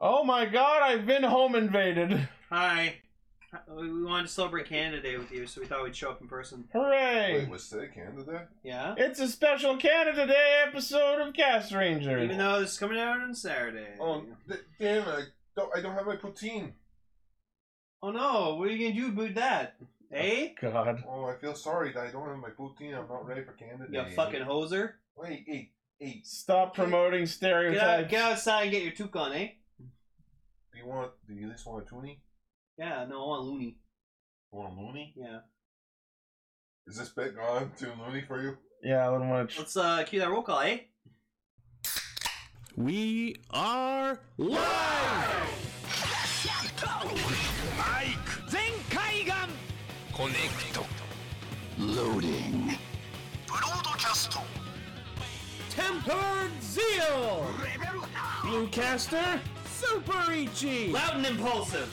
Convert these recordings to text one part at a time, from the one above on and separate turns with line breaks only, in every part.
Oh my god, I've been home invaded.
Hi. We we wanted to celebrate Canada Day with you, so we thought we'd show up in person.
Hooray!
Wait, was today Canada
Yeah?
It's a special Canada Day episode of Cast Ranger.
Even though this is coming out on Saturday.
Day? Oh, d- damn it! I don't, I don't have my poutine.
Oh no, what are you gonna do about that? Eh?
God.
Oh, I feel sorry that I don't have my poutine. I'm not ready for Canada
You
Day.
fucking hoser.
Wait, hey, hey.
Stop promoting
Get,
stereotypes.
out, get outside and get your toque on, eh?
Do you want? Do you at least want a toonie?
Yeah, no, I want loony.
Want a loony?
Yeah.
Is this bit gone too loony for you?
Yeah, a little much.
Let's uh cue that roll call, eh?
We are live!
マイク全海岸コネクトローディングブロードキャスト
Tempered Zeal!
レベル
Bluecaster! Super Ichi!
Loud and impulsive.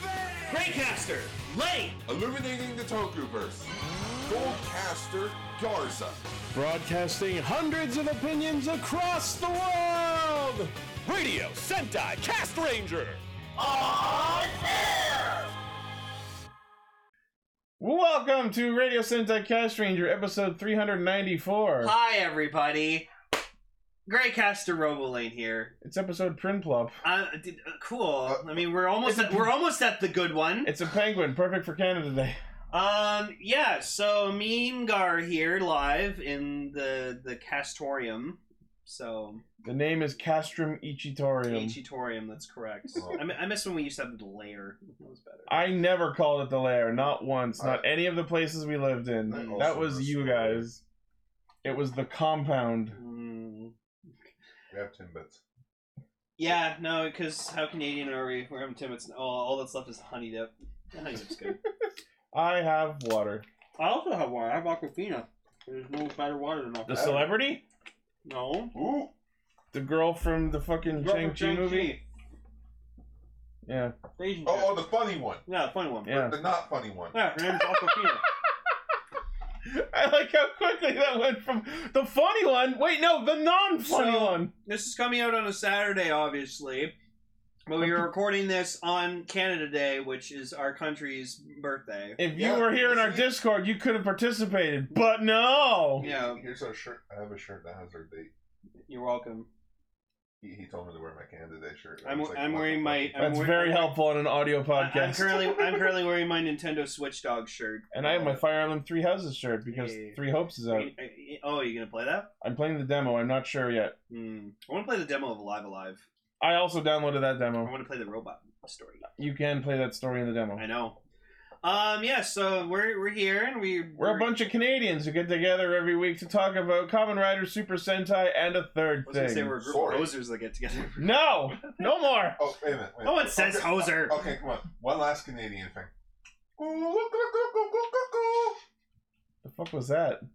Greycaster. Late.
Illuminating the Tokuverse. Goldcaster Garza.
Broadcasting hundreds of opinions across the world! Radio Sentai Cast Ranger!
Welcome to Radio Sentai Cast Ranger episode 394.
Hi everybody. Greycaster Robolane here.
It's episode Prinplop.
Uh, did, uh, cool. I mean, we're almost at, we're almost at the good one.
It's a penguin, perfect for Canada Day.
Um, yeah. So Mean Gar here live in the the Castorium. So
The name is Castrum Ichitorium.
Ichitorium, that's correct.
Oh,
I, mi- I miss when we used to have the layer. That was better.
I never called it the lair, not once, not any of the places we lived in.
I also
That was
missed
you
the
guys. It was the compound.
Mm.
We have ten bits.
Yeah, no, because how Canadian are we? We're having Timbits. Oh, all that's left is honey dip. The honey dip's good.
I have water.
I also have water. I have Aquafina. There's no better water than
The
Aquafina.
celebrity?
No.
Ooh,
The girl from the fucking Shang-Chi movie? Yeah,
Asian
oh,
chick.
oh, the funny one,
Yeah, funny one.
yeah.
the not funny one.
Yeah, her name's Aquafina.
I like how quickly that went from the funny one. Wait, no, the non-funny
So-
one.
this is coming out on a Saturday, obviously. But we are recording this on Canada Day, which is our country's birthday.
If you
Yeah,
were here in our
see?
Discord, you could have participated, but no.
Yeah.
Here's our shirt. I have a shirt that has our date.
You're welcome.
He, he told me to wear my Canada Day shirt. I
I'm,
was like,
I'm
what
wearing
the
my.
fuck?
I'm
That's
wearing-
very helpful in an audio
I- I'm
podcast.
currently I'm currently wearing my Nintendo Switch Dog shirt. Uh,
and I have my Fire Emblem Three Houses shirt because
Hey.
Three Hopes is
Are
out.
you- are you- Oh, you gonna play that?
I'm playing the demo. I'm not sure yet.
Hmm. I want to play the demo of Alive Alive.
I also downloaded that
I
demo.
want to play the robot story.
You can play that story in the demo.
I know. Um. Yeah. So we're we're here and we
We're a bunch of Canadians who get together every week to talk about Common Rider, Super Sentai, and a
I
third
was
thing.
gonna say we're a group
Sorry.
of hosers that get together.
No, no more.
Oh, wait a minute. Wait a
No one
minute.
says
okay.
hoser.
Okay, come on. One last Canadian thing. Goo, goo, goo, goo, goo, goo,
The fuck was that?
goo.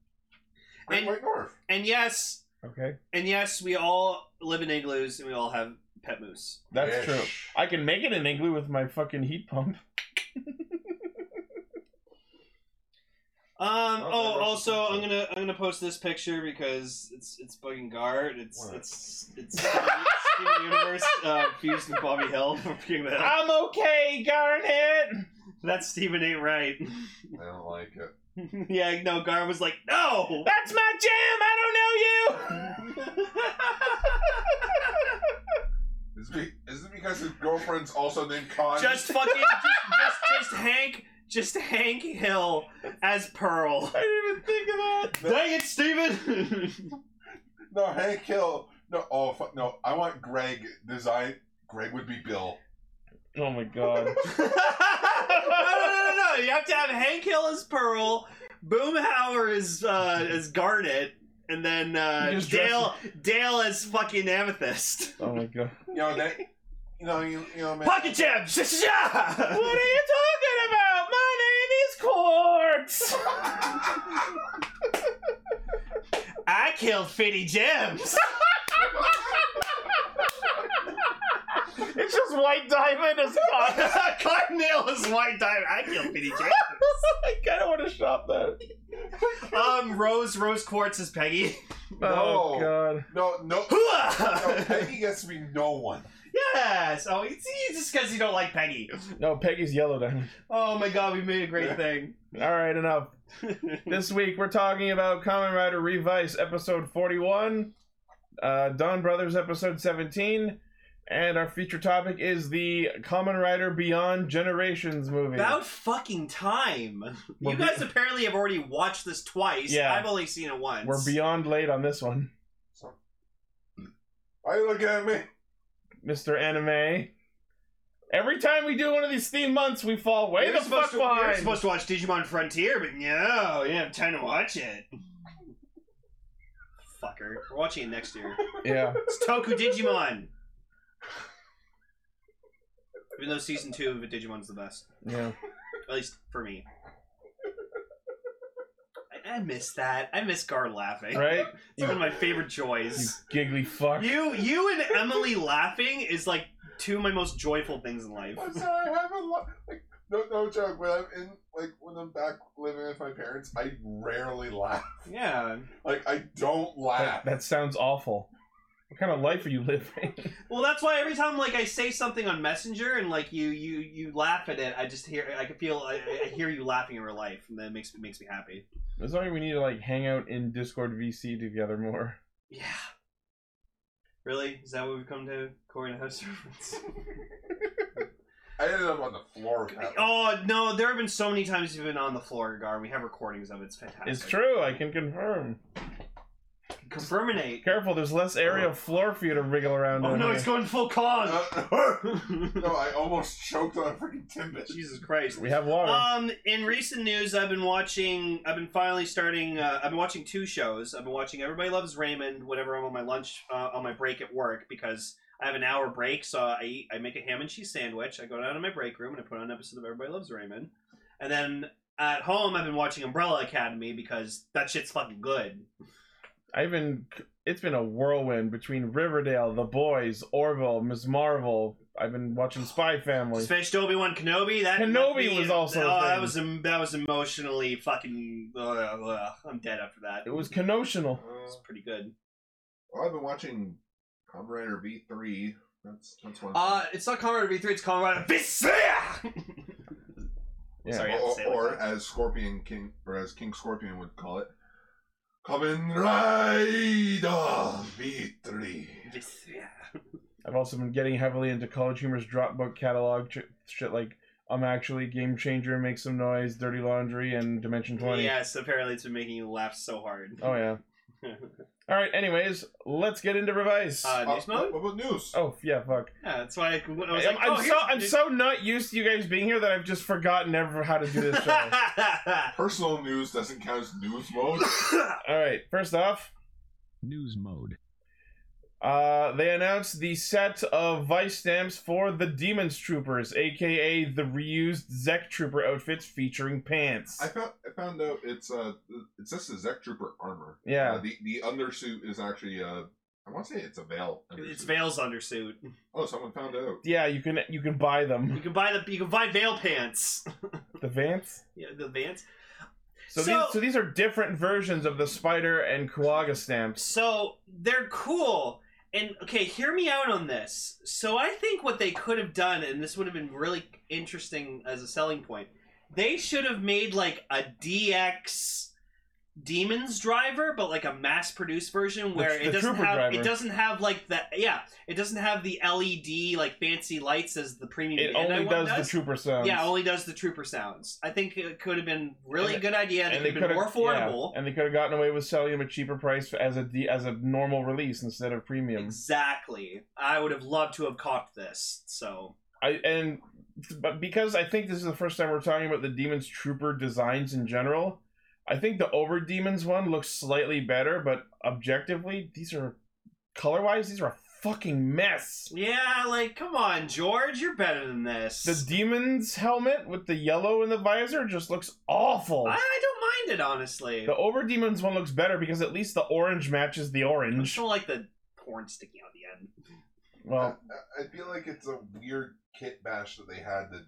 And-
Right north.
And yes,
Okay,
and yes, we all live in igloos and we all have pet moose.
that's
Yes.
true. I can make it an igloo with my fucking heat pump.
Um.
Oh,
oh,
that was-
also, I'm gonna I'm gonna post this picture because it's it's bugging guard. It's
What?
it's it's Steven Universe uh, fused with Bobby Hill from King of the Hill.
I'm okay, Garnet.
That Steven ain't right.
I don't like it.
yeah, no, Gar was like, no!
That's my jam. I don't know you.
Is it, be, is it because his girlfriend's also named Con?
just fucking, just, just, just Hank, just Hank Hill as Pearl.
I didn't even think of that.
Dang it, Steven!
No, Hank Hill. No, oh, fuck, no. I want Greg design. Greg would be Bill.
Oh my god.
no, no, no, no, no, you have to have Hank Hill as Pearl, Boomhauer as, uh, as Garnet, and then
You
uh,
just dress
Dale, Dale as fucking Amethyst.
Oh my god.
You know, that, you know, you, you know, man.
Pocket Jam!
What are you talking about? My name is Quartz.
I killed Fitty Gems!
It's just white diamond as God.
Cardinal is white diamond. I killed Fitty Gems!
I kind of want to shop that.
Um, Rose, Rose Quartz is Peggy.
No.
Oh god.
No, no.
Hooah!
no Peggy gets to be no one.
Yes. Oh, it's, it's just because you don't like Peggy.
No, Peggy's yellow then.
Oh my God, we made a great thing.
All right, enough. this week we're talking about Common Rider Revice episode 41, uh, Dawn Brothers episode 17, and our feature topic is the Common Rider Beyond Generations movie.
About fucking time.
We're
you
be-
guys apparently have already watched this twice.
Yeah.
I've only seen it once.
we're beyond late on this one,
Why are you looking at me?
Mr. Anime. Every time we do one of these theme months, we fall way
You're
the fuck
supposed to, You're
behind.
supposed to watch Digimon Frontier, but no, you didn't have time to watch it. Fucker. We're watching it next year.
yeah,
It's Toku Digimon. Even though season two of Digimon's the best,
yeah.
at least for me. I, I miss that. I miss Gar laughing.
Right?
It's one of my favorite joys.
Giggly fuck.
You, you, and Emily laughing is like two of my most joyful things in life.
I'm sorry, I haven't lo- like no no joke. When I'm in like when I'm back living with my parents, I rarely laugh.
Yeah.
Like I don't laugh.
That, that sounds awful. What kind of life are you living?
Well, that's why every time like I say something on Messenger and like you you you laugh at it, I just hear I can feel I, I hear you laughing in real life, and that makes makes me happy.
That's why we need to like hang out in Discord VC together more.
Yeah. Really? Is that what we've come to? Corey and House reference?
I ended up on the floor. with that one.
oh no, there have been so many times you've been on the floor, Gar. and We have recordings of it. It's fantastic.
It's true, I can confirm.
Confirminate.
Careful, there's less area of floor for you to wriggle around
Oh
on.
no,
here.
it's going full con.
Uh, no, I almost choked on a freaking timbit.
Jesus Christ.
We have water.
Um, in recent news, I've been watching. I've been finally starting. Uh, I've been watching two shows. I've been watching Everybody Loves Raymond whenever I'm on my lunch uh, on my break at work because I have an hour break, so I eat, I make a ham and cheese sandwich. I go down to my break room and I put on an episode of Everybody Loves Raymond, and then at home I've been watching Umbrella Academy because that shit's fucking good.
I've been it's been a whirlwind between Riverdale, The Boys, Orville, Ms. Marvel. I've been watching Spy Family.
Especially Obi Wan Kenobi. That
Kenobi
that
was also
Oh,
a
that
thing.
was em- that was emotionally fucking. ugh, ugh. I'm dead after that.
It was Kenotional.
It's pretty good.
Well, I've been watching Kamen Rider V3. That's that's one.
Uh, it's not Comrade V3, it's Comrade Viscera!
Yeah.
Sorry, I have to
or,
say it like
or
that.
as Scorpion King, or as King Scorpion would call it, Kamen Rider V3.
Viscera.
I've also been getting heavily into College Humor's Dropbook catalog ch- shit like I'm actually Game Changer, Make Some Noise, Dirty Laundry, and Dimension 20.
Yes, apparently it's been making you laugh so hard.
Oh yeah. All right. Anyways, let's get into revise.
Uh,
Uh,
news mode?
what about news?
oh yeah, fuck.
Yeah, that's why I, when I was
I'm,
like,
I'm
oh,
so
here's-
I'm so not used to you guys being here that I've just forgotten ever how to do this show.
Personal news doesn't count as news mode.
All right. First off,
News mode.
uh, they announced the set of vice stamps for the Demons Troopers, aka the reused Zek Trooper outfits featuring pants.
I found I found out it's uh it's just a Zek Trooper armor.
Yeah.
Uh, the the undersuit is actually uh I want to say it's a veil.
it's
undersuit.
Vale's undersuit.
Oh, someone found out.
yeah, you can you can buy
You
them.
can buy the you can buy Vale pants.
The Vance.
Yeah, the Vans.
So,
So-
these so these are different versions of the Spider and Kuaga stamps.
So they're cool. And okay, hear me out on this. So I think what they could have done, and this would have been really interesting as a selling point, they should have made like a DX demons driver, but like a mass produced version where
the
it doesn't
trooper
have
driver.
it doesn't have like the yeah, it doesn't have the LED like fancy lights as the premium.
It
Bandai
only
one
does, the Trooper sounds.
Yeah, it only does the trooper sounds. I think it could have been really
And-
good idea. They could have been
coulda-
more
yeah,
affordable.
and they could have gotten away with selling them at cheaper price as a D- as a normal release instead of premium.
Exactly. I would have loved to have caught this. So
I and but because I think this is the first time we're talking about the Demons Trooper designs in general, I think the Over Demons one looks slightly better, but objectively, these are color wise, these are a fucking mess.
yeah, like come on, George, you're better than this.
The Demons helmet with the yellow in the visor just looks awful.
I, I don't mind it honestly.
The Over Demons one looks better because at least the orange matches the
I
orange.
still like the horn sticking out the end.
Well,
I, I feel like it's a weird kit bash that they had that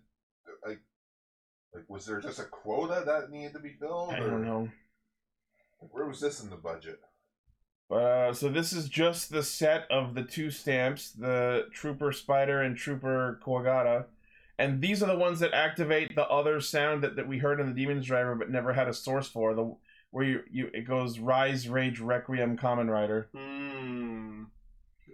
like like was there just a quota that needed to be filled
I
or
don't know.
where was this in the budget?
But uh, so this is just the set of the two stamps, the Trooper Spider and Trooper Quagata. And these are the ones that activate the other sound that, that we heard in the Demon's Driver but never had a source for. The where you, you it goes Rise, Rage, Requiem, Common Rider.
Hmm.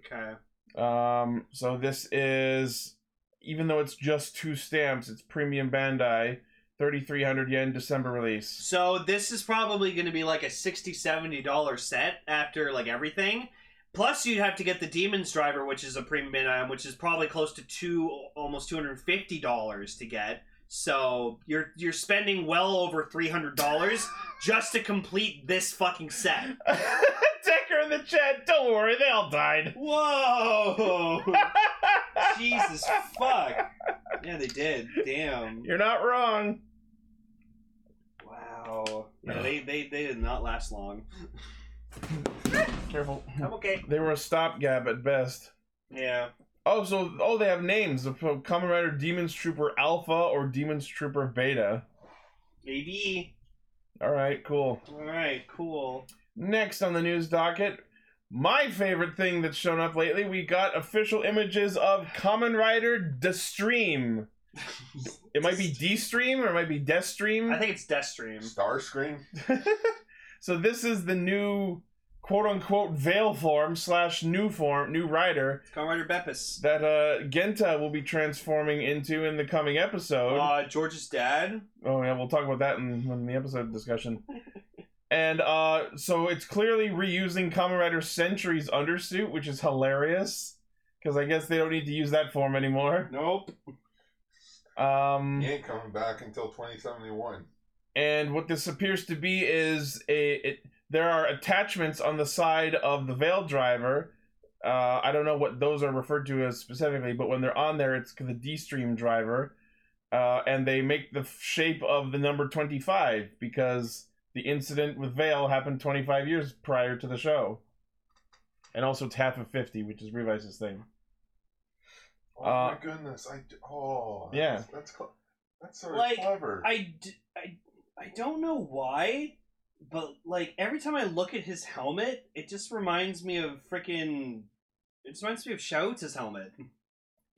Okay.
Um, so this is even though it's just two stamps, it's premium Bandai, thirty three hundred yen December release.
So this is probably going to be like a 60 70 dollar set after like everything. Plus you'd have to get the Demon's Driver, which is a premium item, which is probably close to two almost 250 dollars to get. So you're you're spending well over 300 dollars just to complete this fucking set.
Decker in the chat, don't worry, they all died.
Whoa! Jesus fuck. Yeah, they did. Damn.
You're not wrong.
Wow. Yeah, they, they, they did not last long.
Careful.
I'm okay.
They were a stopgap at best.
Yeah.
Oh, so oh, they have names: the P- Kamen Rider Demons Trooper Alpha or Demons Trooper Beta.
Maybe.
All right, cool.
Alright, cool.
Next on the news docket, my favorite thing that's shown up lately: we got official images of Kamen Rider Destream. It might be Destream or it might be Destream.
I think it's Deathstream.
Star screen.
so this is the new quote unquote veil form slash new form new rider
It's Kamen Rider Beppis.
that uh Genta will be transforming into in the coming episode.
Uh, George's dad.
oh yeah, we'll talk about that in, in the episode discussion. and uh so it's clearly reusing Kamen Rider Century's undersuit, which is hilarious. Because I guess they don't need to use that form anymore.
Nope.
Um
He ain't coming back until 2071.
and what this appears to be is a it, there are attachments on the side of the veil driver uh, i don't know what those are referred to as specifically but when they're on there it's the d stream driver uh, and they make the shape of the number 25 because the incident with veil happened 25 years prior to the show and also it's half of 50 which is revice's thing
Oh
Uh,
my goodness! I d- oh
Yeah.
That's that's, cl- that's sort of
Like,
clever.
I, d- I, I don't know why, but like every time I look at his helmet, it just reminds me of freaking. It just reminds me of Shouts' helmet. Yeah,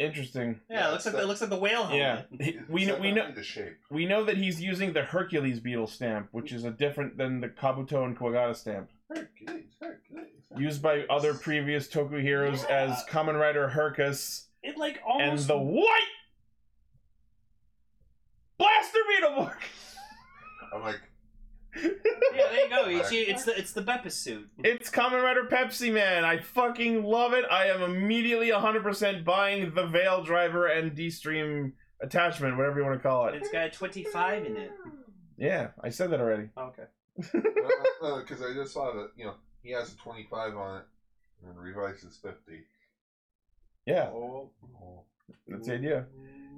interesting
it looks
it's
like the, it
that-
looks like the whale helmet.
yeah He- we know we know
the shape.
We know that he's using the Hercules beetle stamp, which is a different than the Kabuto and Kuwagata stamp,
Hercules, Hercules.
used by other previous Toku heroes
Yeah.
as Kamen Rider Hercus
It like
and
almost
the White Blaster Beetleborg.
I'm like,
yeah. There you go. Ichi. It's the it's the Beppis suit.
It's Kamen Rider Pepsi Man. I fucking love it. I am immediately 100% buying the Veil Driver and D-Stream attachment, whatever you want to call it.
It's got a twenty five in it.
Yeah, I said that already.
Okay.
because Uh, I just saw that you know he has a 25 on it, and Revice is 50.
Yeah,
Oh, oh.
that's the idea.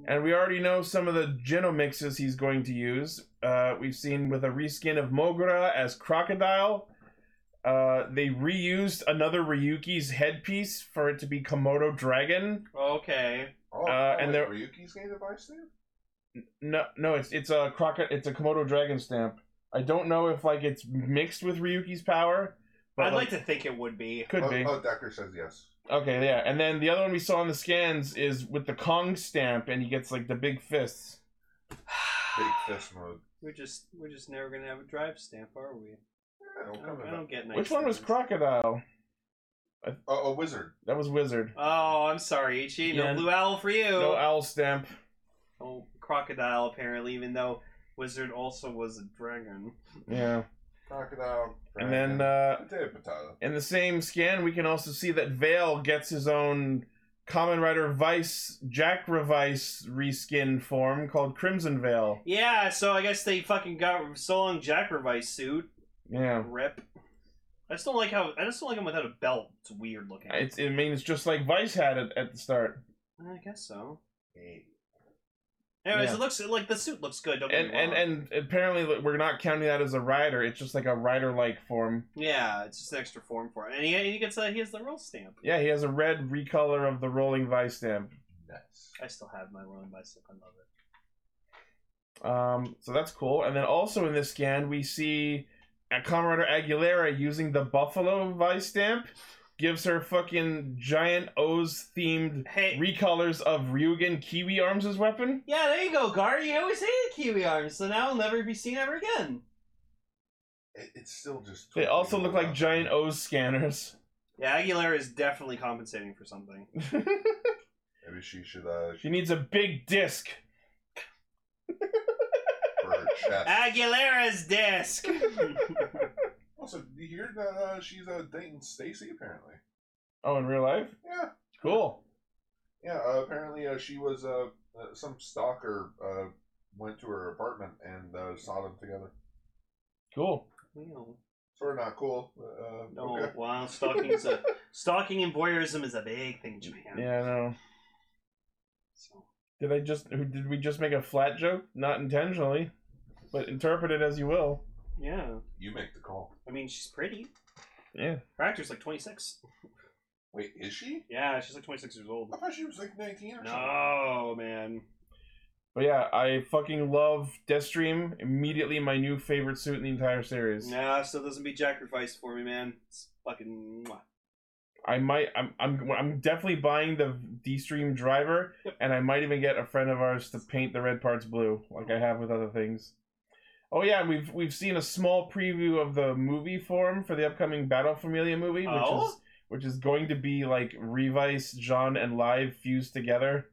And we already know some of the genomixes he's going to use. Uh, we've seen with a reskin of Mogra as Crocodile. Uh, they reused another Ryuki's headpiece for it to be Komodo Dragon.
Okay.
oh
Uh, and
wait,
there-
Ryuki's getting a device there.
No, no, it's it's a croco- it's a Komodo Dragon stamp. I don't know if like it's mixed with Ryuki's power, but
I'd like
like,
to think it would be.
could
oh,
be.
oh, Decker says yes.
Okay, yeah. And then the other one we saw in the scans is with the Kong stamp, and he gets like the big fists.
Big fist mode.
We're just we're just never gonna have a drive stamp, are we?
Yeah,
I
don't come
don't, I
in.
don't get nice
Which one was
things.
Crocodile?
Oh, a wizard.
That was Wizard.
Oh, I'm sorry, Ichi. No
Yeah.
blue owl for you.
No owl stamp.
oh, crocodile apparently, even though wizard also was a dragon.
Yeah.
Crocodile.
And then uh,
potato, potato.
in the same scan, we can also see that Vale gets his own Common Rider Vice Jack Revice reskin form called Crimson Vale.
Yeah, so I guess they fucking got so long Jack Revice suit.
Yeah,
Rip. I just don't like how I just don't like him without a belt. It's weird looking. I,
it's I mean it's just like Vice had it at the start,
guess so.
Hey.
Anyways,
Yeah.
it looks like the suit looks good. Don't get
and
me wrong.
and and apparently like, we're not counting that as a rider. It's just like a rider like form.
yeah, it's just an extra form for it, and he, he gets a, he has the roll stamp.
Yeah, he has a red recolor of the Rolling Vice stamp.
Nice.
I still have my rolling bicycle. I love it.
Um, so that's cool. And then also in this scan, we see and Comrade Aguilera using the Buffalo Vice stamp gives her fucking giant O's themed
Hey,
recolors of Ryugen Kiwi arms as weapon.
yeah, there you go, Gar. You always hated Kiwi arms, so now I'll never be seen ever again.
It, it's still just.
They also look like giant
O.
O's scanners.
Yeah, Aguilera is definitely compensating for something.
Maybe she should uh
she needs a big disc.
for her chest.
Ah!
Aguilera's disc.
Also, did you hear that uh, she's uh, dating Stacy? Apparently,
Oh, in real life?
yeah,
Cool.
yeah. Uh, apparently, uh, she was uh, uh, some stalker uh, went to her apartment and uh, saw them together.
Cool.
no,
Sort of not cool. but, Uh,
no
okay.
wow, stalking is a stalking and voyeurism is a big thing in Japan.
Yeah, I know.
So,
Did I just who- did we just make a flat joke? Not intentionally, but interpret it as you will.
yeah.
you make the call.
I mean, she's pretty.
Yeah.
Her actor's like 26.
Wait, is she?
Yeah, she's like 26 years old.
I thought she was like nineteen or something.
No, man.
But yeah, I fucking love Deathstream. Immediately my new favorite suit in the entire series.
Nah, still doesn't be sacrificed for me, man. It's fucking. mwah.
I might I'm I'm I'm definitely buying the D stream driver and I might even get a friend of ours to paint the red parts blue, like I have with other things. Oh yeah, and we've we've seen a small preview of the movie form for the upcoming Battle Familia movie, which
Oh?
is which is going to be like Revice, John, and Live fused together.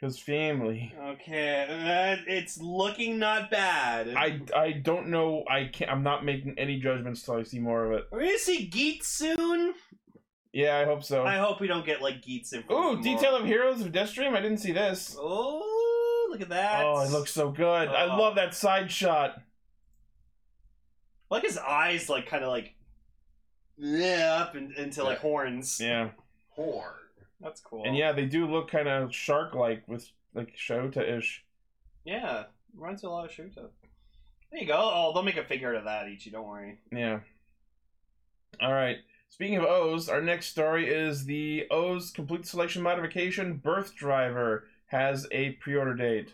Cause family.
Okay, uh, it's looking not bad.
I I don't know I can't I'm not making any judgments till I see more of it.
We're gonna see Geet soon.
Yeah, I hope so.
I hope we don't get like Geets in.
Ooh, Detail of Heroes of Deathstream? I didn't see this.
Oh, look at that.
Oh, it looks so good. I
Oh.
love that side shot.
like his eyes, like kind of like yeah, up and, into like
Yeah.
horns.
Yeah.
Horn.
That's cool.
And yeah, they do look kind of shark like with like Shota ish.
yeah, runs a lot of shoot up. There you go. Oh, they'll make a figure out of that, Ichi. Don't worry.
Yeah. All right. Speaking of O's, our next story is the O's complete selection modification Birth Driver has a pre order date.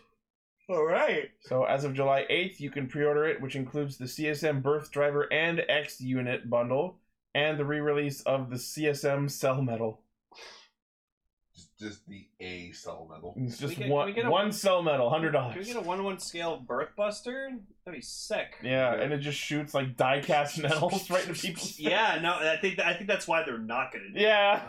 All right.
So as of July 8th, you can pre-order it, which includes the CSM Birth Driver and X Unit bundle, and the re-release of the CSM Cell Metal.
Just, just the A cell metal.
It's just
get-
one
can we get a-
one Cell Metal, hundred
Can we
dollars.
get a one-to-one scale birth buster? That'd be sick.
Yeah, and it just shoots like die-cast metals right into people's.
Yeah, no, I think I think that's why they're not gonna do. it.
Yeah.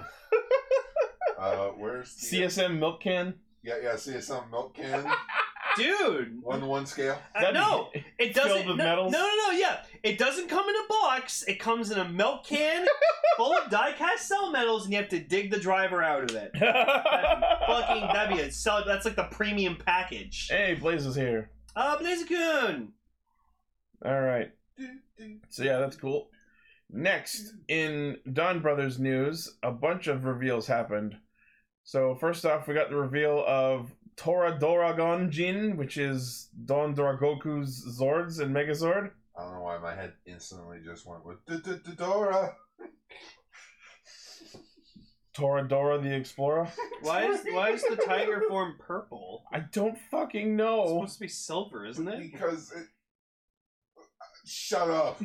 Uh, where's the?
CSM milk can.
yeah, yeah. CSM milk can
dude.
one to one scale.
Uh, no,
That'd be-
it doesn't.
filled with
no,
metals?
no, no, no, yeah, it doesn't come in a box. It comes in a milk can full of die-cast cell metals, and you have to dig the driver out of it. Fucking, that'd be a sell. That's like the premium package.
Hey, Blaze is here.
Uh, Blaziken.
All right. So yeah, that's cool. Next, in Don Brothers news, a bunch of reveals happened. So first off, we got the reveal of Tora Doragon Jin, which is Don Dragoku's Zords and Megazord.
I don't know why my head instantly just went with Dora.
Tora Dora the Explorer.
Why is why is the tiger form purple?
I don't fucking
It's
know.
supposed to be silver, isn't it?
Because it. Shut up.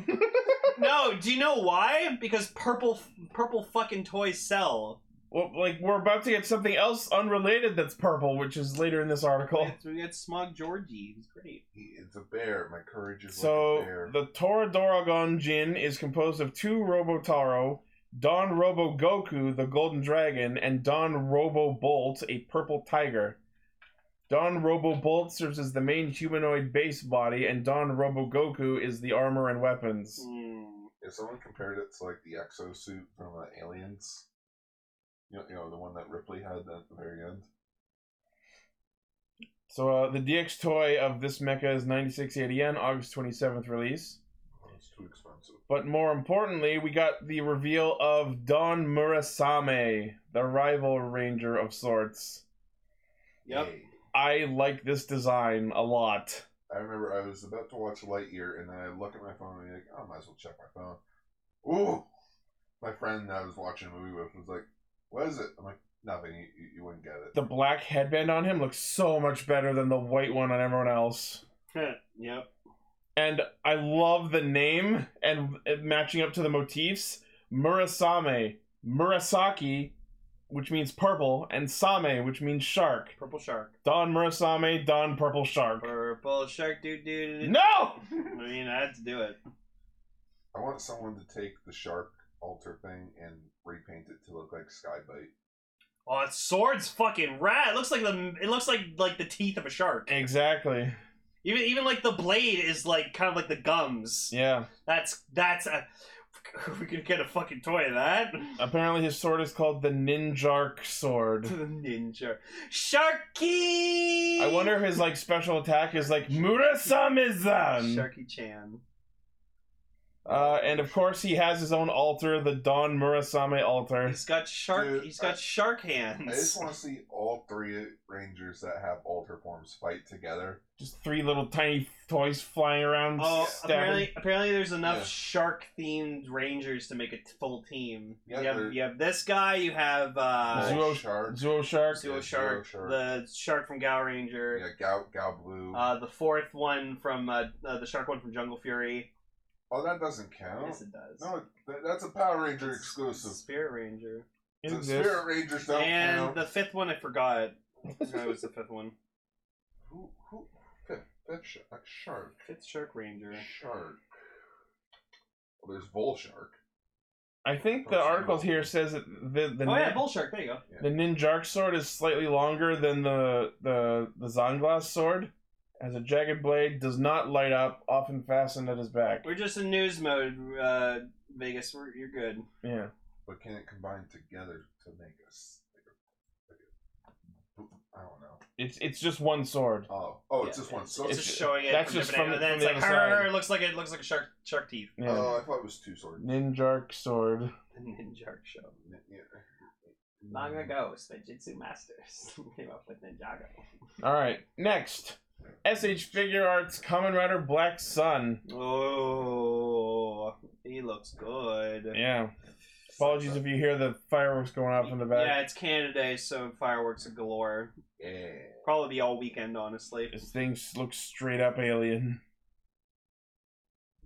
No, do you know why? Because purple purple fucking toys sell.
Well, like we're about to get something else unrelated that's purple, which is later in this article.
We got Smog Georgie. He's great.
He- It's a bear. My courage is like a
So
bear.
the Toradoragon Jin is composed of two Robotaro, Don Robo Goku, the Golden Dragon, and Don Robo Bolt, a purple tiger. Don Robo Bolt serves as the main humanoid base body, and Don Robo Goku is the armor and weapons. Hmm.
if someone compared it to like the exosuit from uh, Aliens, you know, you know, the one that Ripley had at the very end.
So uh, the DX toy of this mecha is 9680 yen, August 27th release.
Oh, it's too expensive.
But more importantly, we got the reveal of Don Murasame, the rival ranger of sorts.
Yep.
Yay.
I like this design a lot.
I remember I was about to watch Lightyear, and then I look at my phone and I'm like, oh, I might as well check my phone. Ooh! My friend that I was watching a movie with was like, what is it? I'm like, nothing. You, you, you wouldn't get it.
The black headband on him looks so much better than the white one on everyone else.
yep.
and I love the name and it matching up to the motifs. Murasame, Murasaki, which means purple, and Same, which means shark.
Purple shark.
Don Murasame, Don Purple Shark.
Purple shark. Do do. do.
No!
I mean, I had to do it.
I want someone to take the shark altar thing and repaint it to look like Skybite.
Oh, it's sword's fucking rad. It looks like the it looks like like the teeth of a shark.
Exactly.
Even even like the blade is like kind of like the gums.
Yeah.
That's that's a. We could get a fucking toy of that.
Apparently, his sword is called the Ninjark Sword.
Ninja Sharky.
I wonder if his like special attack is like Murasamizan.
Sharky Chan.
Uh, and of course, he has his own altar, the Don Murasame altar.
He's got shark.
Dude,
he's got
I-
shark
I just
hands.
want to see all three rangers that have altar forms fight together.
Just three little tiny toys flying around.
Oh,
stabbing-
apparently, apparently there's enough
Yeah.
shark themed rangers to make a t- full team.
Yeah,
you, have,
they're-
you have this guy. You have uh,
Zuo-
shark.
Zuo Shark.
Zuo
yeah,
Shark,
Zuo Shark.
the shark from Gal Ranger.
Yeah, Gao Gao Blue.
Uh, the fourth one from uh, uh, the shark one from Jungle Fury.
oh, that doesn't count.
Yes, it does.
No, that, that's a Power Ranger
It's-
exclusive.
it's Spirit Ranger.
It
The
exists.
Spirit Rangers don't
and
count.
the fifth one, I forgot. That was the fifth one.
Who, who, fifth, fifth sh- uh, shark,
Fifth Shark Ranger.
shark. Well, there's Vol Shark.
I think the article here says that the the,
oh yeah,
nin-
Bull Shark. There you go.
the Ninjark sword is slightly longer than the the the Zanglas sword, has a jagged blade, does not light up, often fastened at his back.
We're just in news mode, uh, Vegas. We're, you're good.
Yeah.
But can it combine together to make us? Like a, like a, I don't know.
It's it's just one sword.
Oh, oh, it's
Yeah,
just one. So
It's,
It's-
just showing it
that's
from
just
different
from-
angle. Then
from the
it's like,
other side.
"Her," it looks like it looks like a shark shark teeth.
Yeah.
Oh, I thought it was two swords.
Ninjark sword.
The Ninjark show.
N- yeah.
Long ago, Spinjitzu Masters came up with Ninjago.
All right. Next. SH Figure Arts Kamen Rider Black Sun.
Oh, he looks good.
Yeah. Apologies if you hear the fireworks going off in the back.
Yeah, it's Canada Day, so fireworks are galore.
Yeah.
Probably be all weekend, honestly.
This thing s- looks straight up alien.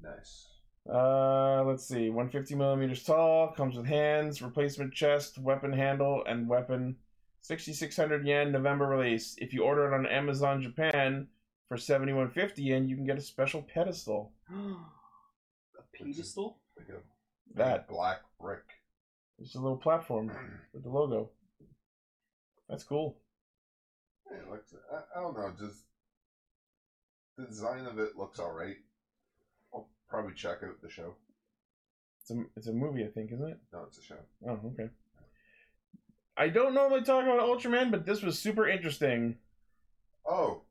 Nice.
Uh, let's see. 150 millimeters tall. Comes with hands, replacement chest, weapon handle, and weapon. 6,600 yen. November release. If you order it on Amazon Japan for 7,150 yen, you can get a special pedestal.
a pedestal?
Like a like a
That
black brick.
it's a little platform with the logo. That's cool.
Yeah, it looks. I, I don't know. Just the design of it looks alright. I'll probably check out the show.
It's a it's a movie, I think, isn't it?
No, it's a show.
Oh, okay. I don't normally talk about Ultraman, but this was super interesting.
Oh,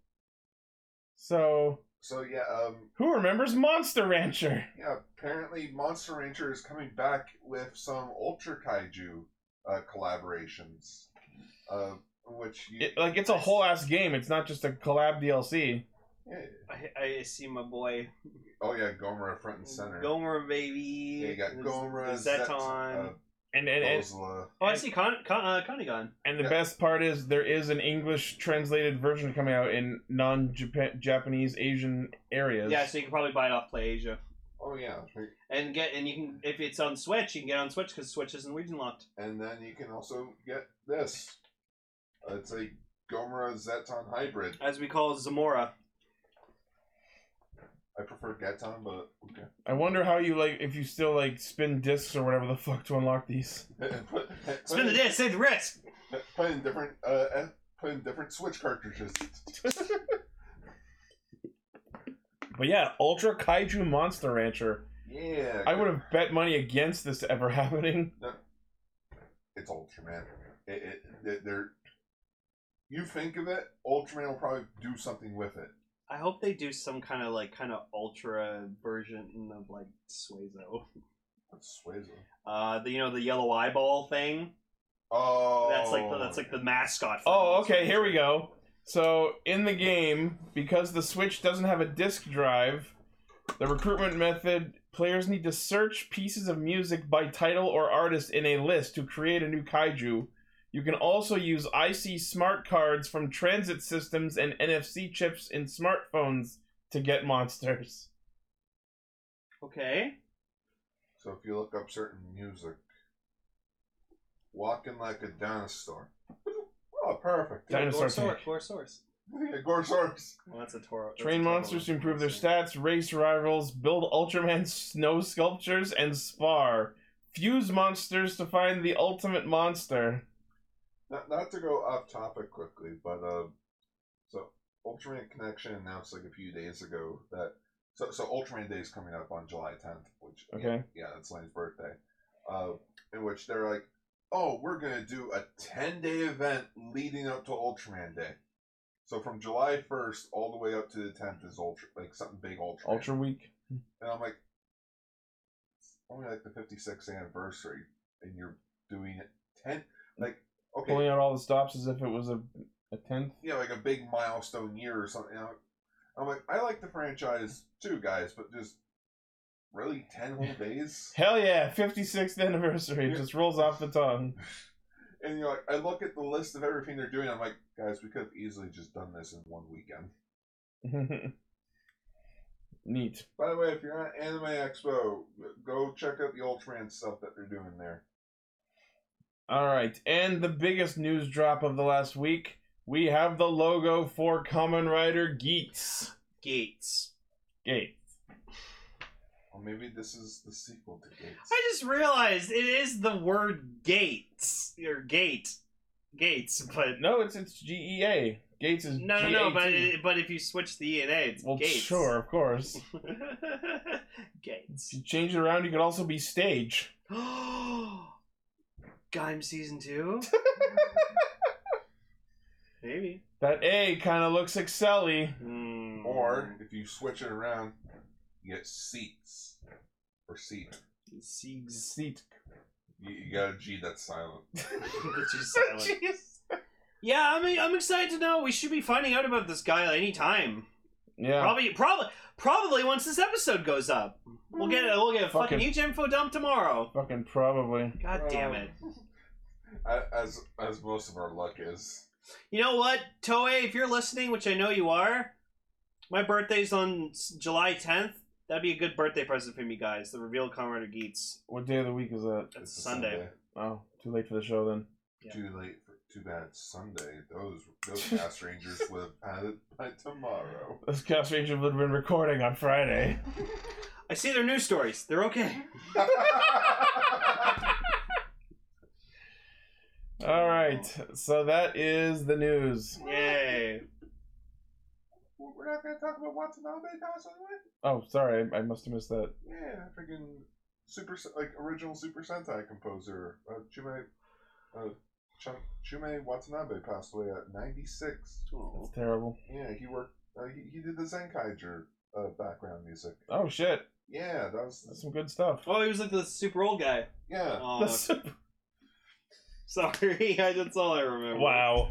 So,
so yeah. Um.
who remembers Monster Rancher?
Yeah, apparently Monster Rancher is coming back with some Ultra Kaiju uh, collaborations, uh, which you,
It, like, it's a whole ass game. It's not just a collab DLC.
yeah.
I, I see my boy
oh yeah, Gomera front and center.
Gomer, baby.
yeah, you got
There's-
Gomera,
there's
Zet-
Zeton.
uh,
And and and,
Bozla.
oh, I see Con, Con, uh, Conigon.
and the best part is there is an English translated version coming out in non Japanese Asian areas.
Yeah, so you can probably buy it off PlayAsia
Oh yeah,
and get and you can if it's on Switch, you can get it on Switch because Switch isn't region locked.
and then you can also get this. Uh, it's a Gomera Zeton hybrid.
As we call Zamora.
I prefer Geton, but okay.
I wonder how you like if you still like spin discs or whatever the fuck to unlock these.
Put- put
Spin the
in-
disc, save the risk.
Put in different, uh, eh, put in different Switch cartridges.
But yeah, Ultra Kaiju Monster Rancher.
Yeah,
I would have bet money against this ever happening.
it's Ultraman. It, it, it, they're, you think of it, Ultraman will probably do something with it.
I hope they do some kind of like kind of ultra version of like Suezo.
That's Suezo.
Uh, the, you know the yellow eyeball thing.
Oh,
That's like the, that's like the mascot. For
Oh, okay, here we go. So in the game, because the Switch doesn't have a disk drive, the recruitment method players need to search pieces of music by title or artist in a list to create a new kaiju. You can also use IC smart cards from transit systems and NFC chips in smartphones to get monsters.
Okay.
So if you look up certain music, walking like a dinosaur. Oh, perfect.
Di- Dinosaur
Gore
cake.
source.
Yeah, Gorsaurus.
Well, that's a Toro. that's
Train
a Toro
monsters to
one.
improve their stats, race rivals, build Ultraman snow sculptures, and spar. Fuse monsters to find the ultimate monster.
Not, not to go off topic quickly, but uh, so Ultraman Connection announced like a few days ago that so so Ultraman Day is coming up on July 10th, which
Okay.
yeah, that's Lane's birthday. Uh, in which they're like, oh, we're gonna do a 10 day event leading up to Ultraman Day. So from July 1st all the way up to the 10th is Ultra, like something big Ultraman.
Ultra weak.
And I'm like, it's only like the 56th anniversary, and you're doing it 10, like, okay,
Pulling out all the stops as if it was a, a tenth.
yeah, like a big milestone year or something. I'm, I'm like, I like the franchise too, guys, but just really 10 whole days?
Hell yeah, 56th anniversary. It just rolls off the tongue.
And you're like, I look at the list of everything they're doing. I'm like, guys, we could have easily just done this in one weekend.
Neat.
By the way, if you're at Anime Expo, go check out the Ultraman stuff that they're doing there.
All right, and the biggest news drop of the last week, we have the logo for Common Rider Geats.
Gates.
Gate.
Or maybe this is the sequel to Gates.
I just realized it is the word gates or gate, gates. But
No, it's it's G E A. Gates is
no, no, no. But
G-A-T.
it, but if you switch the E and A, it's
well,
gates.
sure, of course. If
gates.
you change it around, you could also be stage.
Gaim season two. Maybe.
That A kind of looks excelly.
Hmm.
Or if you switch it around, you get seats. Or seat.
Siegs.
Seat.
You, you got a G that's silent.
Which is silent. Yeah, I mean, I'm excited to know. We should be finding out about this guy anytime.
Yeah.
Probably, probably, probably once this episode goes up, we'll get a, we'll get a fucking
Fucking-
huge info dump tomorrow.
Fucking probably.
Oh.
God damn it!
Um, A- As as most of our luck is.
You know what, Toei, if you're listening, which I know you are, my birthday's on s- July 10th. That'd be a good birthday present from you guys. The reveal of Comrade of Geats.
What day of the week is that?
That's
It's a
Sunday.
Oh, too late for the show then.
Yeah.
Too late. For, too bad. it's Sunday. Those those Fast Rangers would have had it by tomorrow.
This Cast Ranger would have been recording on Friday.
I see their news stories. They're okay.
All right, so that is the news.
Yay.
We're not gonna talk about Watanabe Pass anyway.
Oh, sorry, I, I must have missed that.
Yeah, freaking super Se- like original Super Sentai composer uh, Chume uh, Chun- Chume Watanabe passed away at ninety six.
That's terrible.
Yeah, he worked. Uh, he, he did the Zenkaiger uh, background music.
Oh shit,
Yeah, that was
that's some good stuff.
Oh, he was like the super old guy.
yeah.
Oh,
That's-
sorry. That's all I remember.
wow.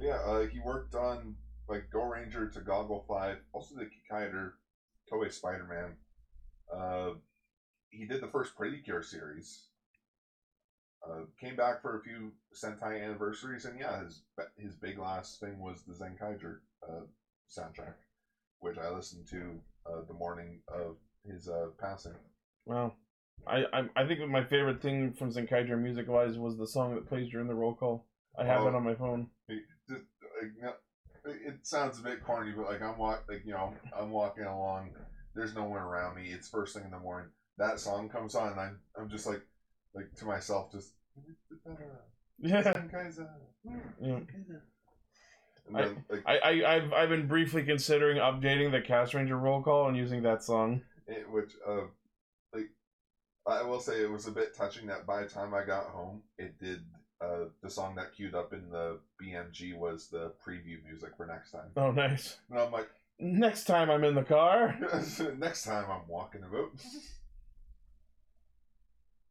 Yeah, uh, he worked on like Go Ranger to Goggle Five, also the Kikaider, Toei Spider Man. Uh, he did the first Pretty Cure series. Uh, came back for a few Sentai anniversaries, and yeah, his his big last thing was the Zenkaiger uh, soundtrack, which I listened to uh, the morning of his uh, passing.
Wow. I, I I think my favorite thing from Zenkaiger music wise was the song that plays during the roll call. I have
Oh.
it on my phone.
like, no, it- it sounds a bit corny, but like I'm walk, like you know, I'm walking along. There's no one around me. It's first thing in the morning. That song comes on, and I'm, I'm just like, like to myself, just.
Yeah.
Guys,
yeah.
and then, like,
Mm. I, I I've I've been briefly considering updating the Cast Ranger roll call and using that song.
it, which uh, like I will say it was a bit touching that by the time I got home, it did. Uh, the song that queued up in the BMG was the preview music for next time,
Oh nice.
and I'm like,
Next time I'm in the car.
next time I'm walking about.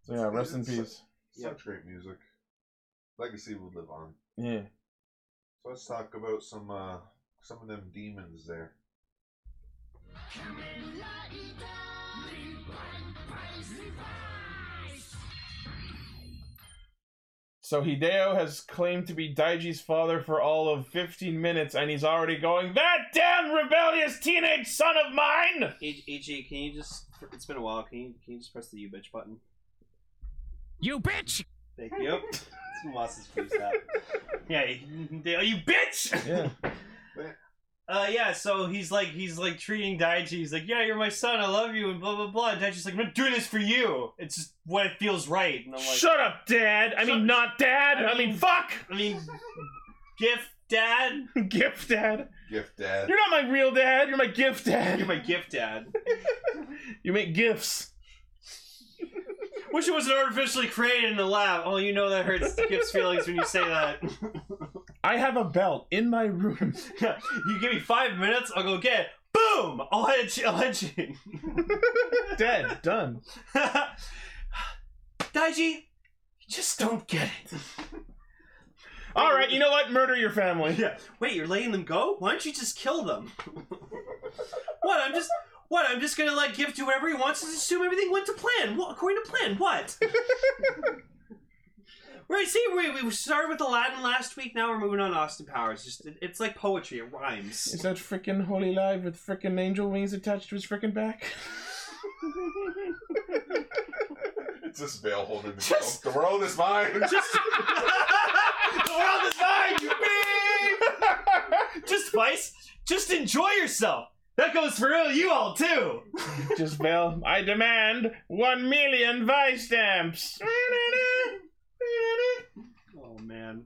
So yeah, rest in
It's su-
peace.
Such great music. Legacy will live on.
Yeah.
So let's talk about some uh some of them demons there.
So Hideo has claimed to be Daiji's father for all of 15 minutes, and he's already going, That damn rebellious teenage son of mine!
E- EG, can you just? It's been a while. Can you can you just press the U bitch button?
You bitch!
Thank you. Mosses please that. Yeah, you, you bitch.
Yeah.
Uh, yeah. So he's like he's like treating Daichi. He's like, yeah, you're my son. I love you, and blah blah blah. And Daichi's like, I'm not doing this for you. It's just what it feels right. And I'm like,
Shut up, Dad! I
Shut-
mean, not Dad!
I
I mean,
mean-
fuck!
I mean, gift dad.
gift Dad.
Gift dad.
You're not my real dad, you're my gift dad.
You're my gift dad.
You make gifts.
Wish it wasn't artificially created in the lab. Oh, you know that hurts Gift's feelings when you say that.
I have a belt in my room.
you give me five minutes, I'll go get. it. Boom! I'll head you. I'll head you.
Dead. Done.
Daiji, you just don't get it.
All right, you know what? Murder your family.
Yeah. Wait, you're letting them go? Why don't you just kill them? what? I'm just. What? I'm just gonna let Gift do whatever he wants and assume everything went to plan. What? According to plan, what? Right, see, we, we started with Aladdin last week, now we're moving on to Austin Powers. Just it, It's like poetry, it rhymes.
Is that freaking holy live with freaking angel wings attached to his freaking back?
It's this veil holding the
Just-
veil. The world is mine.
the world is mine, you babe! Just Vice, just enjoy yourself. That goes for you all too.
Just bail. I demand one million vice stamps.
Oh man.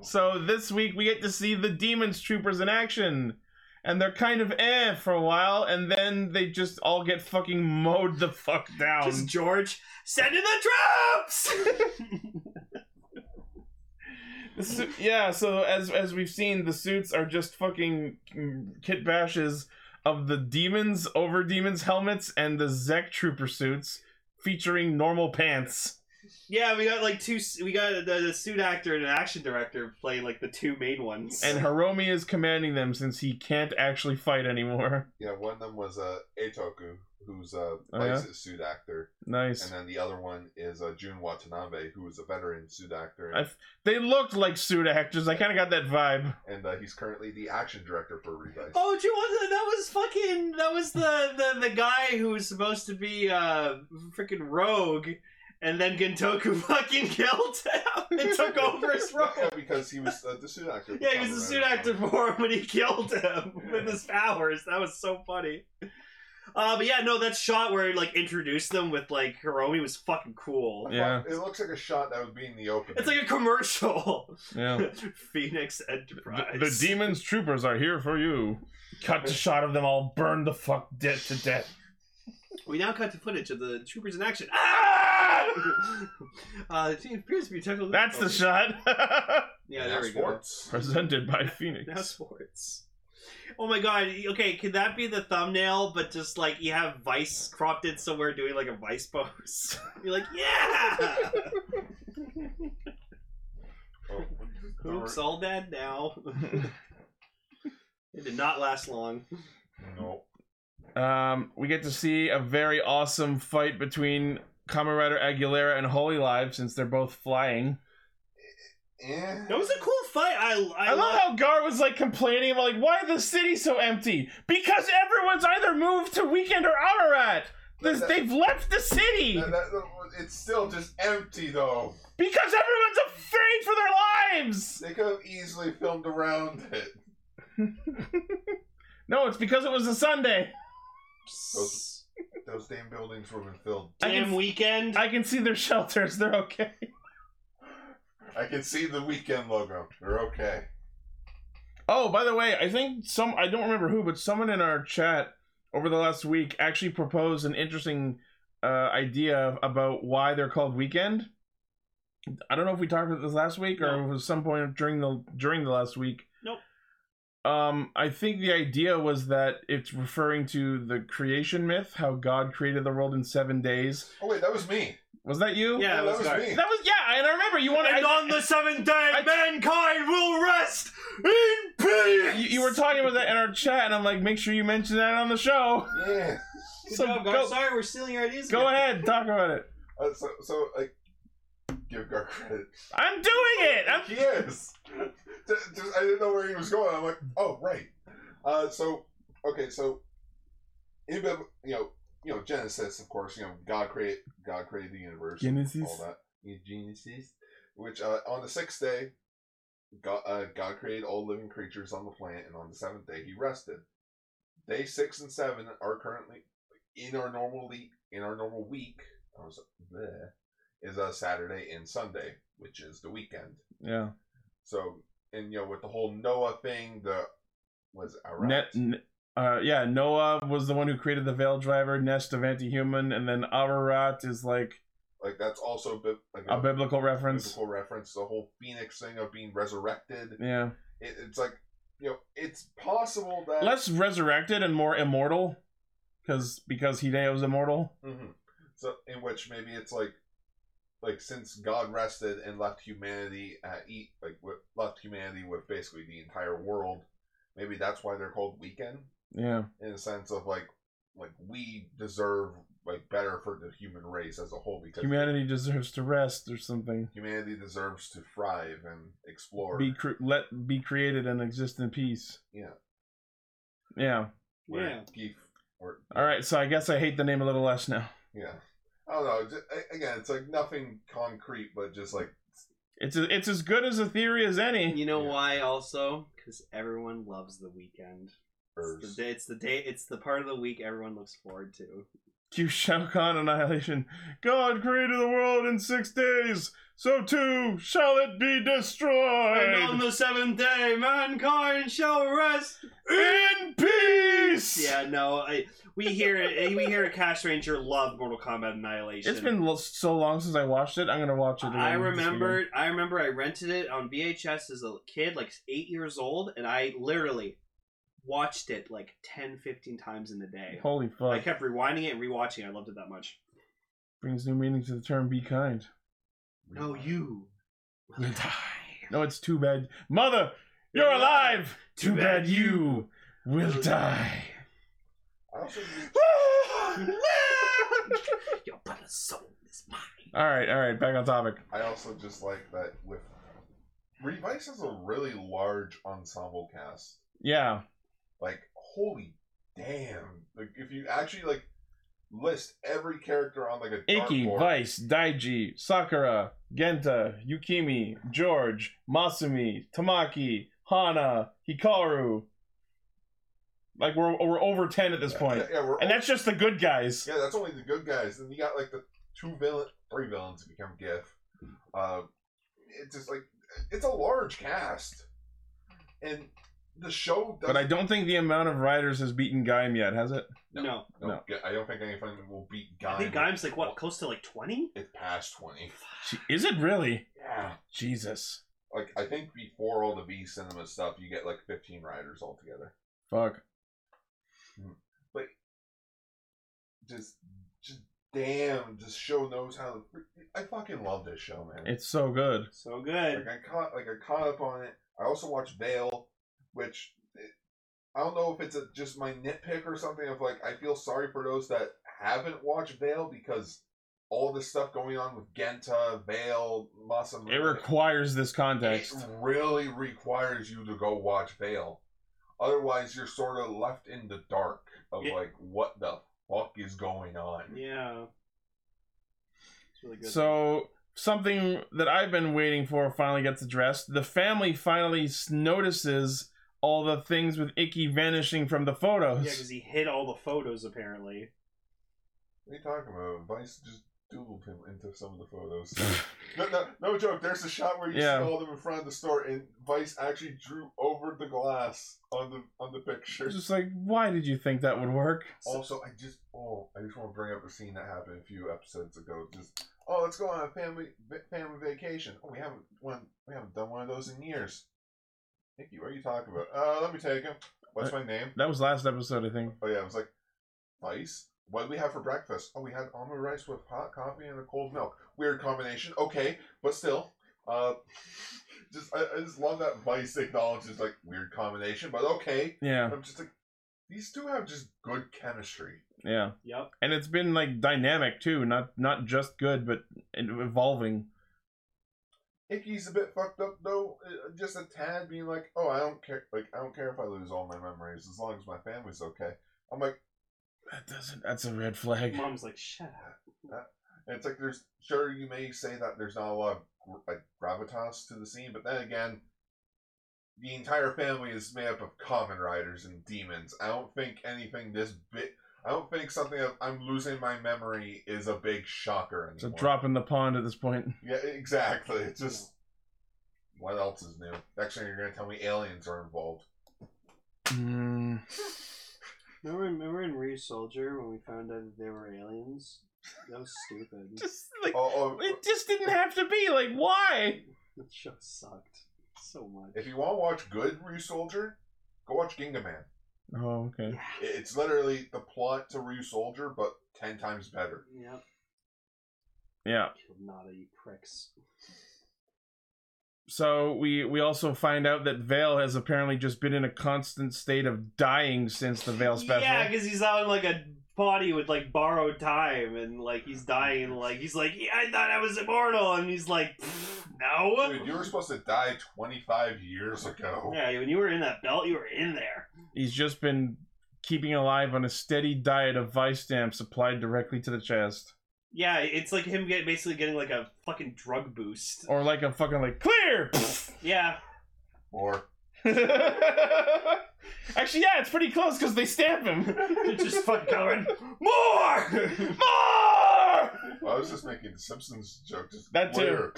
so this week we get to see the demons troopers in action. And they're kind of eh for a while, and then they just all get fucking mowed the fuck down.
Just George, send in the troops!
This is- yeah, so as as we've seen, the suits are just fucking mm, kit bashes of the demons over demons helmets and the Zek trooper suits featuring normal pants.
yeah, we got like two. We got the, the suit actor and an action director playing like the two main ones.
And Hiromi is commanding them since he can't actually fight anymore.
yeah, one of them was uh, Eitoku, who's uh,
Oh,
plays
yeah?
a suit actor,
Nice.
and then the other one is uh, Jun Watanabe, who is a veteran suit actor,
I f- they looked like suit actors. I kind of got that vibe.
and uh, he's currently the action director for Revice.
oh, do you want that? was fucking. That was the the, the guy who was supposed to be uh freaking rogue, and then Gentoku fucking killed him and took over his role.
Yeah, because he was uh, the suit actor.
Yeah, he was the suit actor for him when he killed him with his powers. That was so funny. Uh, but yeah, no, that shot where it, like introduced them with like Hiromi was fucking cool.
Yeah.
It looks like a shot that would be in the open.
It's like a commercial.
Yeah.
Phoenix
The,
Enterprise.
Oh. the demons troopers are here for you. Cut the shot of them all burned the fuck dead to death.
we now cut to footage of the troopers in action. Ah! uh, the team appears to be technical.
That's the
difficulties.
shot.
Yeah, there we go.
sports.
Presented by Phoenix.
Now sports. Oh my god. Okay, could that be the thumbnail? But just like you have Vice cropped in somewhere doing like a Vice pose. You're like, yeah.
Oh, the
Oops, all dead now. it did not last long.
No.
Um, we get to see a very awesome fight between Kamen Rider Aguilera and Holy Live since they're both flying.
Eh.
That was a cool fight. I I,
I love
love.
how Gar was like complaining about like why is the city so empty? Because everyone's either moved to Weekend or Ararat. This, they've left the city
That- that- it's still just empty though.
because everyone's afraid for their lives.
They could have easily filmed around it.
No, it's because it was a Sunday.
Those, those damn buildings would have been filled.
I
Damn
can-
weekend.
I can see their shelters; they're okay.
I can see the weekend logo. They're okay.
Oh, by the way, I think some I don't remember who, but someone in our chat over the last week actually proposed an interesting uh, idea about why they're called weekend. I don't know if we talked about this last week or
No.
it was some point during the during the last week.
Nope.
Um, I think the idea was that it's referring to the creation myth, how God created the world in seven days.
Oh wait, that was me.
Was that you?
yeah,
Oh,
it
that
was
was
dark.
me.
That was yeah, and I remember you wanted.
And
I-
on the seventh day,
I-
mankind will rest in peace.
you, you were talking about that in our chat, and I'm like, make sure you mention that on the show.
Yeah.
Good
so
job,
go-
guys. Sorry, we're stealing your ideas.
Go
again.
ahead, talk about it.
Uh, so so Uh, like give Gar credit.
I'm doing it. I'm
He is. Just- just- I didn't know where he was going. I'm like, oh right. Uh, so okay, so in Bib- you know, you know Genesis, of course, you know God create God created the universe, and all
Genesis.
that Yeah, Genesis, which uh, on the sixth day, God, uh, God created all living creatures on the planet, and on the seventh day He rested. Day six and seven are currently in our normal le- in our normal week. I was there is a Saturday and Sunday, which is the weekend.
Yeah.
So, and you know, with the whole Noah thing, the was it Iraq.
Net, n- uh, yeah, Noah was the one who created the Veil Driver, Nest of Anti-Human, and then Ararat is like
like that's also bi- like
a biblical reference.
biblical reference. The whole phoenix thing of being resurrected.
Yeah,
It, it's like you know, it's possible that
less resurrected and more immortal, because because Hideo's immortal.
Mhm. so in which maybe it's like like since God rested and left humanity at eat like wi- left humanity with basically the entire world. Maybe that's why they're called weekend
Yeah,
in a sense of like like we deserve like better for the human race as a whole because
humanity deserves to rest or something.
humanity deserves to thrive and explore.
Be cre- let be created and exist in peace.
Yeah.
Yeah.
Where
Yeah.
Geef- or
All right. So I guess I hate the name a little less now.
yeah, I don't know. Just, again, it's like nothing concrete, but just like
It's a, it's as good as a theory as any.
You know
Yeah.
why? Also, because everyone loves the weekend. It's
birds.
the, day, it's the day. It's the part of the week everyone looks forward to.
Q Shao Kahn annihilation. God created the world in six days, so too shall it be
And on
destroyed
the seventh day, mankind shall rest.
in peace.
Yeah, no, I, we hear it. eh, We hear a Cash Ranger love Mortal Kombat Annihilation.
It's been lo- so long since I watched it. I'm gonna watch it. Again
I
this
remember.
weekend.
I remember. I rented it on VHS as a kid, like eight years old, and I literally watched it like 10, 15 times in a day.
Holy fuck!
I kept rewinding it and rewatching. it. I loved it that much.
Brings new meaning to the term "be kind."
No, Oh, you will
Will
die.
No, it's too bad. Mother, you're alive. Too bad you will die. Ah!
I also think
Your brother's soul is mine.
all right, all right. Back on topic.
I also just like that with Revice has a really large ensemble cast.
Yeah,
Like holy damn! Like if you actually like list every character on like a
Iki,
dartboard-
Vice, Daiji, Sakura, Genta, Yukimi, George, Masumi, Tamaki, Hana, Hikaru. Like we're we're over ten at this point,
Yeah, yeah, we're
and that's just the good guys.
Yeah, that's only the good guys. Then you got like the two villain, three villains who become GIF.
Hmm.
Uh, it's just like it's a large cast, and the show. Doesn't,
But I don't think the amount of riders has beaten Gaim yet, has it?
No,
No,
no.
Ga- I don't think anything will beat Gaim.
I think Gaim's like what, close to like twenty.
It's past twenty.
She- Is it really?
Yeah.
Jesus,
Like I think before all the V cinema stuff, you get like fifteen riders altogether.
fuck.
Just, just damn. This show knows how to. I fucking love this show, man.
It's so good.
So good.
Like I caught, like I caught up on it. I also watched Veil, which it, I don't know if it's a, just my nitpick or something of like I feel sorry for those that haven't watched Veil because all this stuff going on with Genta, Veil, Masamune.
It requires this
it
context.
really requires you to go watch Veil. Otherwise, you're sort of left in the dark of
It-
like what the fuck is going on.
Yeah. It's really good.
So something that I've been waiting for finally gets addressed. The family finally s- notices all the things with Icky vanishing from the
yeah,
photos.
because he hid all the photos apparently.
What are you talking about? Vice just doodled him into some of the photos. no, no, no joke. There's a shot where you
Yeah.
see all of them in front of the store, and Vice actually drew over the glass on the on the picture.
It's just like, why did you think that would work?
Also, I just oh, I just want to bring up a scene that happened a few episodes ago. Just oh, let's go on a family va- family vacation. Oh, we haven't one we haven't done one of those in years. Nicky, what are you talking about? Uh, let me take him. What's my name?
That was last episode, I think.
Oh yeah, I was like, rice. What did we have for breakfast? Oh, we had omelet rice with hot coffee and a cold milk. Weird combination. Okay, but still, uh, just I, I just love that Vice acknowledges like weird combination, but okay.
Yeah,
I'm just like, these two have just good chemistry.
yeah,
Yep.
and it's been like dynamic too, not not just good, but evolving.
Icky's a bit fucked up though, uh, just a tad, being like, "Oh, I don't care. Like, I don't care if I lose all my memories as long as my family's okay." I'm like,
That doesn't. That's a red flag.
Mom's like, shut up.
and it's like there's sure you may say that there's not a lot of gr- like gravitas to the scene, but then again, the entire family is made up of common riders and demons. I don't think anything this bit. I don't think something of I'm losing my memory is a big shocker
It's a
anymore.
drop in the pond at this point.
Yeah, exactly. It's just what else is new? Next thing you're gonna tell me aliens are involved.
Mm,
Remember, remember in Re Soldier when we found out that they were aliens? That was stupid.
just like
Oh, oh,
it just didn't have to be. Like why?
the show sucked so much.
if you want to watch good Ryu Soldier, go watch Ginga Man.
Oh okay.
Yeah.
I- It's literally the plot to Ryu Soldier, but ten times better.
Yep.
Yeah.
Killed Nada, you pricks.
So we we also find out that Vale has apparently just been in a constant state of dying since the Vale special.
Yeah, because he's out in like a body with like borrowed time, and like he's dying. Like he's like, yeah, I thought I was immortal, and he's like, "Pfft, no.
Dude, you were supposed to die 25 years ago.
Yeah, when you were in that belt, you were in there.
He's just been keeping alive on a steady diet of vice stamps supplied directly to the chest,
Yeah, it's like him get, basically getting like a fucking drug boost.
or like a fucking like clear.
Yeah,
Or
Actually, yeah, it's pretty close because they stamp him.
just fucking going more.
More.
I was just making the Simpsons joke. Just Mm.
That too.
clear,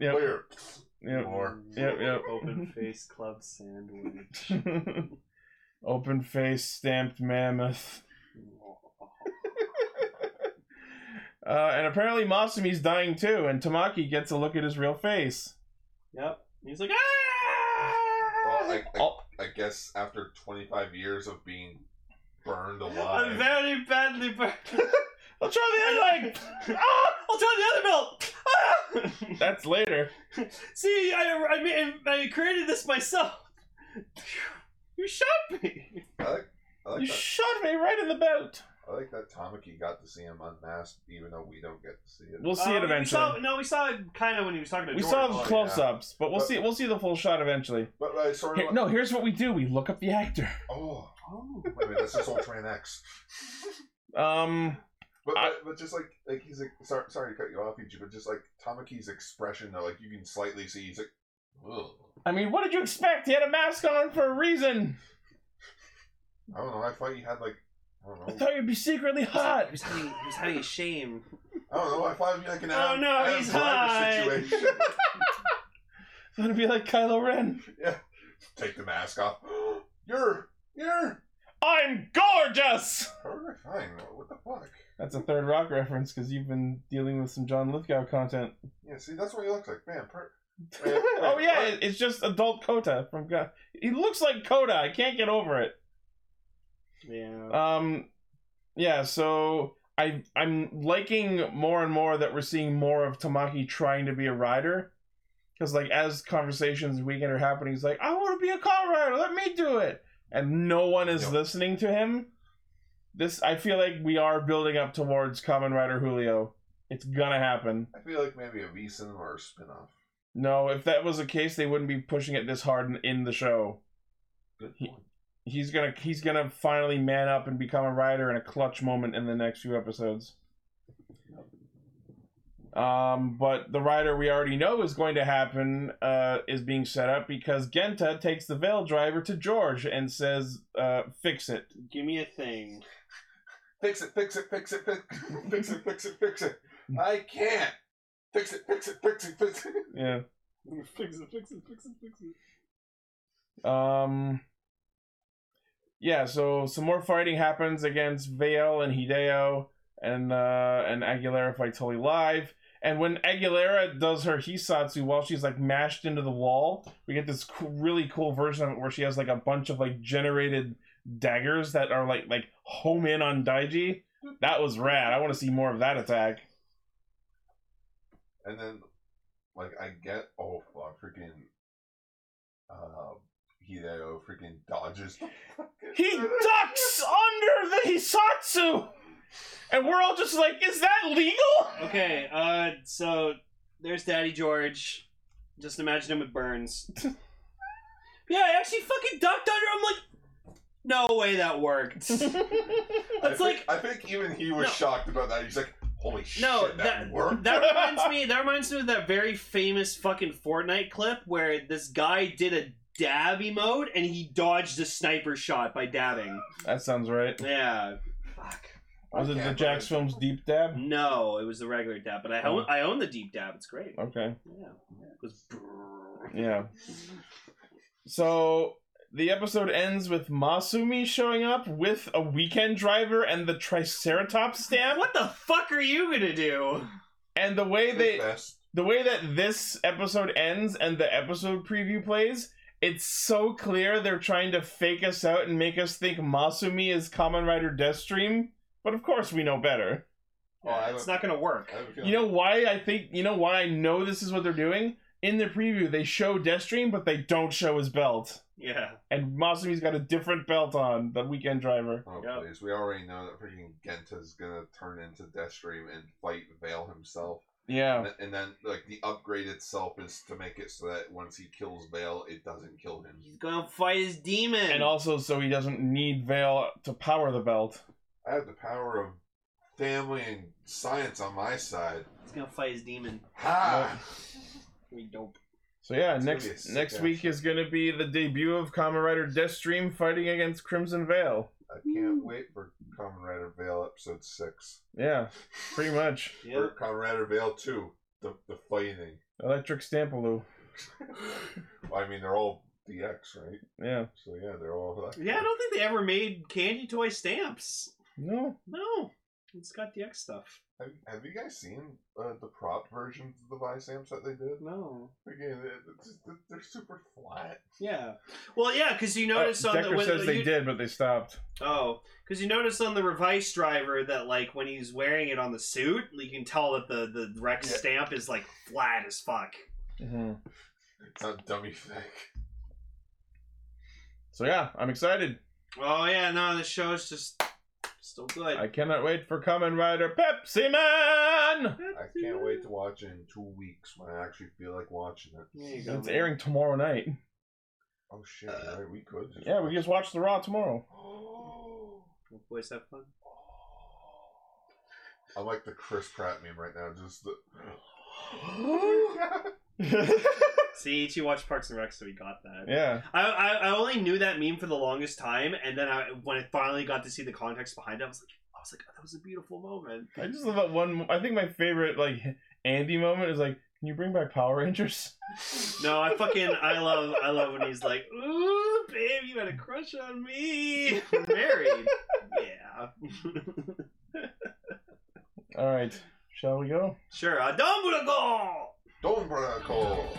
Yep.
clear.
Yep.
More.
Yep, yep.
Open face club sandwich.
Open face stamped mammoth. Uh, and apparently Masumi's dying too, and Tamaki gets a look at his real face.
Yep. He's like, ah!
Well, I, I,
Oh.
I guess after 25 years of being burned
I'm
alive,
very badly burned.
I'll try the other leg!
ah! I'll try the other belt. Ah!
That's later.
See, I, I, made- I created this myself. You shot me.
I like, I like
You
that.
shot me right in the belt!
I like that Tamaki got to see him unmasked, even though we don't get to see it.
We'll see it
Uh, We saw,
eventually.
no, we saw it kind of when he was talking to
We
George.
saw,
oh,
the
yeah.
close ups, but we'll
But-
see we'll see the full shot eventually.
But I sort of
Here, no, here's what we do. We look up the actor.
Oh,
Oh.
wait a minute, that's just Ultraman X.
Um
But,
I-
but but just like like he's like sorry sorry to cut you off, Ichi, but just like Tamaki's expression though, like you can slightly see he's like, Ugh.
I mean, what did you expect? He had a mask on for a reason.
I don't know. I thought you had like I
I
don't know.
thought you'd be secretly hot.
He was having, he was having a shame.
I don't know. I thought you'd be like an
Oh,
Adam-
no,
Adam
he's
Driver
hot.
situation.
thought it'd be like Kylo Ren.
Take the mask off. you're you're
I'm gorgeous!
horrifying. What the fuck?
That's a third rock reference because you've been dealing with some John Lithgow content.
Yeah, see that's what he looks like, man. Per- man,
oh
man,
yeah,
what?
it- it's just adult Kota from. Go- He looks like Kota. I can't get over it.
Yeah.
Um, yeah. So I I'm liking more and more that we're seeing more of Tamaki trying to be a rider, because like as conversations weekend are happening, he's like, I want to be a car rider. Let me do it, and no one is
Yep.
listening to him. This I feel like we are building up towards Common Rider Julio. It's gonna happen.
I feel like maybe a V cinema or a spin off.
No, if that was the case, they wouldn't be pushing it this hard in, in the show.
Good
He-
point.
He's gonna he's gonna finally man up and become a writer in a clutch moment in the next few episodes. Um, but the rider we already know is going to happen uh, is being set up because Genta takes the veil driver to George and says, uh, "Fix it."
Give me a thing.
Fix it, fix it, fix it, fix fix it, fix it, fix it. I can't. Fix it, fix it, fix it, fix it.
Yeah.
fix it, fix it, fix it, fix it.
Um. Yeah, so some more fighting happens against Vale and Hideo, and uh, and Aguilera fights Holy Live. And when Aguilera does her Hisatsu while she's like mashed into the wall, we get this co- really cool version of it where she has like a bunch of like generated daggers that are like like home in on Daiji. That was rad. I want to see more of that attack.
And then, like, I get, oh fuck, freaking, uh, Hideo freaking dodges.
He ducks under the Hisatsu, and we're all just like, "Is that legal?"
Okay, uh, so There's Daddy George. Just imagine him with burns. yeah, I actually fucking ducked under. I'm like, no way that worked. That's
I
like
think, I think even he was
No.
shocked about that. He's like, "Holy shit,
No,
that,
that-
worked!"
That reminds me. That reminds me of that very famous fucking Fortnite clip where this guy did a dab emote and he dodged a sniper shot by dabbing.
That sounds right.
Yeah. Fuck.
Was it the Jax Films Deep Dab?
No, it was the regular dab, but I own, I own the deep dab. It's great.
Okay.
Yeah. It was.
Yeah. So the episode ends with Masumi showing up with a weekend driver and the Triceratops stamp.
What the fuck are you gonna do?
And the way they
Best.
the way that this episode ends and the episode preview plays, it's so clear they're trying to fake us out and make us think Masumi is Kamen Rider Deathstream. But of course we know better.
Oh, I
it's
would-
not gonna work.
I have a feeling-
You know why I think you know why I know this is what they're doing? In the preview, they show Deathstream, but they don't show his belt.
Yeah.
And Masumi's got a different belt on, the weekend driver.
Oh
Yeah.
please! We already know that freaking Genta's gonna turn into Deathstream and fight Vale himself,
Yeah.
and, th- and then like the upgrade itself is to make it so that once he kills Vale, it doesn't kill him.
He's gonna fight his demon.
And also so he doesn't need Veil to power the belt.
I have the power of family and science on my side.
He's gonna fight his demon.
Ha!
We dope.
So yeah,
It's gonna be a
next
sick
next
ass
week
show.
is gonna be the debut of Kamen Rider Deathstream fighting against Crimson Veil.
I can't wait for Kamen Rider Vale episode six.
Yeah, pretty much.
Or Kamen Rider Vale two, the the fighting.
Electric Stampaloo.
Well, I mean, they're all DX, right?
Yeah.
So yeah, they're all like
Yeah, I don't think they ever made candy toy stamps.
No.
No, it's got DX stuff.
Have, have you guys seen uh, the prop versions of the Visamps that they did?
No.
Again, it- it's, they're super flat.
Yeah. Well, yeah, because you
Uh,
notice on
Decker
the when,
says they
you,
did, but they stopped.
Oh, because you notice on the revice driver that like when he's wearing it on the suit, you can tell that the the Rex
Yeah.
stamp is like flat as fuck.
Mhm.
It's not dummy fake.
So yeah, I'm excited.
Oh yeah, no, the show's just still good.
I cannot wait for Kamen Rider Pepsi Man.
I can't wait to watch it in two weeks when I actually feel like watching it.
There you go.
It's airing tomorrow night.
Oh shit! you're right, we could. Just
Yeah, we can just watch the Raw tomorrow.
Will boys have fun.
I'm like the Chris Pratt meme right now. Just the.
See, she watched Parks and Rec, so we got that.
yeah.
I, I I only knew that meme for the longest time, and then I when I finally got to see the context behind it, I was like, I was like, oh, that was a beautiful moment.
I just love that one. I think my favorite like Andy moment is like, can you bring back Power Rangers?
No, I fucking I love I love when he's like, "Ooh, babe, you had a crush on me." We're married. yeah.
All right. Shall we go?
sure. I don't wanna go.
Don't Braco!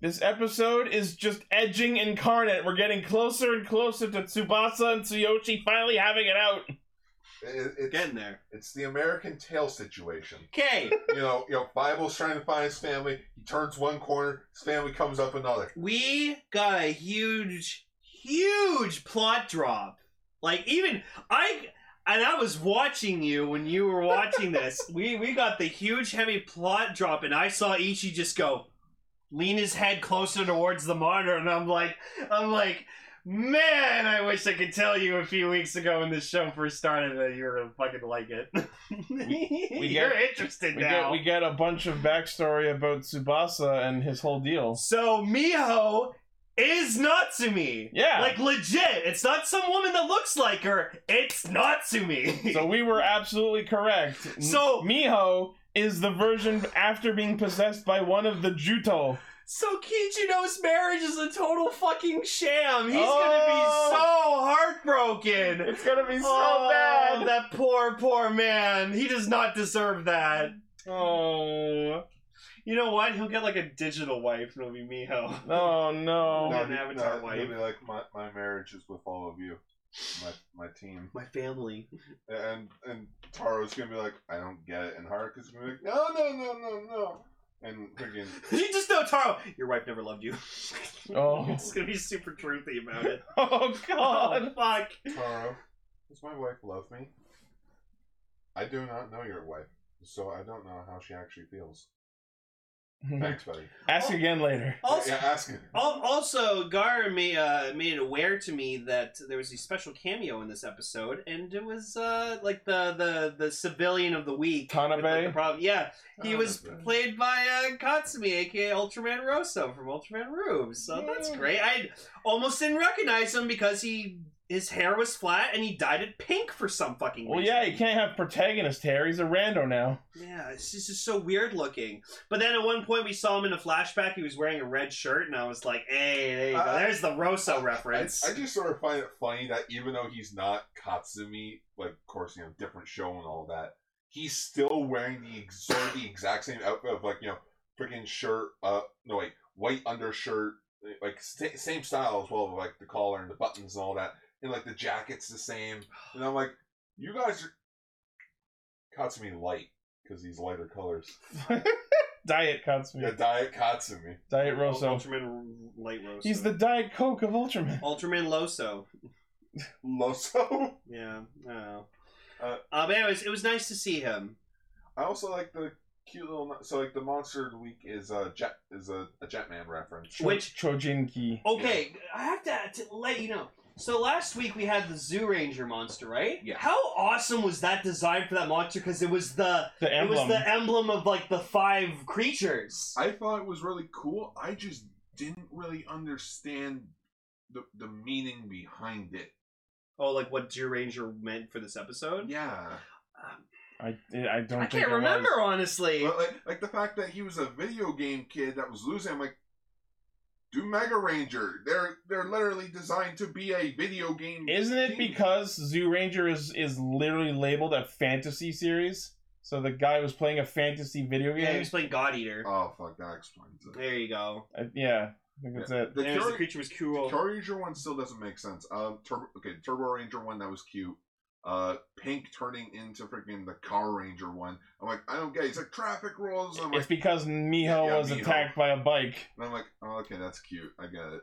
This episode is just edging incarnate. We're getting closer and closer to Tsubasa and Tsuyoshi finally having it out.
It, it's,
Getting there.
it's the American Tail situation.
Okay,
You know, you know, Bible's trying to find his family. He turns one corner, his family comes up another.
we got a huge, huge plot drop. Like even I and I was watching you when you were watching this. we we got the huge heavy plot drop, and I saw Ichi just go lean his head closer towards the monitor, and I'm like, I'm like. Man, I wish I could tell you a few weeks ago when this show first started that you were gonna fucking like it.
we
You're
get-
interested
We
now.
get, we get a bunch of backstory about Tsubasa and his whole deal.
So Miho is Natsumi.
Yeah.
Like legit. It's not some woman that looks like her. It's Natsumi.
So we were absolutely correct. M-
So-
Miho is the version after being possessed by one of the Juto.
so Kichino's marriage is a total fucking sham. He's
Oh.
gonna be so heartbroken.
It's gonna be so
Oh,
bad.
That poor, poor man. He does not deserve that.
Oh.
You know what? He'll get like a digital wife and it'll be Miho.
Oh
We
no.
got an avatar
no,
wife.
it'll be like my, my marriage is with all of you, my my team,
My family.
and and Taro's gonna be like, I don't get it, and Haruka's gonna be like, No, no, no, no, no, and freaking
You just know Taro. Your wife never loved you.
Oh.
it's gonna be super truthy about it.
Oh
Oh
god.
fuck.
Taro, does my wife love me? I do not know your wife, so I don't know how she actually feels.
Ask
Thanks, buddy.
again later.
Also,
yeah, ask him.
al- also, Gar made, uh, made it aware to me that there was a special cameo in this episode, and it was uh, like the, the the civilian of the week.
Tanabe?
with, like, the problem. Yeah, he
Oh,
was
that's right.
played by uh, Katsumi, aka Ultraman Rosso from Ultraman Rube. So that's
Yeah.
great. I almost didn't recognize him because he his hair was flat and he dyed it pink for some fucking
Well,
reason.
yeah, you can't have protagonist hair. He's a rando now.
Yeah, it's just, it's so weird looking. But then at one point we saw him in a flashback. He was wearing a red shirt, and I was like, "Hey, there you go.
Uh,
There's the Rosso
I,
reference."
I just sort of find it funny that even though he's not Katsumi, like of course you know different show and all that, he's still wearing the ex- sort of the exact same outfit of like you know freaking shirt, uh, no wait, white undershirt, like sa- same style as well, like the collar and the buttons and all that, and like the jacket's the same, and I'm like, you guys are Katsumi light because he's lighter colors.
Diet Katsumi.
Yeah, diet Katsumi.
Diet Rosso.
Oh, Ultraman Light Rosso.
He's the Diet Coke of Ultraman.
Ultraman Loso.
Loso.
Yeah, I don't know. Uh,
Uh,
but anyways, it was nice to see him.
I also like the cute little. So like the monster of the week is a jet is a, a Jetman reference.
Which- Oh,
Chojinki.
Okay, I have to, to let you know. So last week we had the Zoo Ranger monster, right?
Yeah.
How awesome was that design for that monster? Because it was the
The
it was
emblem.
the emblem of like the five creatures.
I thought it was really cool. I just didn't really understand the the meaning behind it.
Oh, like what Deer Ranger meant for this episode?
Yeah,
I, I don't
I
think
can't
it was.
remember, honestly.
but like like the fact that he was a video game kid that was losing. I'm like, do Mega Ranger? They're they're literally designed to be a video game.
Isn't it
team.
because Zoo Ranger is is literally labeled a fantasy series? So the guy was playing a fantasy video
yeah, he
game.
was playing God Eater.
Oh fuck, that explains it.
there you go.
Uh, yeah, I think that's it.
The
Anyways, the
Kyori-
creature was
The
cool.
Power Ranger one still doesn't make sense. Um, Turbo, okay, Turbo Ranger one that was cute. Uh, Pink turning into freaking the Car Ranger one. I'm like, I don't get. it. He's like traffic rules. I'm
It's
like,
because Miho
Yeah,
was
Miho.
attacked by a bike.
and I'm like, oh, okay, that's cute. I get it.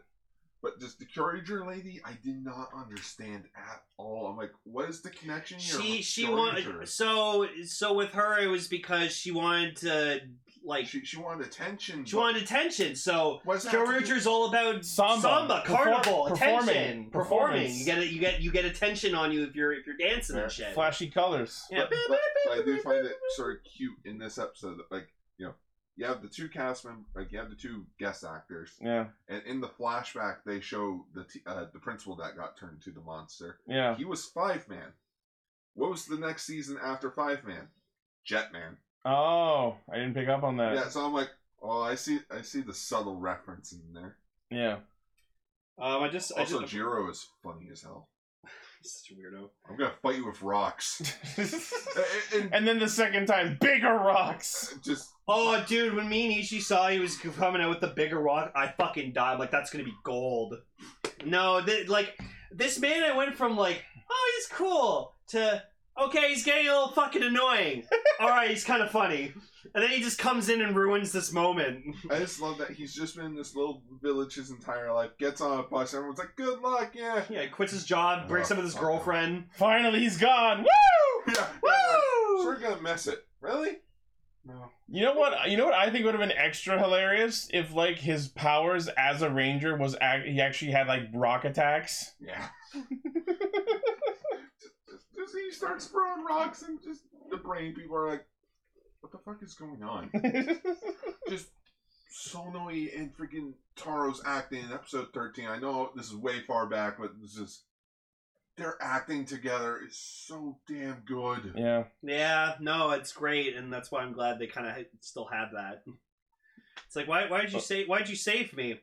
But just the Car Ranger lady, I did not understand at all. I'm like, what is the connection here?
She
with
she
Power
wanted
Rangers?
so so with her it was because she wanted to like she,
she she wanted attention. but
wanted attention. So
what's that
Joe
have to do-
Ranger's all about
Samba.
samba,
Perfor-
carnival,
performing.
attention, performing.
Performance.
You get it. You get you get attention on you if you're if you're dancing and shit.
Flashy colors.
Yeah.
But- but I do find it sort of cute in this episode. that, Like you know, you have the two cast members, like you have the two guest actors.
Yeah,
And in the flashback, they show the t- uh, the principal that got turned into the monster.
yeah.
He was Five Man. What was the next season after Five Man? Jetman.
Oh, I didn't pick up on that.
Yeah. So I'm like, oh, I see, I see the subtle reference in there.
Yeah.
Um, I just
Also,
I just,
Jiro is funny as hell.
such a weirdo.
I'm gonna fight you with rocks. and, and
and then the second time, bigger rocks.
just
Oh, dude, when me and Ichi saw he was coming out with the bigger rock, I fucking died. I'm like, that's gonna be gold. No, th- like, this man, I went from like, oh, he's cool, to, okay, he's getting a little fucking annoying. Alright, he's kind of funny. And then he just comes in and ruins this moment.
I just love that he's just been in this little village his entire life. Gets on a bus, everyone's like, "Good luck, yeah."
Yeah, he quits his job, breaks up with his girlfriend.
Finally, he's gone. Woo!
yeah.
Woo!
We're gonna mess it, really? No.
You know what? You know what I think would have been extra hilarious if like his powers as a ranger was ac- he actually had like rock attacks.
Yeah. just, just, just he starts throwing rocks and just the brain people are like, what the fuck is going on? just Sonoi and freaking Taro's acting in episode 13. I know this is way far back, but this is. Their acting together is so damn good.
yeah.
Yeah, no, it's great, and that's why I'm glad they kind of still have that. It's like, why, why'd you say, why'd you save me?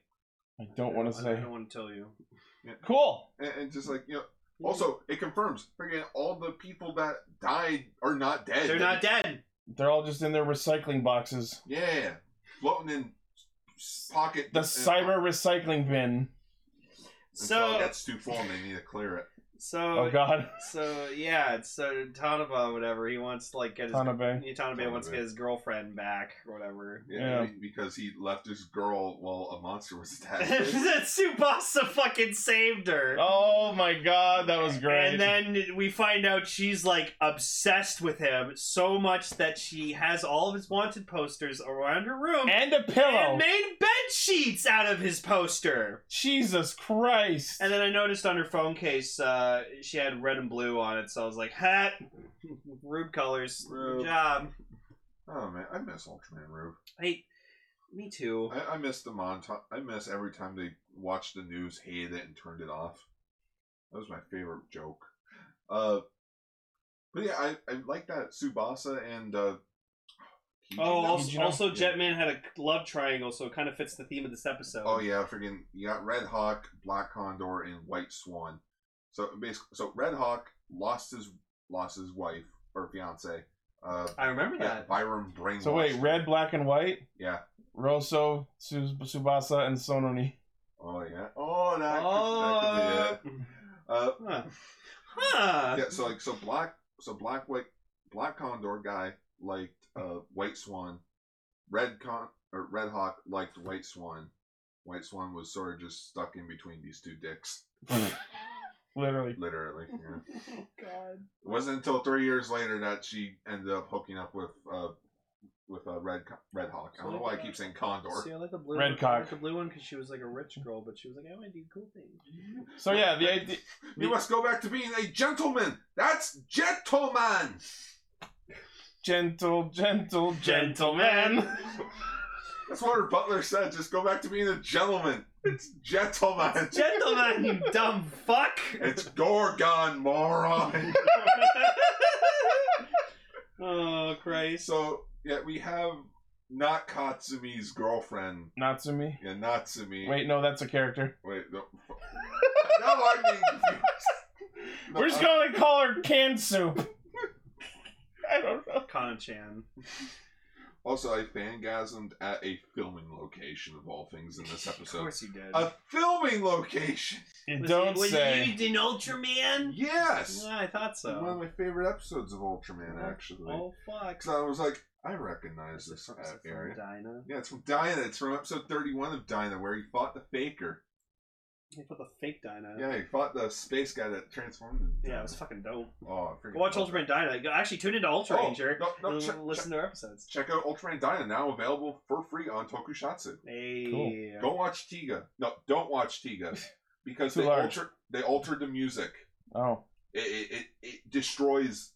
I Uh, don't want to
I
say.
don't want to tell you.
Cool.
And, and just like, you know. Also, it confirms freaking all the people that died are not dead.
They're not dead.
They're all just in their recycling boxes.
Yeah. Floating in s- pocket.
The
and-
cyber recycling bin.
Until it
So,
gets too full and they need to clear it.
So
Oh God,
So yeah, it's so Tanaba, whatever. He wants to like get his
Tanabe.
Tanabe, wants to
Tanabe.
get his girlfriend back or whatever.
Yeah,
Yeah.
be- because he left his girl while a monster was attacking. him.
That Tsubasa fucking saved her.
Oh my God, that was great.
And then we find out she's like obsessed with him so much that she has all of his wanted posters around her room
And a pillow.
and made bed sheets out of his poster.
Jesus Christ.
And then I noticed on her phone case, uh, she had red and blue on it, so I was like, "Hat, Rube colors,
Rube.
good job."
oh man, I miss Ultraman Roof.
Hey, me too.
I, I miss the montage. I miss every time they watched the news, hated it, and turned it off. That was my favorite joke. Uh, but yeah, I, I like that Subasa and uh, Kijin-
Oh, also,
Kijino?
also
Yeah.
Jetman had a love triangle, so it kind of fits the theme of this episode.
Oh yeah, freaking you got Red Hawk, Black Condor, and White Swan. So basically, so Red Hawk lost his lost his wife or fiance. Uh,
I remember
yeah,
that.
Byron brainwashed.
so wait,
him.
red, black, and white.
Yeah.
Rosso, Su- Subasa, and Sononi.
Oh yeah. Oh, that,
Oh.
Could, that could be it. Uh,
Huh. Huh.
yeah. So like, so Black, so Black White, Black Condor guy liked uh White Swan. Red Con or Red Hawk liked White Swan. White Swan was sort of just stuck in between these two dicks,
Literally.
literally. Yeah. It wasn't until three years later that she ended up hooking up with uh with uh, Red Co- Red Hawk. I don't know why I keep saying
See,
Condor.
I like the blue.
Red
one. I
cock.
like the blue one because she was like a rich girl, but she was like, "I want to do cool things."
So yeah, the idea.
You must go back to being a gentleman. That's gentleman.
Gentle, gentle, gentleman.
That's what her butler said. Just go back to being a gentleman. It's gentleman.
Gentlemen, you dumb fuck.
It's Gorgon, moron.
oh Christ.
so yeah, we have not Katsumi's girlfriend.
Natsumi.
Yeah, Natsumi.
Wait, no, that's a character.
wait. No. now I'm being confused. No, uh,
We're just
I-
gonna call her Can Soup. I don't know.
Kana-chan.
Also, I fangasmed at a filming location of all things in this
Of
episode.
course you did.
A filming location.
You
Was
Uh, don't
he- was
say.
he an Ultraman?
Yes.
Yeah, I thought
One of
so.
my favorite episodes of Ultraman, actually.
Oh fuck!
'Cause I was like, I recognize
Is
this uh,
it from
area.
Dinah?
Yeah, it's from Dinah. It's from episode 31 of Dinah, where he fought the Faker.
He put the fake Dinah.
Yeah, he fought the space guy that transformed. into
Yeah,
Dinah.
it was fucking dope.
Oh, I freaking
Go watch
love
Ultraman Dinah. Go- Actually, tune into Ultra
Oh,
Ranger.
no, no,
and
check-
listen to our episodes.
Check out Ultraman Dinah now available for free on Tokusatsu.
Hey.
Cool.
Don't watch Tiga. No, don't watch Tiga because
Too
they
large.
alter they altered the music.
Oh.
It, it, it, it destroys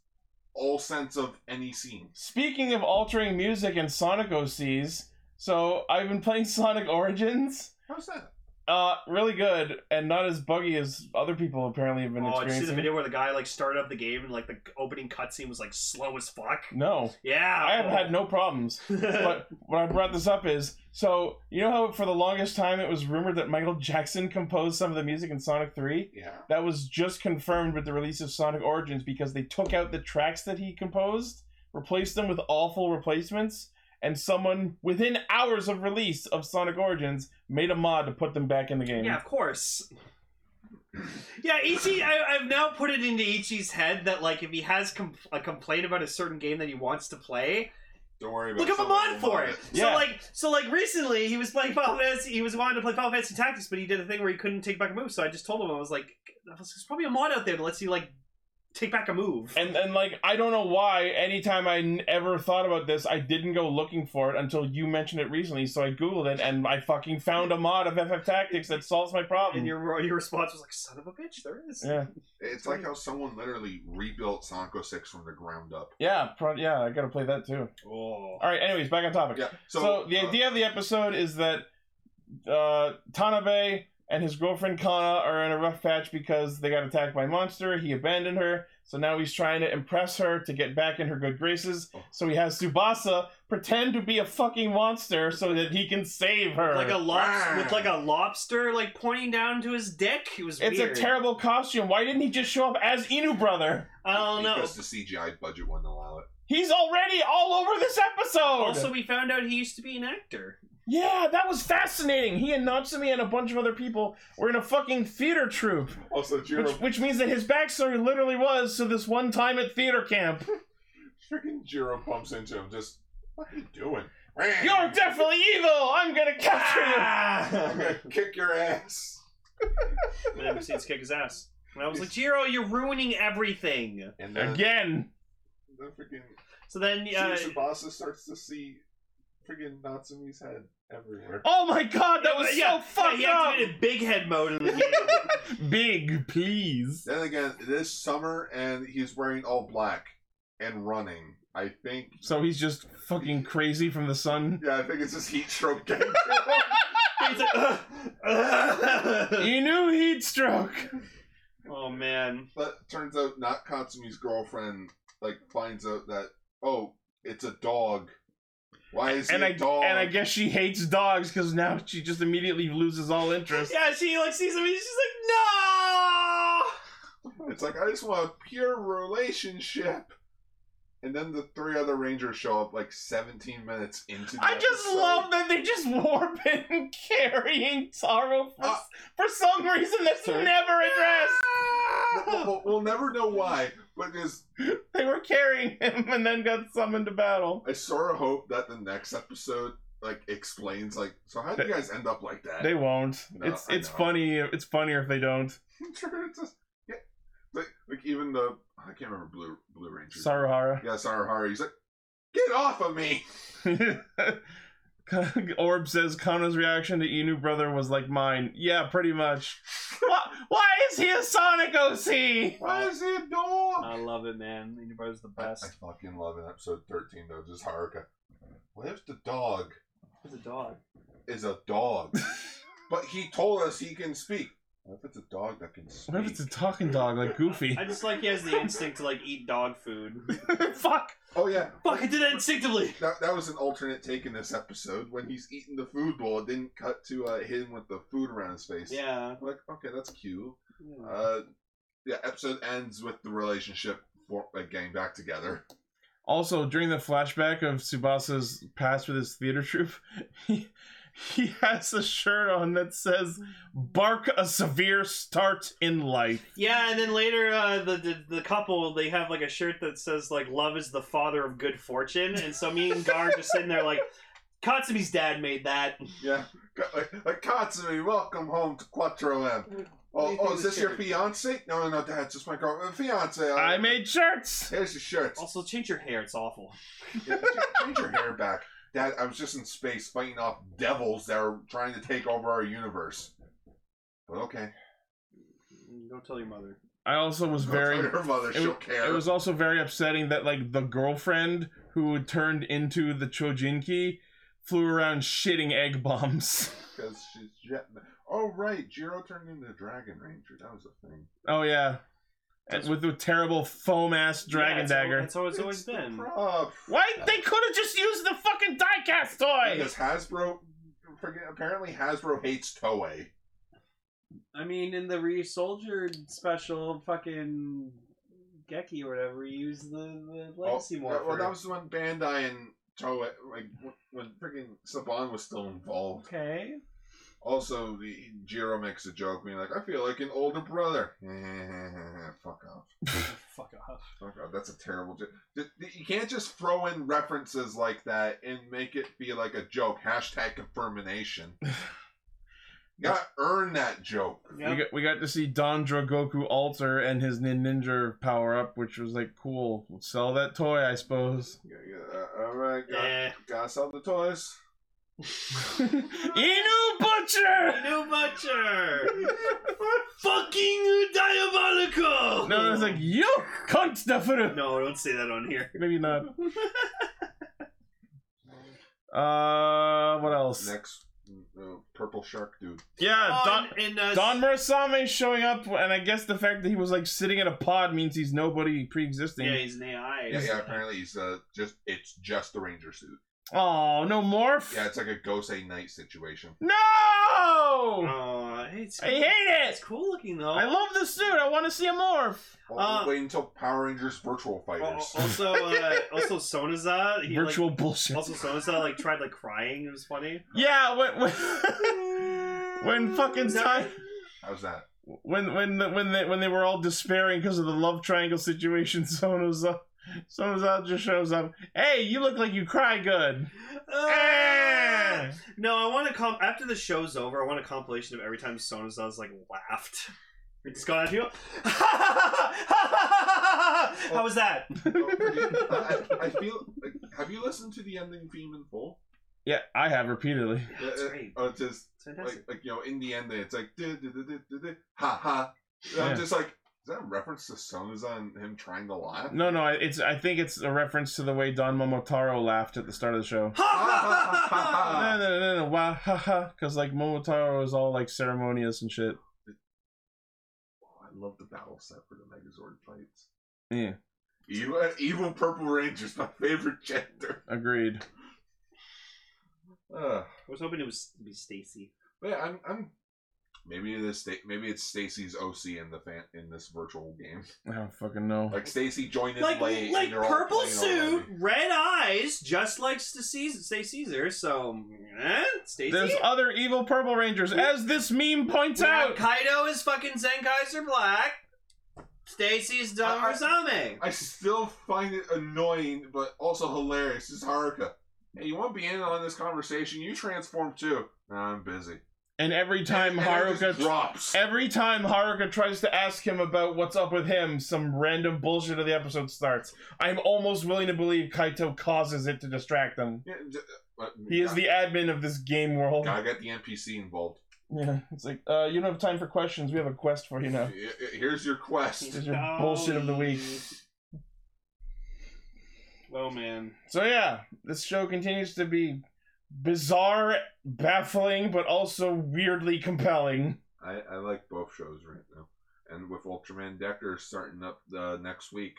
all sense of any scene.
Speaking of altering music and Sonic OCs, so I've been playing Sonic Origins.
How's that?
Uh, really good, and not as buggy as other people apparently have been
Oh, did you see the
experiencing.
video where the guy like started up the game and like the opening cutscene was like slow as fuck?
no,
Yeah.
I have had no problems. But what I brought this up is so you know how for the longest time it was rumored that Michael Jackson composed some of the music in Sonic Three.
Yeah.
That was just confirmed with the release of Sonic Origins because they took out the tracks that he composed, replaced them with awful replacements, and someone within hours of release of Sonic Origins made a mod to put them back in the game.
Yeah, of course. Yeah, Ichi. I, I've now put it into Ichi's head that like if he has com- a complaint about a certain game that he wants to play,
Don't worry about
look up a
somebody
mod
will
for
mod
it.
Yeah.
So like, so like recently he was playing Final Fantasy. He was wanting to play Final Fantasy Tactics, but he did a thing where he couldn't take back a move. So I just told him I was like, I was like, there's probably a mod out there that lets you like take back a move.
And and like I don't know why anytime I n- ever thought about this I didn't go looking for it until you mentioned it recently so I googled it and I fucking found a mod of FF Tactics that solves my problem.
And your your response was like, son of a bitch, there is.
yeah.
It's like how someone literally rebuilt Sonic 06 from the ground up.
Yeah, pro- yeah, I got to play that too.
Oh.
All right, anyways, back on topic.
Yeah.
So,
So,
the
uh,
idea of the episode is that uh, Tanabe and his girlfriend Kana are in a rough patch because they got attacked by a monster. He abandoned her, so now he's trying to impress her to get back in her good graces.
Oh.
So he has Tsubasa pretend to be a fucking monster so that he can save her.
Like a lobster
Rah.
with like a lobster like pointing down to his dick. It was
it's
weird.
a terrible costume. Why didn't he just show up as Inu brother?
I don't know.
Because the CGI budget wouldn't allow it.
He's already all over this episode.
Also, we found out he used to be an actor.
Yeah, that was fascinating. He and Natsumi and a bunch of other people were in a fucking theater troupe,
Also, Jiro,
which, which means that his backstory literally was to this one time at theater camp.
freaking Jiro bumps into him. Just what are you doing?
You're definitely evil. I'm gonna capture
I'm gonna kick your ass.
And then proceeds to kick his ass. And I was like, Jiro, you're ruining everything.
And
you
then
again.
the freaking
So then, uh,
Tsubasa starts to see freaking Natsumi's head everywhere.
Oh my god, that was
yeah,
so fucked
yeah, he activated big head mode in the game.
up. Big, please.
Then again, it is summer and he's wearing all black and running. I think.
So he's just fucking crazy from the sun.
Yeah, I think it's just heat stroke. Gang.
He's like, "Ugh, ugh."
You knew heat stroke.
oh man.
but turns out not Katsumi's girlfriend like finds out that oh, it's a dog. Why is
And
he
I
a dog?
and I guess she hates dogs because now she just immediately loses all interest.
Yeah, she like sees him and she's like, no!
It's like I just want a pure relationship. And then the three other rangers show up like 17 minutes into. The
I just
episode.
love that they just warp in carrying sorrow for,
Uh,
for some reason that's
sorry.
never addressed.
We'll, we'll- we'll never know why, but just
They were carrying him and then got summoned to battle.
I sort of hope that the next episode like explains like so how do you guys end up like that?
They won't.
No,
it's
I
it's
know.
funny. It's funnier if they don't.
It's just- yeah. like, like even the I can't remember blue blue ranger.
Saruhara.
Yeah, Saruhara. He's like, get off of me.
Orb says Kano's reaction to Inu brother was like mine. Yeah, pretty much. why, why is he a Sonic OC?
Why is he a dog?
I love it, man. Unibar's the
Uh,
I, I
best.
fucking love in episode 13 though, just Haruka. What if the dog
He's a dog.
is a dog? but he told us he can speak. What if it's a dog that can speak?
What if it's a talking dog like Goofy?
I just like he has the instinct to like eat dog food.
Fuck.
Oh yeah.
Fuck, I did that instinctively.
That, that was an alternate take in this episode when he's eating the food bowl. It didn't cut to uh, him with the food around his face.
Yeah.
I'm like, okay, that's cute. Uh, yeah, episode ends with the relationship for, like, getting back together.
Also, during the flashback of Tsubasa's past with his theater troupe, he, he has a shirt on that says "Bark a severe start in life."
Yeah, and then later uh, the, the the couple they have like a shirt that says like "Love is the father of good fortune," and so me and Gar just sitting there like, Katsumi's dad made that.
Yeah, Ka- like, like Katsumi, welcome home to Quattro M. Oh, oh, is this your fiance? No, no, no, Dad, it's just my girlfriend. Fiance. uh,
I made shirts.
Here's your shirt.
Also, change your hair; it's awful.
Yeah, ch- Change your hair back, Dad. I was just in space fighting off devils that are trying to take over our universe. But okay,
Mm,
Go tell your mother.
I also was
Don't
very.
tell your mother
It,
she'll
wa-
care.
it was also very upsetting that like the girlfriend who turned into the Chojinki flew around shitting egg bombs.
because she's jet. Oh right, Jiro turned into a Dragon Ranger. That was a thing.
Oh yeah,
That's-
with the terrible foam ass
Yeah,
dragon
it's al-
dagger.
That's how it's always
It's the
been.
prop.
Why they could have just used the fucking diecast toy.
Because Hasbro, friggin- apparently Hasbro hates Toei.
I mean, in the re-soldiered special, fucking Geki or whatever, he used the, the legacy
yeah,
morpher.
Oh, well, that was when Bandai and Toei, like w- when freaking Saban was still involved.
okay.
Also, the Jiro makes a joke, being like, "I feel like an older brother." Fuck off.
Fuck off.
Fuck off. That's a terrible joke. You can't just throw in references like that and make it be like a joke. Hashtag confirmation. you gotta earn that joke.
We
Yep.
got we got to see Dandra Goku alter and his nin ninja power up, which was like cool. We'll sell that toy, I suppose.
Yeah, yeah, uh, all right, got,
Yeah.
gotta sell the toys.
Inu Butcher.
New Butcher! Fucking diabolical!
No, it's like you cunt dafuru.
No, don't say that on here.
Maybe not. Uh, what else?
Next, uh, purple shark dude.
Yeah, Don
oh, and, and, uh,
Don Murasame showing up, and I guess the fact that he was like sitting in a pod means he's nobody
Yeah,
pre-existing.
he's an AI.
Yeah, yeah. Apparently, he's uh, just it's just the ranger suit.
Oh, no morph?
Yeah, it's like a Ghost A Night situation.
No!
Oh, it's
I hate
It's
it!
cool looking though.
I love the suit. I want to see a morph.
Well,
Uh,
wait until Power Rangers Virtual
Al-
Fighters.
also, uh, also Sonaza. He, like,
Virtual bullshit.
also Sonaza like tried like crying. It was funny.
Yeah, when when, when fucking time
How's that?
when when the, when they when they were all despairing because of the love triangle situation, Sonoza Sonoza just shows up. Hey, you look like you cry good.
Uh,
Eh.
No, I want to comp after the show's over. I want a compilation of every time Sonaza's like laughed. It's gone at you. How was that?
Oh, I, I feel. Like, have you listened to the ending theme in full?
Yeah, I have repeatedly.
That's
Uh, uh,
great.
Oh, it's just
It's fantastic.
like like you know, in the end, it's like "Duh, duh, duh, duh, duh, duh, ha ha. And
Yeah.
I'm just like, is that a reference to Sonoza and him trying to laugh?
No, no, it's I think it's a reference to the way Don Momotaro laughed at the start of the show. No, no, no, no, wah, ha, ha, because like Momotaro is all like ceremonious and shit.
Oh, I love the battle set for the Megazord fights.
Yeah,
Evil, Evil Purple Ranger's my favorite chapter.
agreed.
Uh,
I was hoping it was it'd be Stacy.
but yeah, I'm, I'm. Maybe it is. Sta- Maybe it's Stacy's OC in the fan in this virtual game.
I don't fucking know.
Like Stacy joined in
Like
late. and
like
they're all
purple
playing
suit,
already.
red eyes, just like Stacy Stay Caesar. So eh,
There's
Stacy.
other evil Purple Rangers, as this meme points out.
Kaido is fucking Zenkaiser Black. Stacy's Don
I- I-
Rosame.
I still find it annoying, but also hilarious. Is Haruka. Hey, you want to be in on this conversation? You transform too. Nah, I'm busy.
And every time
And it just
Haruka,
drops.
every time Haruka tries to ask him about what's up with him, some random bullshit of the episode starts. I'm almost willing to believe Kaito causes it to distract them.
Yeah, d- uh,
He is
gotta-
the admin of this game world.
Gotta get the NPC involved.
Yeah, it's like uh, you don't have time for questions. We have a quest for you now.
Y- y- Here's your quest.
This is your bullshit of the week.
Oh man.
So yeah, this show continues to be bizarre, baffling, but also weirdly compelling.
I, I like both shows right now. And with Ultraman Decker starting up uh, next week,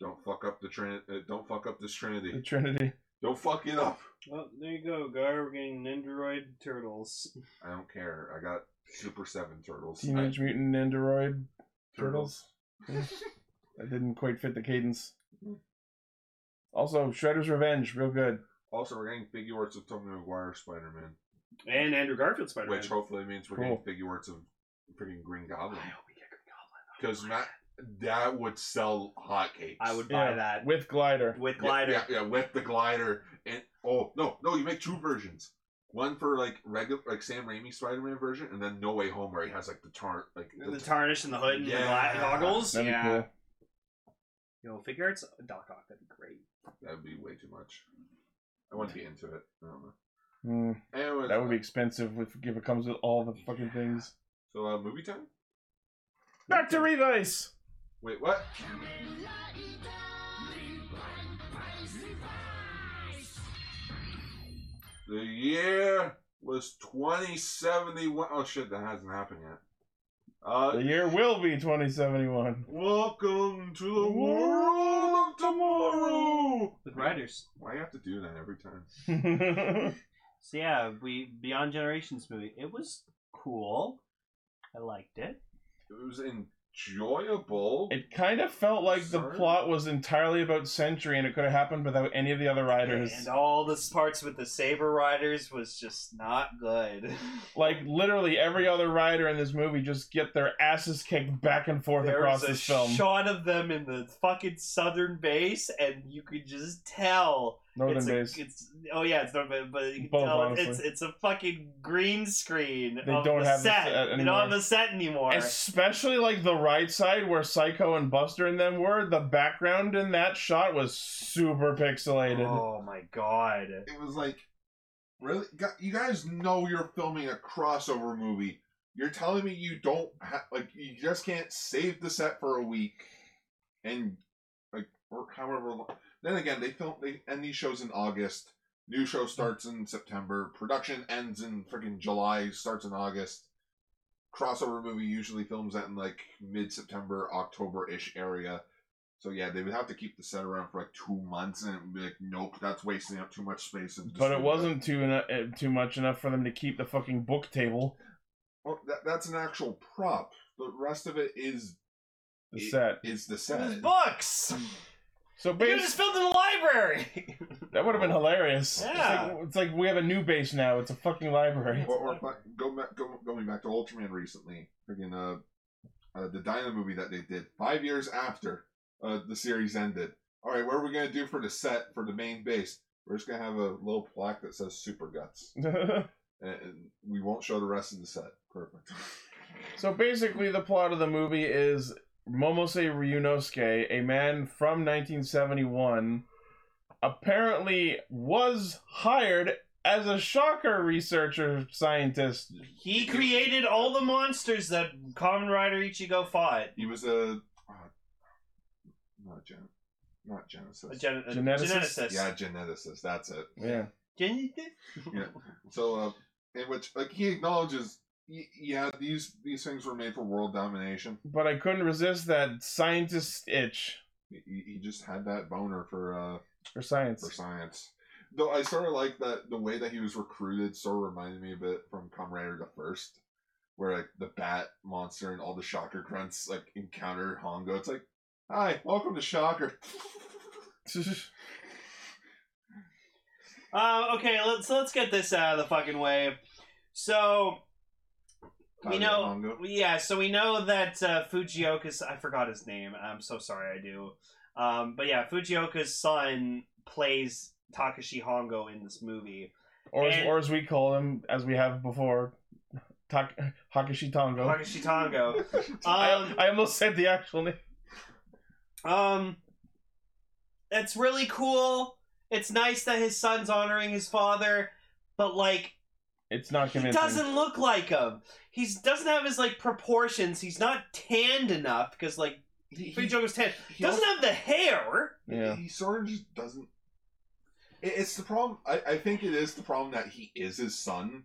don't fuck up the trin- uh, Don't fuck up
The
this Trinity.
Trinity.
Don't fuck it up.
Well, there you go, Gar. We're getting Nendoroid Turtles.
I don't care. I got Super Seven Turtles.
Teenage Mutant Android
I-
Turtles. That didn't quite fit the cadence.
Mm.
Also, Shredder's Revenge, real good.
Also, we're getting figure arts of Tommy McGuire Spider Man,
And Andrew Garfield Spider Man.
which hopefully means we're
Cool.
getting figure arts of freaking Green Goblin.
I hope we get Green Goblin.
Because that that would sell hotcakes.
I would buy
Yeah.
that
With glider.
with
Yeah,
glider.
Yeah, yeah, with the glider and oh no, no, you make two versions. One for like regular, like Sam Raimi Spider Man version, and then No Way Home where he has like the tar, like the,
The tarnish and the hood and the
Yeah.
gla- goggles.
That'd be
yeah.
cool.
Yo, figure arts Doc Ock. That'd be great.
that'd be way too much. I wouldn't be into it. I don't know.
Hmm,
Anyways,
that would be expensive if, if it comes with all the fucking things.
so uh, movie time.
Back to Revice!
Wait, what? The year was 2071. Oh shit, that hasn't happened yet.
The
Uh,
year will be 2071.
welcome to the world of tomorrow.
With riders.
Why you have to do that every time?
So yeah, we Beyond Generations movie. It was cool. I liked it.
It was enjoyable.
it kind of felt like the
Sorry.
plot was entirely about Century and it could have happened without any of the other riders.
And uh, all the parts with the saber riders was just not good.
Like literally every other rider in this movie just get their asses kicked back and forth across
was a
this film.
shot of them in the fucking southern base, and you could just tell
Northern
it's a,
base.
It's oh yeah, it's northern, but you can
Both,
tell
honestly.
it's it's a fucking green screen.
They
of
don't
the
have the
set.
set
They don't
anymore.
have the set anymore.
Especially like the right side where Psycho and Buster and them were, the background in that shot was super pixelated.
Oh my god.
it was like really Gu- you guys know you're filming a crossover movie you're telling me you don't ha- like you just can't save the set for a week and like or however long then again they film they end these shows in august new
Hmm.
show starts in september production ends in freaking july starts in august crossover movie usually films that in like mid-september october-ish area So yeah, they would have to keep the set around for like two months, and it would be like, nope, that's wasting up too much space. in the
But it
studio.
wasn't too eno- uh, too much enough for them to keep the fucking book table.
Well, Oh, that, that's an actual prop. The rest of it is
The
It-
set.
is the
It was
set.
books.
So
You could
base
just filmed in the library.
that would have been hilarious. It's like- It's,
Yeah.
like, we have a new base now. It's a fucking library.
Or, or but go back, go, going back to Ultraman recently, freaking uh, uh, the Dino movie that they did five years after uh, the series ended. All right, what are we gonna do for the set for the main base? We're just gonna have a little plaque that says Super Guts, and, and we won't show the rest of the set. Perfect.
so basically, the plot of the movie is Momose Ryunosuke, a man from 1971, apparently was hired as a shocker researcher scientist.
he created all the monsters that Common Rider Ichigo fought.
He was a uh, not gen, not genesis.
A gen- a
Geneticist?
geneticist.
yeah, geneticist. That's it.
Yeah.
Geneticist?
Yeah. So, uh, in which like he acknowledges, y- yeah, these these things were made for world domination.
But I couldn't resist that scientist itch
He, he just had that boner for uh
for science.
for science. Though I sort of like that the way that he was recruited sort of reminded me a bit from Comrade the First, where like the bat monster and all the Shocker grunts like encounter Hongo. It's like, hi, welcome to Shocker.
Uh, okay, let's let's get this out of the fucking way. So we
Tyler
know,
Hongo.
yeah. So we know that uh, Fujioka's. I forgot his name. I'm so sorry. I do. Um, but yeah, Fujioka's son plays Takashi Hongo in this movie.
or as,
And-
or as we call him, as we have before, Tak Hakushi Tango.
Takashi Tango.
I,
Um,
I almost said the actual name.
um, it's really cool. It's nice that his son's honoring his father, but like
It's not
He
convincing.
doesn't look like him. He's doesn't have his like proportions. He's not tanned enough because like
He,
Free Joker's tanned.
he
Doesn't
also-
have the hair.
Yeah.
he sort of just doesn't. It, it's the problem. I, I think it is the problem that he is his son,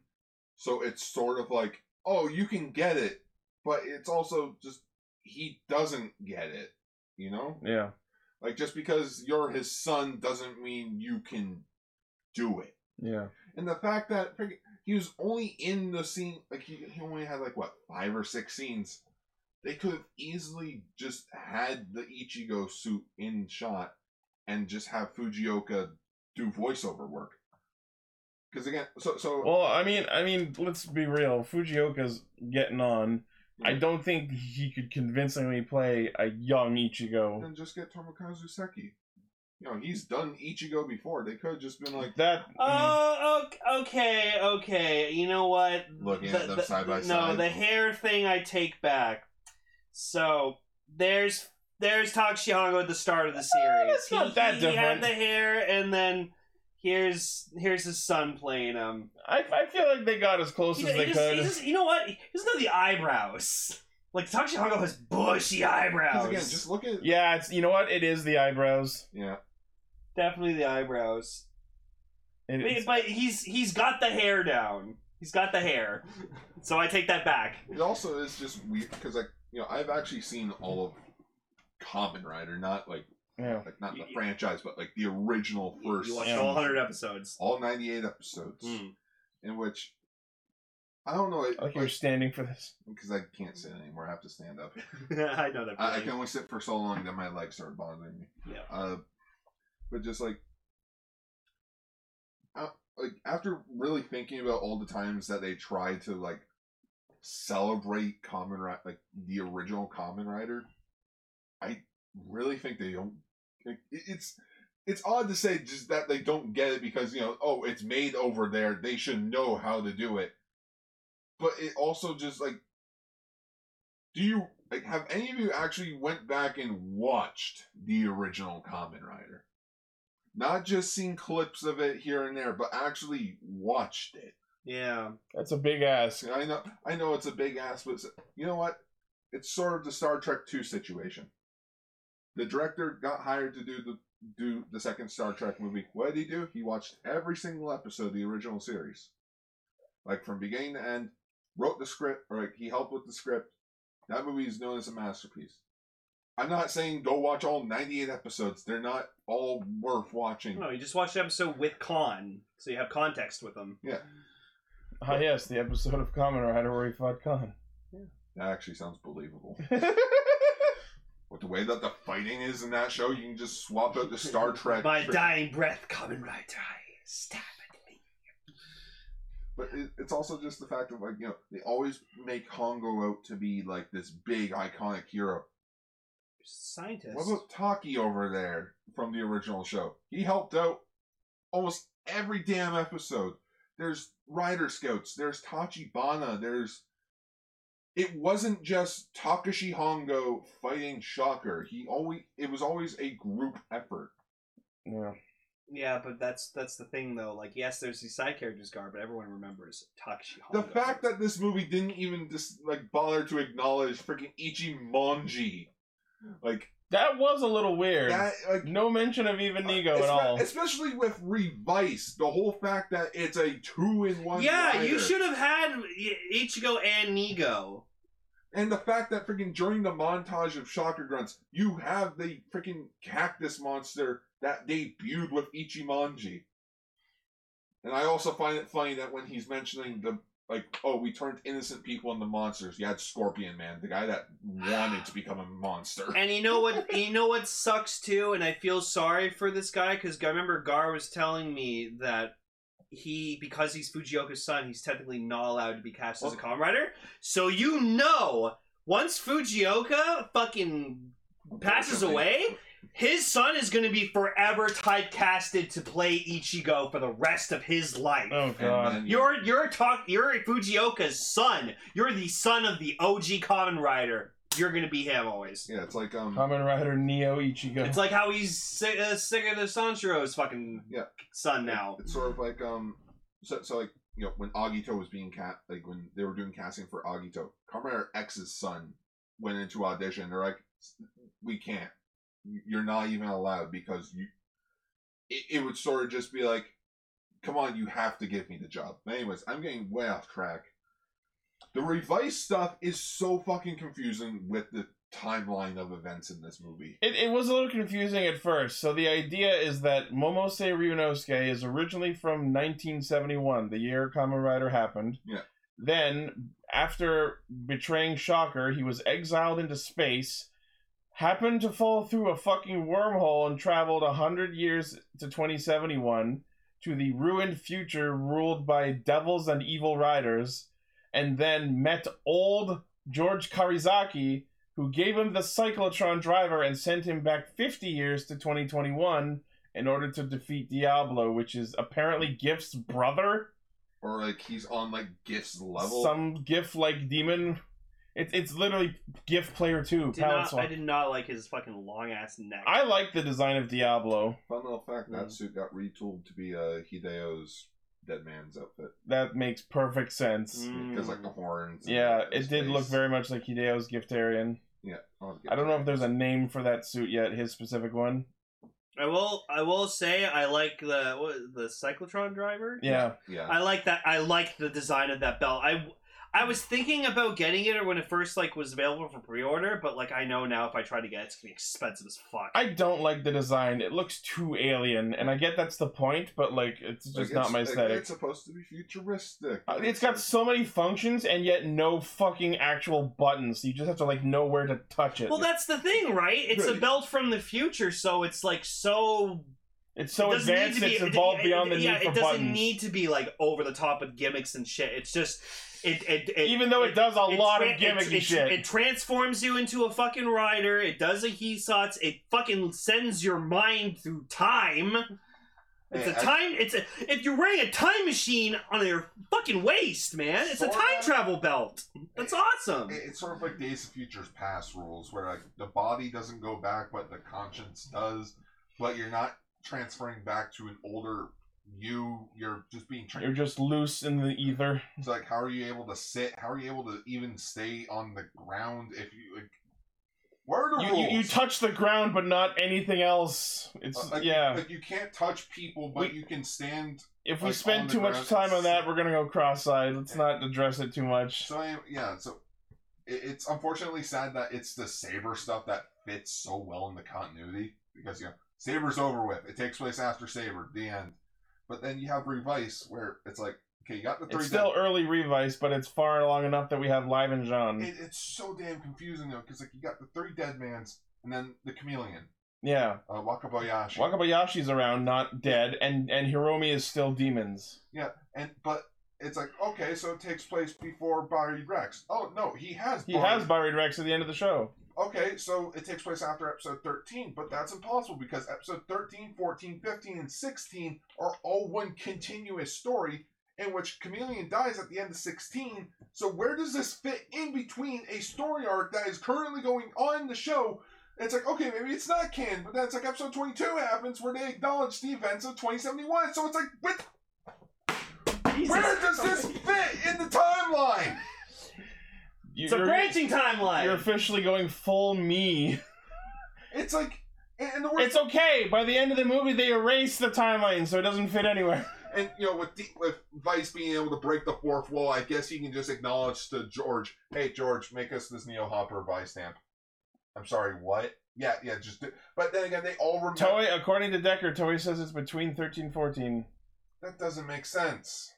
so it's sort of like, oh, you can get it, but it's also just he doesn't get it. You know,
Yeah.
like just because you're his son doesn't mean you can do it.
Yeah.
And the fact that frick- he was only in the scene, like he, he only had like what five or six scenes. They could have easily just had the Ichigo suit in shot and just have Fujioka do voiceover work. Because again, so so
Well, I mean, I mean, let's be real. Fujioka's getting on. I don't think he could convincingly play a young Ichigo.
then just get Tomokazu Seki. You know he's done Ichigo before. They could have just been like,
That mm,
Oh, o- okay, okay. You know what?
Looking at them side by
no,
side.
the hair thing I take back. So there's there's Takashi Hongo at the start of the series.
it's not
He-
that
He
different.
had the hair, and then here's here's his son playing him.
I, I feel like they got as close
He,
as
he
they
just,
could.
he just- you know what? He doesn't have the eyebrows. Like Takashi Hongo has bushy eyebrows.
because again, just look at
yeah, it's you know what? It is the eyebrows.
yeah.
Definitely the eyebrows.
It
But,
is-
but he's he's got the hair down. He's got the hair. So I take that back.
It also is just weird because like you know I've actually seen all of Common Rider, not like
yeah.
like not the
You-
franchise, but like the original first,
You watched
Yeah.
all 100 episodes.
all ninety-eight episodes,
Mm.
in which I don't know,
I like you're standing for this.
because I can't sit anymore. I have to stand up.
Hmm. I know that.
I, I
feeling.
can only sit for so long that my legs start bothering me.
Yeah.
Uh, but just like, uh, like after really thinking about all the times that they tried to like celebrate Common Rider, like the original Common Rider, I really think they don't. It, it's it's odd to say just that they don't get it because you know oh it's made over there they should know how to do it, but it also just like do you like have any of you actually went back and watched the original Common Rider? Not just seen clips of it here and there, but actually watched it.
Yeah.
That's a big ask.
I know, I know, it's a big ass, but it's- you know what? It's sort of the Star Trek Two situation. The director got hired to do the do the second Star Trek movie. What did he do? He watched every single episode of the original series, like from beginning to end. Wrote the script, or like he helped with the script. That movie is known as a masterpiece. I'm not saying go watch all 98 episodes. They're not all worth watching.
No, you just watched the episode with Khan, so you have context with him.
Ah, yes, the episode of Kamen Rider where he fought Khan.
That actually sounds believable. With the way that the fighting is in that show, you can just swap out the Star Trek.
My
tra-
dying breath, Kamen Rider, I stab at thee.
But it, it's also just the fact of like you know they always make Hongo out to be like this big iconic hero.
Scientist.
What about Taki over there from the original show? He helped out almost every damn episode. There's Rider Scouts. There's Tachibana. There's it wasn't just Takashi Hongo fighting Shocker. He always it was always a group effort.
Yeah.
Yeah, but that's that's the thing though. Like, yes, there's these side characters, Gar, but everyone remembers Takashi.
The
Hongo.
fact that this movie didn't even just like bother to acknowledge freaking Ichi Monji, like
That was a little weird.
that, like
No mention of even Nego
Espe-
at all.
Especially with Revice, the whole fact that it's a two in one.
Yeah, you
rider.
should have had I- Ichigo and Nigo.
And the fact that freaking during the montage of Shocker Grunts, you have the freaking cactus monster that debuted with Ichimonji. And I also find it funny that when he's mentioning the like, oh, we turned innocent people into monsters. You had Scorpion Man, the guy that wanted to become a monster.
And you know what? you know what sucks too. And I feel sorry for this guy because I remember Gar was telling me that he, because he's Fujioka's son, he's technically not allowed to be cast as a common writer. So you know, once Fujioka fucking passes away, his son is going to be forever typecasted to play Ichigo for the rest of his life.
Oh
And
god.
then you-
You're you're talk you're Fujioka's son. You're the son of the OG common Rider. You're gonna be him always.
yeah, it's like um,
Kamen Rider Neo Ichigo.
It's like how he's si- uh, sick of the Sanchiro's fucking
Yeah.
son now.
It's sort of like um, so, so like you know when Agito was being cast, like when they were doing casting for Agito, Comrade X's son went into audition. They're like, we can't. You're not even allowed because you. It, it would sort of just be like, come on, you have to give me the job. But anyways, I'm getting way off track. The revice stuff is so fucking confusing with the timeline of events in this movie.
It, it was a little confusing at first. So the idea is that Momose Ryunosuke is originally from 1971, the year Kamen Rider happened.
Yeah.
Then, after betraying Shocker, he was exiled into space, happened to fall through a fucking wormhole and traveled 100 years to 2071 to the ruined future ruled by devils and evil riders, and then met old George Karizaki, who gave him the cyclotron driver and sent him back 50 years to 2021 in order to defeat Diablo, which is apparently Gift's brother,
Or like he's on like Gif's level.
some Gift like demon. It's it's literally Gift player two.
Did
Palette
not, I
swap.
did not like his fucking long ass neck.
I like the design of Diablo.
Fun little fact: that
Mm.
suit got retooled to be uh, Hideo's dead man's outfit
That makes perfect sense.
because like
Mm.
the horns. and
Yeah,
the-
it
his
did look
face.
very much like Hideo's Giftarian.
Yeah, I'll get
I don't
to
know
that.
if there's a name for that suit yet, his specific one.
I will I will say I like the what, the cyclotron driver.
Yeah.
Yeah,
I like that. I like the design of that belt. I I was thinking about getting it when it first like was available for pre-order, but like I know now if I try to get it, it's gonna be expensive as fuck.
I don't like the design. It looks too alien, and I get that's the point, but like it's just
Like,
not
it's-
my
like,
aesthetic.
it's supposed to be futuristic.
Uh, it's got so many functions and yet no fucking actual buttons. You just have to like know where to touch it.
well, that's the thing, right? It's a
Right.
belt from the future, so it's like so
it's so
it doesn't need
advanced.
to be-
It's
it-
evolved beyond the
yeah,
need
it
for
doesn't
buttons.
need to be like over the top with gimmicks and shit. It's just it it, it
Even though it, does a
it
lot
tra-
of gimmicky
it, it-
shit.
It transforms you into a fucking rider. It does a Hisatsu. It fucking sends your mind through time. It's
Hey,
a
I-
time. It's a if you're wearing a time machine on your fucking waist, man. It's a
Sorta.
time travel belt. That's awesome.
It- it's sort of like Days of Futures Past rules, where like the body doesn't go back, but the conscience does. But you're not transferring back to an older you. You're just being
You're
trained.
just loose in the ether.
It's like, how are you able to sit? How are you able to even stay on the ground if you like? Where are the
You, you, you
rules?
touch the ground, but not anything else. It's
Uh, like,
yeah.
Like you can't touch people, but you can stand.
if we
like, on
spend
the
too much
ground,
time on
it's-
that, we're gonna go cross-eyed. Let's not address it too much.
So I, yeah, so it, it's unfortunately sad that it's the saber stuff that fits so well in the continuity because you know Saber's over with. It takes place after Saber, the end. But then you have Revice where it's like, okay, you got the three.
It's still early Revice, but it's far along enough that we have Live and Jean.
It, it's so damn confusing though, because like you got the three dead mans and then the chameleon,
yeah.
uh, Wakabayashi.
Wakabayashi's around, not dead, and and Hiromi is still demons.
and but it's like okay, so it takes place before Buried Rex. Oh no, he has.
He
Buried-
has buried Rex at the end of the show.
Okay, so it takes place after episode 13, but that's impossible because episode 13, 14, 15, and 16 are all one continuous story in which Chameleon dies at the end of 16. So where does this fit in between a story arc that is currently going on in the show? It's like, okay, maybe it's not canon, but then it's like episode 22 happens where they acknowledge the events of 2071. So it's like, what? Where does this fit in the timeline?
You-
It's a
you're-
branching timeline.
You're officially going full me.
It's like, and and the worst
It's okay. By the end of the movie, they erase the timeline, so it doesn't fit anywhere.
And you know, with the, with Vice being able to break the fourth wall, I guess he can just acknowledge to George, "Hey, George, make us this Neo Hopper Vice stamp." I'm sorry, what? Yeah, yeah, just. Do, but then again, they all remember.
Toei, according to Decker, Toei says it's between 13 14.
That doesn't make sense.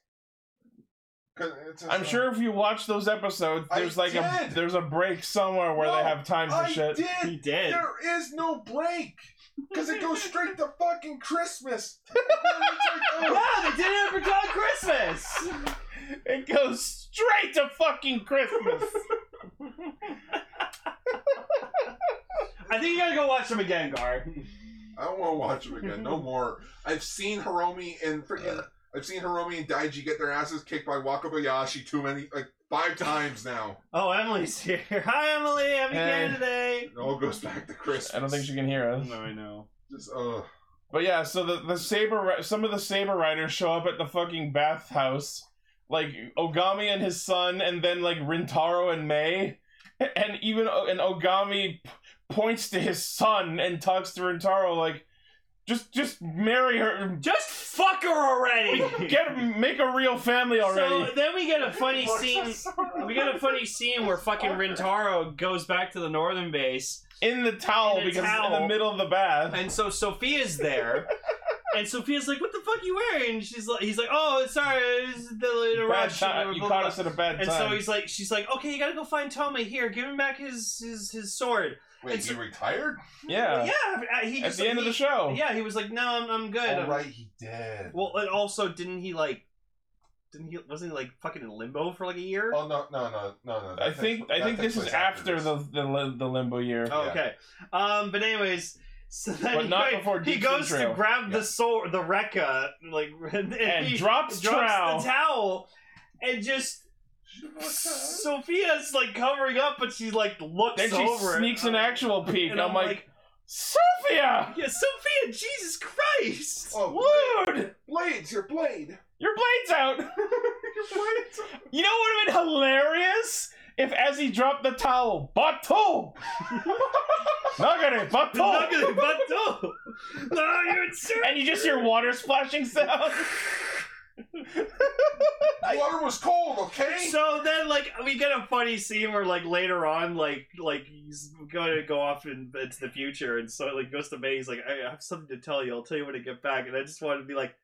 'Cause it's just-
I'm sure if you watch those episodes,
I
there's like a
did.
there's a break somewhere where they
No,
have time for
I
shit.
did.
he did.
There is no break because it goes straight to fucking Christmas. It's like,
Wow,
oh,
they did it for John Christmas.
It goes straight to fucking Christmas.
I think you gotta go watch them again, Gar.
I don't want to watch him again. No more. I've seen Hiromi and freaking. I've seen Hiromi and Daiji get their asses kicked by Wakabayashi too many, like five times now.
Oh, Emily's here. Hi, Emily. How are you
Hey.
doing today?
It all goes back to Christmas.
I don't think she can hear us.
I know.
Just, uh,
But yeah, so the the saber Ri- some of the saber riders show up at the fucking bathhouse, like Ogami and his son, and then like Rintaro and May, and even O- and Ogami p- points to his son and talks to Rintaro like, just just marry her,
Just fuck her already.
get make a real family already.
So then we get a funny scene. We get a funny scene where fucking Rintaro goes back to the northern base,
in the towel
In a
because it's in the
towel.
middle of the bath.
and so Sophia's there, and Sophia's like, "What the fuck you wearing?" And she's like, "He's like, oh, sorry, it's the the
Bad
rush."
time. You
blah, blah,
caught
blah."
us at a bad time.
And so he's like, she's like, "Okay, you gotta go find Toma here. Give him back his his, his sword."
wait,
It's-
he retired?
yeah.
yeah, he
At
just,
the end of
he-
the show. Oh,
Yeah, he was like, "No, I'm, I'm good."
All
I'm-
right, he did.
Well, and also, didn't he like? Didn't he? Wasn't he like fucking in limbo for like a year?
Oh no, no, no, no, no. that
I
takes-
think I
that
think
takes
this is
place
after
this.
the, the li- the limbo year.
Oh,
Yeah.
okay. Um, but anyways, so then
But
he,
not
go-
before
he
Deep
goes
Sea Trail.
to grab
Yeah.
the soul, the Rekka, like, and,
and
he
drops,
drops
trow.
the towel, and just Sophia's like covering up, but she like looks
then she
over.
sneaks
it.
an actual peek.
and
I'm, like, Sophia,
yeah, Sophia, Jesus Christ!
Oh,
dude,
blades! Your blade.
your blade's out. You know what would have been hilarious if as he dropped the towel, Bato, Nagare,
Not
Bato,
gonna- but no, no, you're insane.
and you just hear water splashing sound.
The water was cold. Okay.
So then, like, we get a funny scene where, like, later on, like, like he's going to go off in, into the future, and so like goes to May. He's like, I have something to tell you. I'll tell you when I get back. And I just wanted to be like,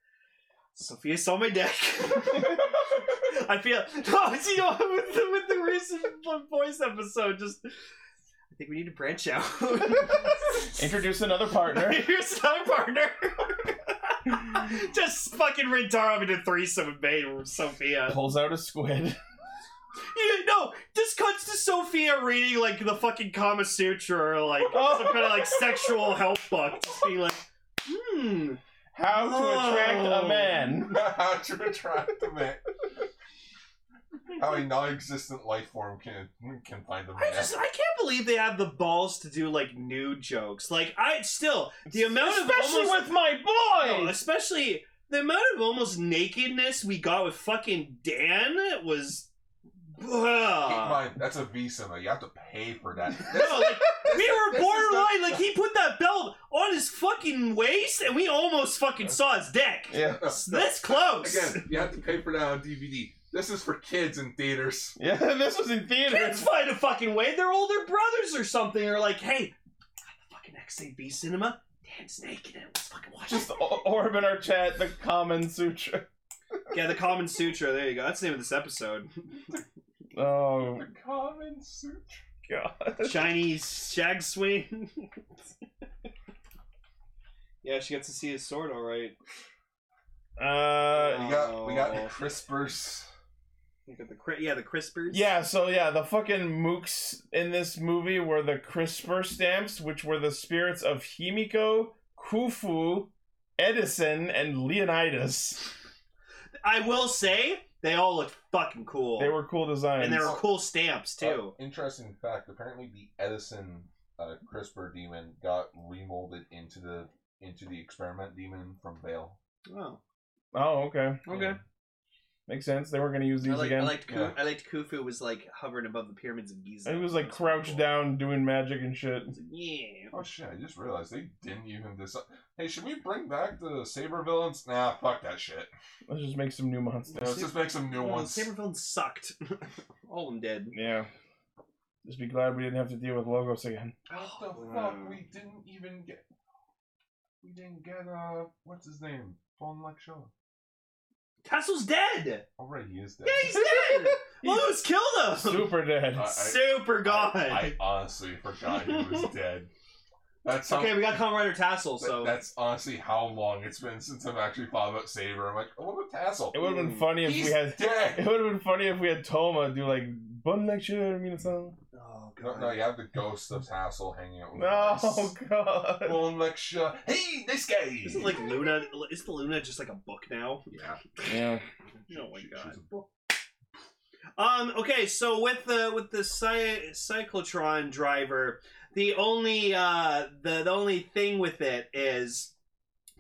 Sophia saw my dick. I feel no, it's, you know, with the, with the recent voice episode, just I think we need to branch out.
Introduce another partner.
Here's another partner. just fucking Rintaro into threesome with May and Sophia.
Pulls out a squid.
Yeah, no, this cuts to Sophia reading like the fucking Kama Sutra or like
Oh.
some kind of like sexual health book. Just being like, hmm.
How to attract a
Oh.
man.
How to attract a man. How a non-existent life form can can find a man.
I just I can't believe they have the balls to do like nude jokes. Like I still the amount
Especially
of almost,
with my
Oh,
boy.
No, especially the amount of almost nakedness we got with fucking Dan was.
Keep
uh,
in
Ugh.
mind, that's a V cinema. You have to pay for that.
No, like, we were
this is
borderline. Like he put that belt on his fucking waist, and we almost fucking saw his dick.
yeah.
It's this close.
Again, you have to pay for that on DVD. This is for kids in theaters.
Yeah, this was in theaters.
Kids find a fucking way. Their older brothers or something are like, hey, XAB Cinema, Dan Snake in it. Let's fucking watch
Just
it.
o- orb in our chat, the common suture.
Yeah, the Common Sutra. There you go. That's the name of this episode.
Oh,
The common suit.
God.
Chinese shag swing. yeah, she gets to see his sword, all right.
Uh,
We got we got the
Oh.
crispers.
Look at the cri- yeah, the crispers.
yeah, so yeah, the fucking mooks in this movie were the CRISPR stamps, which were the spirits of Himiko, Khufu, Edison, and Leonidas.
I will say they all looked fucking cool.
They were cool designs.
and they were cool stamps too.
Uh, interesting fact. Apparently, the Edison uh, CRISPR demon got remolded into the into the experiment demon from Bale.
Oh,
Oh, okay.
Okay.
Makes sense. They weren't going to use
I,
these
like, I
again.
liked. Ku-
Yeah.
I liked Khufu was like hovering above the pyramids of Giza.
He was like
That's
crouched
cool.
down doing magic and shit.
It's like, yeah.
Oh shit! I just realized they didn't even decide. Hey, should we bring back the saber villains? Nah, fuck that shit.
Let's just make some new monsters.
Let's just make some new
Oh,
ones.
Sabervillain sucked. All of them did.
Yeah. Just be glad we didn't have to deal with logos again.
What the
Wow.
fuck? We didn't even get. We didn't get uh, what's his name? Von Lakshaw.
Tassel's dead.
Oh right, he is dead.
Yeah, he's dead. Lose, kill them.
Super dead.
I-
Super god.
I, I honestly forgot he was dead. That's how,
okay, we got Kamen Rider Tassel,
that-
so
that's honestly how long it's been since I've actually thought about Saber. I'm like, oh, what about Tassel?
It would have been funny if
He's
we had. It
dead.
would have been funny if we had Toma do like bun lecture. I mean, it's all-
oh
No,
god.
no, you have the ghost of Tassel hanging out with
No,
Miles.
Oh, God.
One lecture. Hey, nice guy.
Isn't like
oh
Luna? Is the Luna just like a book now?
yeah.
Yeah.
Oh my
She-
god.
she's a book.
Um. Okay. So with the with the cy- cyclotron driver, the only uh the the only thing with it is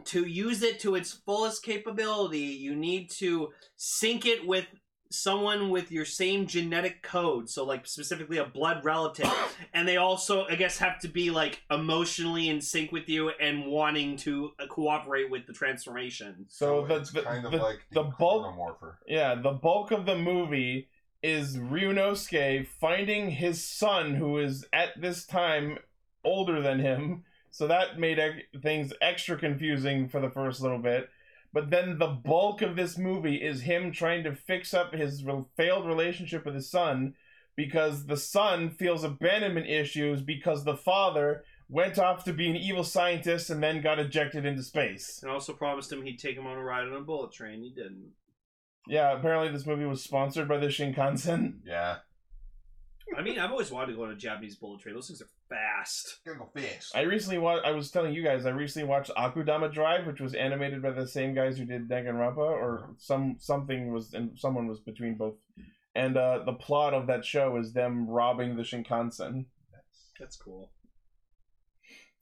to use it to its fullest capability, you need to sync it with someone with your same genetic code. So like specifically a blood relative, and they also I guess have to be like emotionally in sync with you and wanting to uh, cooperate with the transformation.
So the-
it's
the-
kind of
the-
like
the bulk-
Chronomorpher.
Yeah, the bulk of the movie is Ryunosuke finding his son, who is at this time older than him. So that made ex- things extra confusing for the first little bit. But then the bulk of this movie is him trying to fix up his re- failed relationship with his son because the son feels abandonment issues because the father went off to be an evil scientist and then got ejected into space.
And also promised him he'd take him on a ride on a bullet train. He didn't.
Yeah, apparently this movie was sponsored by the Shinkansen.
Yeah.
I mean, I've always wanted to go on a Japanese bullet train. Those things are fast.
Gonna go fast.
I recently wa- I was telling you guys I recently watched Akudama Drive, which was animated by the same guys who did Danganronpa, or some something was and someone was between both. And uh, the plot of that show is them robbing the Shinkansen.
That's cool.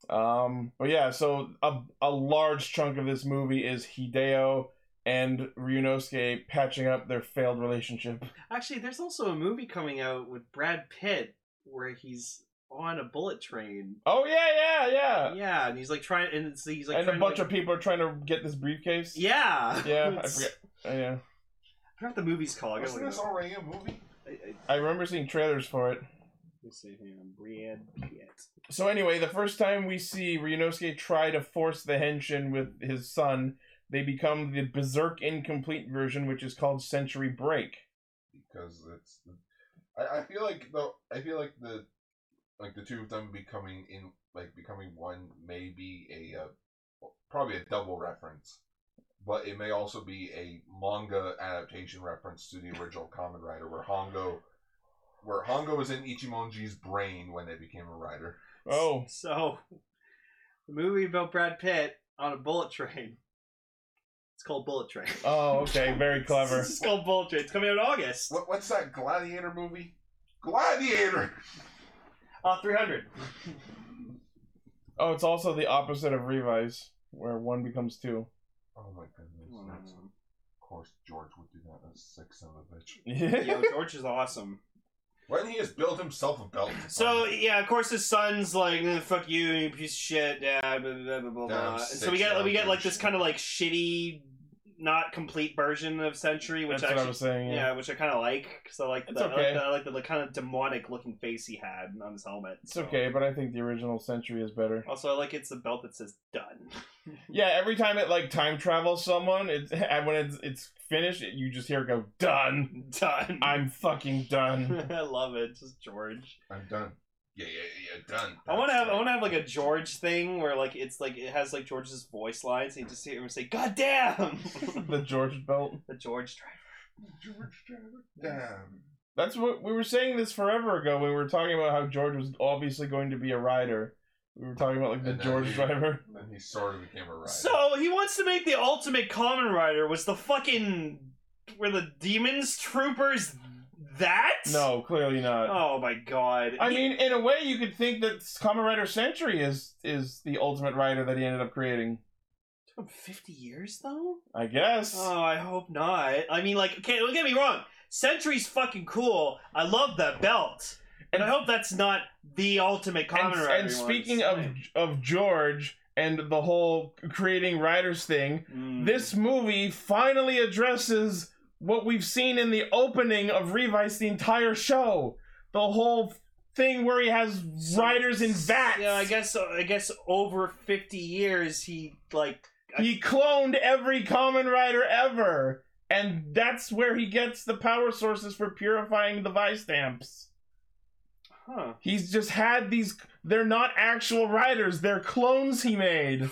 Um, but yeah, so a a large chunk of this movie is Hideo and Ryunosuke patching up their failed relationship.
Actually, there's also a movie coming out with Brad Pitt where he's on a bullet train.
Oh yeah, yeah, yeah.
yeah, and he's like trying, and it's, he's like
Uh, and a
trying
bunch
to,
of people are trying to get this briefcase.
yeah,
yeah. I
It's-
forget. Uh, yeah,
I forgot what the movie's called. I gotta
Wasn't
look
this
it up.
already a movie?
I, I, let
I remember seeing trailers for it.
me see here. Brad Pitt.
So anyway, the first time we see Ryunosuke try to force the henshin with his son, they become the berserk incomplete version, which is called Century Break.
because it's. I, I feel like though I feel like the like the two of them becoming in like becoming one may be a uh, probably a double reference, but it may also be a manga adaptation reference to the original Common Rider, where Hongo, where Hongo was in Ichimonji's brain when they became a rider.
Oh,
so the movie about Brad Pitt on a bullet train. It's called Bullet Train.
oh, okay, very clever.
It's called Bullet Train. It's coming out in August.
What what's that Gladiator movie? Gladiator.
Uh, 300.
Oh, it's also the opposite of Revise, where one becomes two.
Oh my goodness! that's- Of course, George would do that. That's sick son of a bitch.
Yo, George is awesome.
When he has built himself a belt.
So yeah, of course his son's like, "Eh, "Fuck you, you piece of shit." Yeah, blah blah blah blah. blah.
Damn
And so we get we get like this kind of like shitty not complete version of Century, which
That's
actually
what I was saying.
yeah.
Yeah.
which I kind of like because I like
It's
the,
okay.
I like the, I like the kind of demonic looking face he had on his helmet.
It's
so.
okay, but I think the original Century is better.
Also, I like it's a belt that says "done."
Yeah, every time it like time travels someone, it's and when it's it's finished, it, you just hear it go done.
done.
I'm fucking done.
I love it. Just George.
I'm done. Yeah, yeah, yeah, done.
I want to have. I want to have like a George thing where like it's like it has like George's voice lines. And you just hear him say "God damn."
the George belt.
the George driver.
George Trevor. Damn.
That's what we were saying this forever ago. when We were talking about how George was obviously going to be a rider. We were talking about like the
And, uh,
George driver.
Then he sort of became a rider.
So he wants to make the ultimate common rider. Was the fucking were the demons troopers that?
No, clearly not.
Oh my god.
I
He-
mean, in a way, you could think that Kamen Rider Century is is the ultimate rider that he ended up creating.
took him fifty years though.
I guess.
Oh, I hope not. I mean, like, okay, don't get me wrong. Sentry's fucking cool. I love that belt, and, I hope that's not the ultimate
and,
common rider.
and
he wants.
speaking of of George and the whole creating riders thing,
Mm.
this movie finally addresses what we've seen in the opening of Revice the entire show. The whole thing where he has
So-
riders in vats.
Yeah, I guess. I guess over fifty years, he like.
He cloned every common rider ever. And that's where he gets the power sources for purifying the vice stamps.
Huh.
He's just had these they're not actual riders, they're clones he made.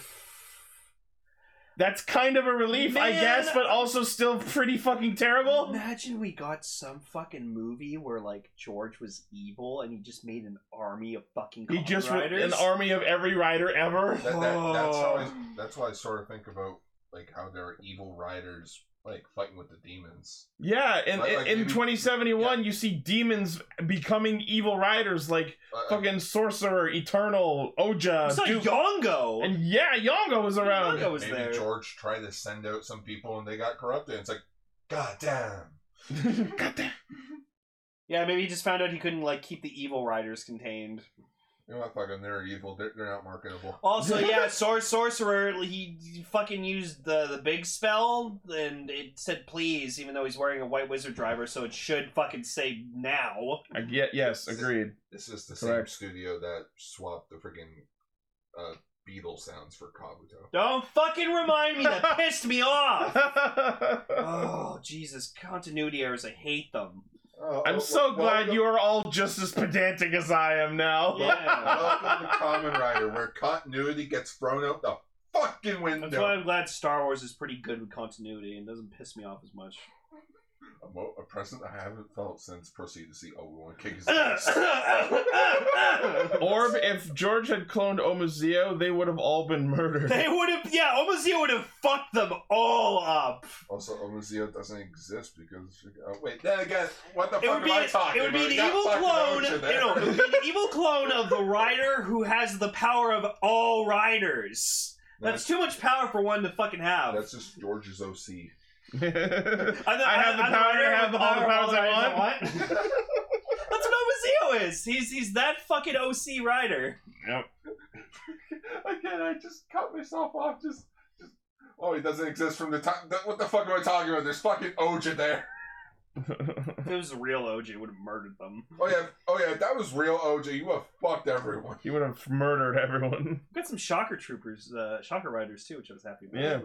That's kind of a relief, I
Man.
guess, but also still pretty fucking terrible.
Imagine we got some fucking movie where like George was evil and he just made an army of fucking.
He
common
just re-
riders.
an army of every rider ever.
That, that, that's how I, that's why I sort of think about like how there are evil riders like fighting with the demons.
Yeah, in,
Like-
in-
like
in
maybe-
2071, you see demons becoming evil riders like
Uh,
fucking Sorcerer, Eternal, Oja,
It's like
Duke.
Yongo.
And yeah, Yongo was around.
Yongo was
maybe
there.
George tried to send out some people and they got corrupted. It's like, god damn.
God damn.
Yeah, maybe he just found out he couldn't like keep the evil riders contained.
You know what? Fucking, they're evil. They're, they're not marketable.
Also, yeah, sor- sorcerer he, he fucking used the the big spell and it said please, even though he's wearing a white wizard driver, so it should fucking say now.
I get, yes, agreed.
This is the
Correct.
same studio that swapped the freaking uh, Beetle sounds for Kabuto.
Don't fucking remind me. That pissed me off. Oh Jesus, continuity errors. I hate them.
Oh,
I'm
oh,
so
wel-
glad
welcome-
you are all just as pedantic as I am now.
Welcome to Common Rider, where continuity gets thrown out the fucking window.
That's why I'm glad Star Wars is pretty good with continuity and doesn't piss me off as much.
a, mo- a present I haven't felt since Proceed to see Obi Wan kick his ass.
they
Orb, if George had cloned Omazeo, they would have all been murdered.
would have, yeah, Omazio would have fucked them all up.
also, Omazeo doesn't exist because oh, wait, then again, what the
It
fuck
would
am
be,
I talking
it would be an
about?
evil
Got fucking
clone.
Oja there.
You know, it would be an evil clone of the rider who has the power of all riders. That's
that's,
too much power for one to fucking have.
that's just George's OC.
I'm
I have the
I'm
power to
rider
have
with
all the
power
powers
of
I
riders That's what Omazio is. He's he's that fucking OC rider.
Again, I just cut myself off. Just, just oh, he doesn't exist from the time. What the fuck am I talking about? There's fucking Oja there.
If it was a real OJ, would have murdered them.
Oh yeah, oh yeah, if that was real Oja. You have fucked everyone.
he would have murdered everyone.
We got some shocker troopers, uh, shocker riders too, which I was happy about.
Yeah.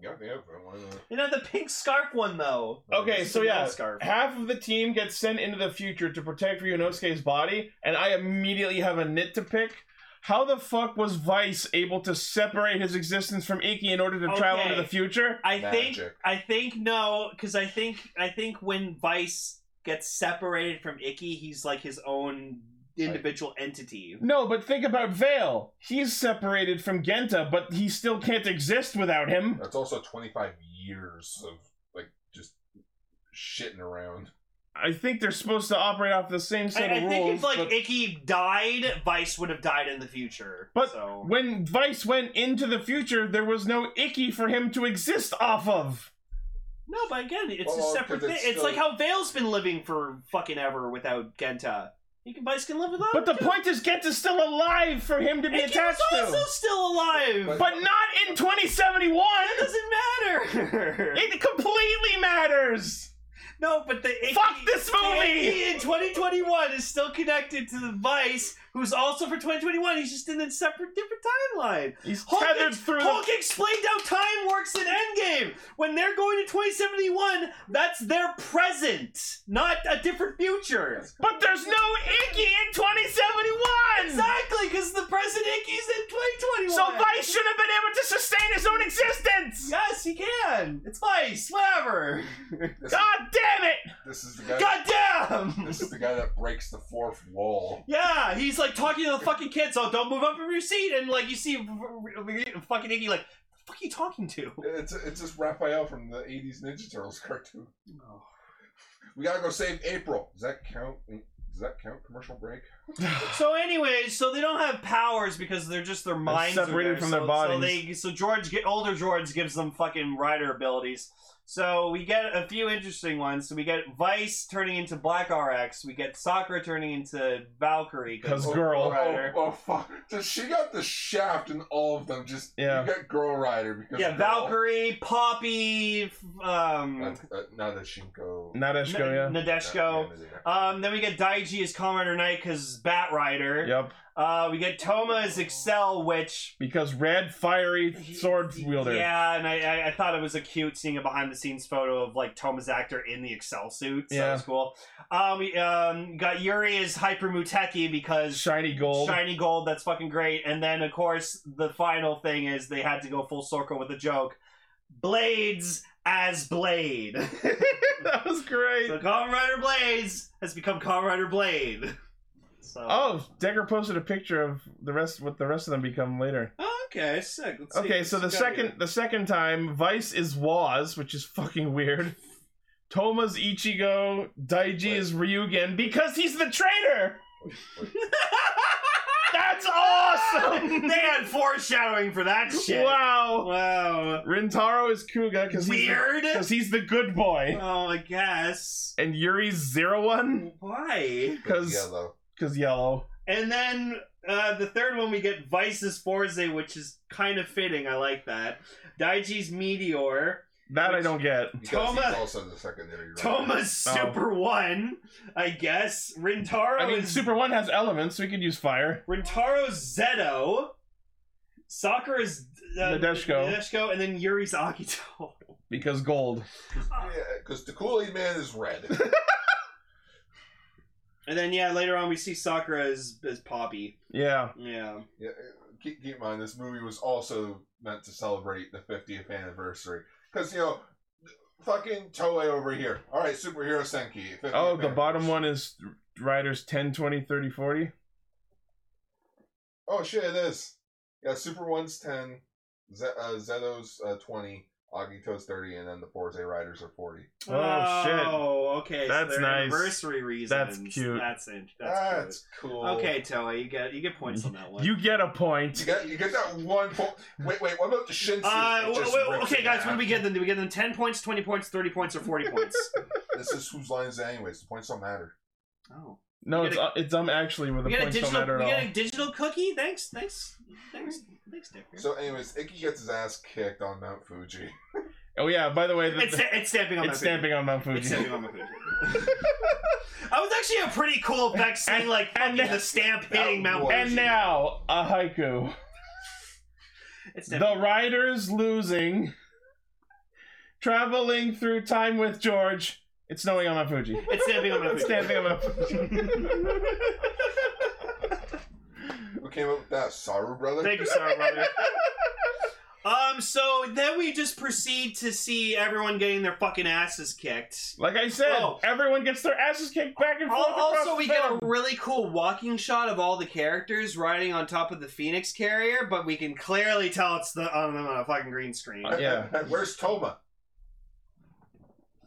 Yeah, yeah, but why not?
You know the pink scarf one though.
Okay, so
The yellow
yeah,
scarf.
half of the team gets sent into the future to protect Ryunosuke's body, and I immediately have a nit to pick. How the fuck was Vice able to separate his existence from Iki in order to travel
Okay.
to the future?
I think
Magic.
I think no, because I think I think when Vice gets separated from Icky, he's like his own individual entity.
No, but think about Vale. He's separated from Genta, but he still can't exist without him.
That's also 25 years of like just shitting around.
I think they're supposed to operate off the same
I,
set
I
of
think
rules.
if like
but
Icky died, Vice would have died in the future.
But
so
when Vice went into the future, there was no Icky for him to exist off of.
no, but again, it's
Well,
a separate
'cause
thing.
it's
It's like
still-
how Vale's been living for fucking ever without Genta. You can Bice can live without.
But the
him,
point is, Kent is still alive for him to
too.
be
And
attached
Kira's
to.
also still alive.
But-
But not in 2071.
That doesn't matter.
It completely matters.
no, but the icky,
Fuck this
the
movie.
icky in 2021 is still connected to the Vice, who's also for 2021. He's just in a separate, different timeline.
He's
Hulk,
tethered
ex-
through.
Hulk explained how time works in Endgame. When they're going to 2071, that's their present, not a different future.
But there's no Iggy in 2071.
Exactly, because the present Icky's in 2021.
So Vice should have been able to sustain his own existence.
Yes, he can. It's Vice, whatever.
God damn it!
This is the guy.
Goddamn.
This is the guy that breaks the fourth wall.
Yeah, he's like talking to the fucking kids. Oh, don't move up from your seat, and like you see fucking Iggy like, the fuck you talking to?
It's it's just Raphael from the '80s Ninja Turtles cartoon. Oh. We gotta go save April. Does that count? Does that count? Commercial break.
So, anyways, so they don't have powers because they're just their minds are
separated
there,
from
so,
their bodies.
So, they, so George, get older George gives them fucking rider abilities. So we get a few interesting ones. So we get Vice turning into Black RX. We get Sakura turning into Valkyrie.
'Cause girl.
Oh, oh, fuck! So she got the shaft, and all of them just
Yeah.
You got Girl Rider because
yeah,
girl.
Valkyrie, Poppy, f- um,
Not,
Mm.
uh, not a Shinko.
Not Eshko, yeah.
Nadeshko. Um, then we get Daiji as Commander Knight because Bat Rider.
Yep,
Uh, we get Toma as Excel, which
because red fiery sword wielder.
Yeah, and I, I, I thought it was a cute seeing a behind the scenes photo of like Toma's actor in the Excel suit. So yeah,
Yeah.
was cool. Um, we um, got Yuri as Hyper Muteki because
Shiny gold.
shiny gold. That's fucking great. And then of course the final thing is they had to go full circle with a joke. Blades as Blade.
that was great.
so Kamen Rider Blades has become Kamen Rider Blade. So.
Oh, Decker posted a picture of the rest what the rest of them become later.
Oh, okay, sick. Let's see.
Okay, so the
Let's go
second
here.
the second time, Vice is Waz, which is fucking weird. Toma's Ichigo, Daiji is Ryugen because he's the traitor. That's awesome.
they had foreshadowing for that shit.
Wow.
Wow.
Rintaro is Kuga because he's the-
Weird.
'cause he's the good boy,
Oh, I guess.
and Yuri's Zero One
Why?
because
yellow.
because yellow.
And then uh, the third one we get Vice's Forze, which is kind of fitting. I like that. Daiji's Meteor.
That I don't get.
Toma-
Toma. Also the second there. you're right.
Toma's
Oh.
Super One, I guess. Rintaro
I mean,
is
Super One has elements, so we could use fire.
Rintaro's Zeto. Sakura's uh,
Nadeshiko.
Nadeshiko, and then Yuri's Akito.
because gold.
Because the Kool Aid Man is red.
And then yeah, later on we see Sakura as, as Poppy.
Yeah,
Yeah.
yeah, uh, keep, keep in mind, this movie was also meant to celebrate the 50th anniversary. Because, you know, fucking Toei over here. All right, Superhero Senki. 50th
Oh, the bottom
anniversary.
one is riders 10, 20, 30, 40.
Oh, shit, it is. Yeah, Super 1's 10, Z- uh, Zeto's uh, 20, Agito's 30, and then the Forze Riders are 40.
Oh, shit.
Oh, okay.
That's
so they're
nice.
Anniversary reasons.
That's cute.
That's in, that's,
That's,
that's
cool.
Okay, Toei, you get you get points on that one.
You get a
You
point.
get, you get that one point. Wait, wait, what about the Shin suit
uh,
that
w-
just
w-
ripped
okay,
in
guys,
half?
what do we get them? Do we get them ten points, twenty points, thirty points, or forty points?
This is whose line is it anyways. The points don't matter.
Oh,
No,
You
it's
get a-
uh it's um actually where the
we get a
points don't
digital.
matter
We
at
get
all.
a digital cookie. Thanks, thanks, thanks, thanks, Dicker.
So, anyways, Icky gets his ass kicked on Mount Fuji.
Oh yeah, by the way, the,
it's,
the-
it's stamping on
it's
my finger.
stamping on Mount
It's
Fuji.
stamping on my finger. I was actually a pretty cool effect seeing
And-
like
and-
fucking the stamp hitting
That
Mount.
was-
And now a haiku.
It's stamping
The riders losing. Traveling through time with George. It's snowing on Mount Fuji.
It's stamping on my
It's
finger.
stamping on Mount Fuji.
Who came up with that? Saru brother?
Thank you, sorry, brother. Um, so then we just proceed to see everyone getting their fucking asses kicked.
Like I said,
Oh.
everyone gets their asses kicked back and
Al-
forth. across
Also,
the
we get a
film.
really cool walking shot of all the characters riding on top of the Phoenix carrier, but we can clearly tell it's the on them on a fucking green screen.
Uh, yeah.
Where's Toma?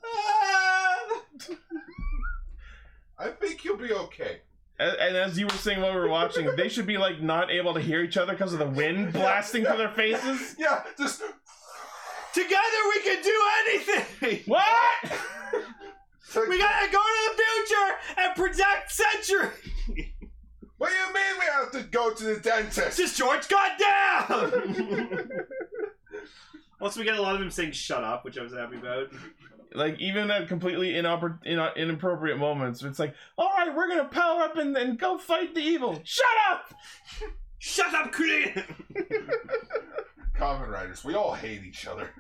Ah!
I think he'll be okay.
And, and as you were saying while we were watching, they should be like not able to hear each other because of the wind blasting through their faces.
Yeah, just
Together we can do anything.
What?
It's like-
We gotta go to the future and protect Century.
go to the dentist.
Just George, goddamn! Also, we get a lot of him saying "shut up," which I was happy about.
Like even at completely inoppor- in- inappropriate moments, it's like, all right, we're gonna power up and then go fight the evil. Shut up!
Shut up, Korean!
Common writers, we all hate each other.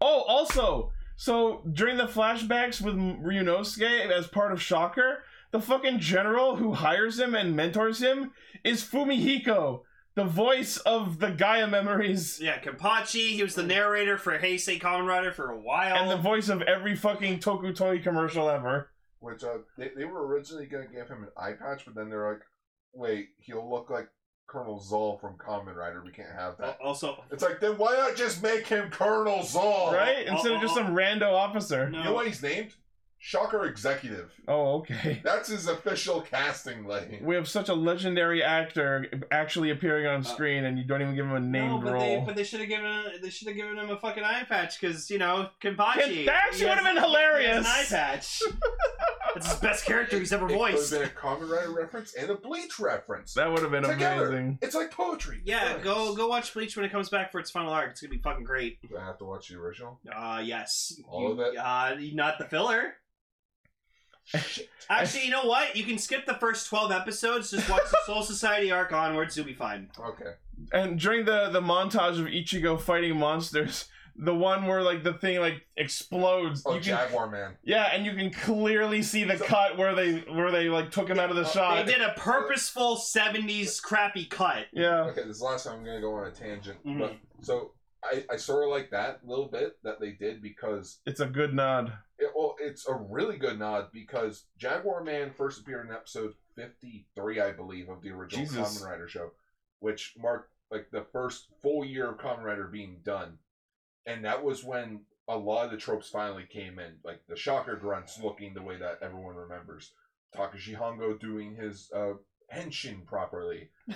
Oh, also, so during the flashbacks with Ryunosuke as part of Shocker, the fucking general who hires him and mentors him is Fumihiko, the voice of the Gaia memories.
yeah, Kampachi. He was the narrator for Heisei Kamen Rider for a while.
And the voice of every fucking Tokutoi commercial ever.
Which uh, they, they were originally going to give him an eye patch, but then they're like, wait, he'll look like Colonel Zoll from Common Rider. We can't have
Al-
that.
Uh, also,
It's like, then why not just make him Colonel Zoll?
Right? Instead of just some rando officer.
You know
no,
what he's named? Shocker Executive.
Oh, okay.
That's his official casting name.
We have such a legendary actor actually appearing on screen, and you don't even give him a
no,
named
but they
role.
but they should have given him, they should have given him a fucking eye patch because you know Kampachi.
Yeah, that actually
he has-
would've been
he has
hilarious.
An eye patch. That's his best character he's ever
It
voiced.
could have been a Common Rider reference and a Bleach reference.
that would have been
Together.
amazing.
It's like poetry.
Yeah,
Thanks.
go go watch Bleach when it comes back for its final arc. It's gonna be fucking great.
Do I have to watch the original?
Uh yes.
All of it?
Uh, not the filler. Actually, you know what? You can skip the first twelve episodes. Just watch the Soul Society arc onwards. You'll be fine.
Okay.
And during the the montage of Ichigo fighting monsters, the one where like the thing like explodes,
Oh,
you can,
Jaguar Man.
yeah, and you can clearly see the
So-
cut where they where they like took him out of the
They
shot.
They did a purposeful '70s crappy cut.
Yeah, Mm-hmm.
Okay, this is the last time I'm gonna go on a tangent.
Mhm.
But so I, I sort of like that little bit that they did because
it's a good nod.
it, well, it's a really good nod because Jaguar Man first appeared in episode 53, I believe, of the original
Jesus.
Common Rider show, which marked like the first full year of Common Rider being done, and that was when a lot of the tropes finally came in, like the Shocker grunts looking the way that everyone remembers, Takashi Hongo doing his uh, henshin properly, uh,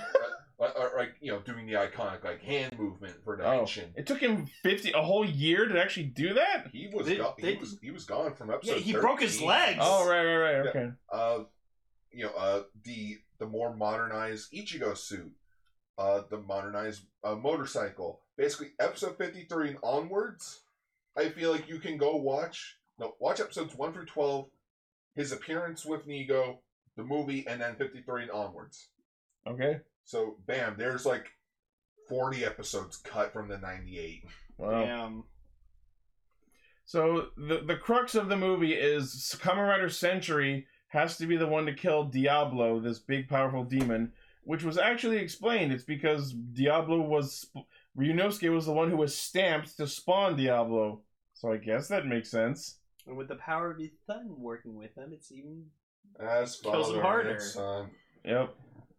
or, or, like you know doing the iconic like hand movement for the
Oh.
henshin.
It took him fifty a whole year to actually do that.
He was,
They-
go-
they-
he was he was gone from episode.
he broke his
13.
legs.
Oh right, right, right.
Yeah.
Okay.
uh, you know, uh, the the more modernized Ichigo suit, uh, the modernized uh, motorcycle. Basically, episode fifty three and onwards, I feel like you can go watch no watch episodes one through twelve, his appearance with Nigo, the movie, and then fifty three and onwards.
Okay.
So bam, there's like forty episodes cut from the ninety eight.
Wow.
Damn.
So the the crux of the movie is Kamen Rider Century has to be the one to kill Diablo, this big powerful demon, which was actually explained. It's because Diablo was sp- Ryunosuke was the one who was stamped to spawn Diablo. So I guess that makes sense.
And with the power of his son working with him, it's even
As
Kills him
father and
harder.
son.
Yep.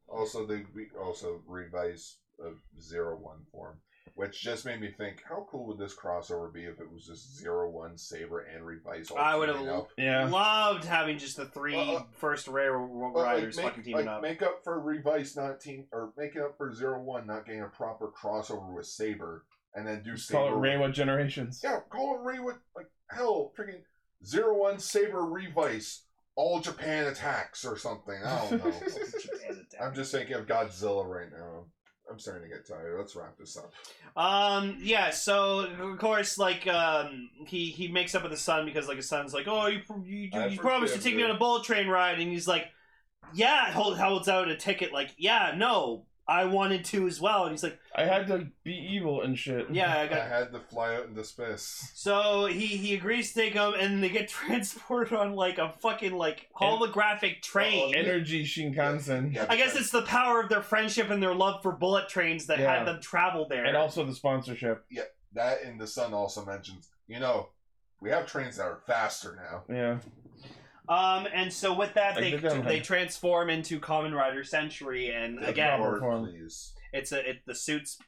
Also, they re- also revise a zero one form, which just made me think, how cool would this crossover be if it was just zero one saber and revise? all
I would've
teaming up?
Yeah.
loved having just the three
Uh, uh,
first rare
But, like,
riders fucking
make,
teaming
like,
up.
make up for revise not team or make up for zero one not getting a proper crossover with saber, and then do
Just call it
Saber-
Reiwa Generations.
Yeah, call it Ray with like hell, freaking zero one saber revise all Japan attacks or something. I don't know. I'm just thinking of Godzilla right now. I'm starting to get tired. Let's wrap this up.
Um. Yeah. So of course, like, um, he he makes up with his son because like his son's like, oh, you pr- you
I
you, you promised to
forgive
take me
you."
on a bullet train ride, and he's like, yeah, it hold, holds out a ticket, like, yeah, no, I wanted to as well, and he's like,
I had to be evil and shit.
yeah, I
I
got.
had to fly out into space.
So he he agrees to take him, and they get transported on like a fucking like holographic train.
Energy Shinkansen.
Yeah,
I guess
because-
it's the power of their friendship and their love for bullet trains that
Yeah.
had them travel there.
And also the sponsorship.
that. And the sun also mentions, you know, we have trains that are faster now.
Yeah.
Um, and so with that,
Like
they
the gun.
they transform into Common Rider Century, and again,
power.
Lord,
form.
please.
it's a it the suits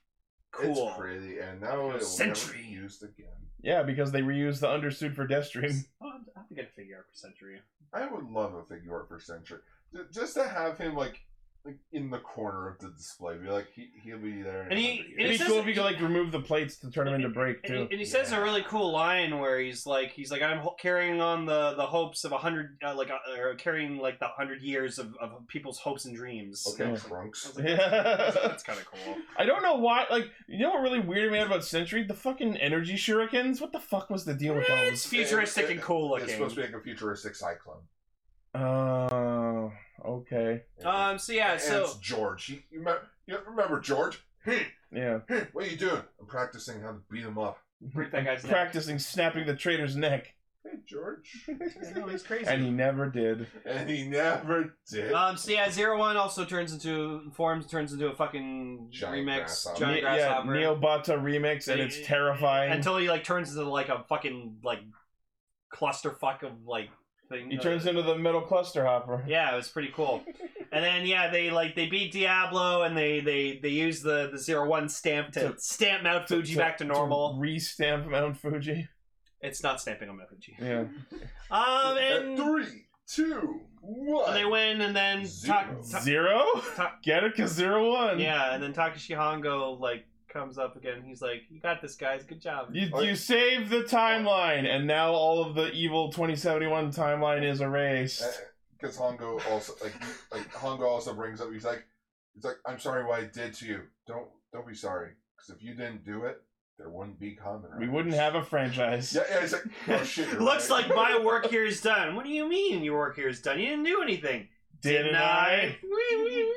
cool.
It's pretty, and now it will never
Century.
be used again.
Yeah, because they reused the undersuit for Deathstream.
Oh, I'm- I have to get a figure out for Century.
I would love a figure art for Century, J- just to have him like like in the corner of the display. Be like he he'll be there. in
And he-
100
and
It'd
he
years.
be
says-
cool if you could like remove the plates to turn them into break
And he,
too.
and he says a really cool line where he's like, he's like, I'm ho- carrying on the the hopes of a hundred, uh, like, uh, or carrying like the hundred years of, of people's hopes and dreams.
okay,
Yeah.
I
Trunks.
was like,
Yeah.
that's, kind of cool.
I don't know why. Like, you know what really weirded me out about Century? The fucking energy shurikens. What the fuck was the deal with
It's
those?
futuristic and cool looking.
It's supposed to be like a futuristic cyclone.
Oh, okay.
Um. So yeah.
and
So
it's George. He, you, remember, you remember George? Hey,
Yeah.
hey, what are you doing? I'm practicing how to beat him up.
break that guy's neck.
Practicing snapping the traitor's neck,
Hey, George.
Yeah, no, he's crazy.
and he never did.
and he never did.
Um. So yeah, Zero One also turns into forms turns into a fucking
Giant
remix
grasshopper.
Ne-
giant
yeah,
grasshopper
Neobata remix, and it's terrifying.
until he like turns into like a fucking like clusterfuck of like thing.
he turns into the metal cluster hopper.
Yeah, it was pretty cool. and then yeah, they like they beat Diablo and they they they use the the zero one stamp to,
To-
stamp Mount Fuji back to normal.
Restamp Mount Fuji.
it's not stamping on Mount Fuji.
Yeah.
Um,
At
and,
Uh, three, two, one.
and they win, and then Ta-
Zero.
Ta-
Zero?
Ta-
Get it? Cause zero one.
yeah, and then Takashi Hongo like comes up again. He's like, "You got this, guys. Good job."
You,
Oh, yeah.
you saved the timeline, and now all of the evil 2071 timeline is erased.
Because Uh, Hongo also like he- like Hongo also brings up. He's like, he's like, I'm sorry what I did to you. Don't don't be sorry. Because if you didn't do it, there wouldn't be common.
We wouldn't have a franchise.
Yeah, yeah. He's like, oh shit. you're
Looks
right."
like my work here is done. What do you mean your work here is done? You didn't do anything.
Didn't I?
Wee, wee, wee.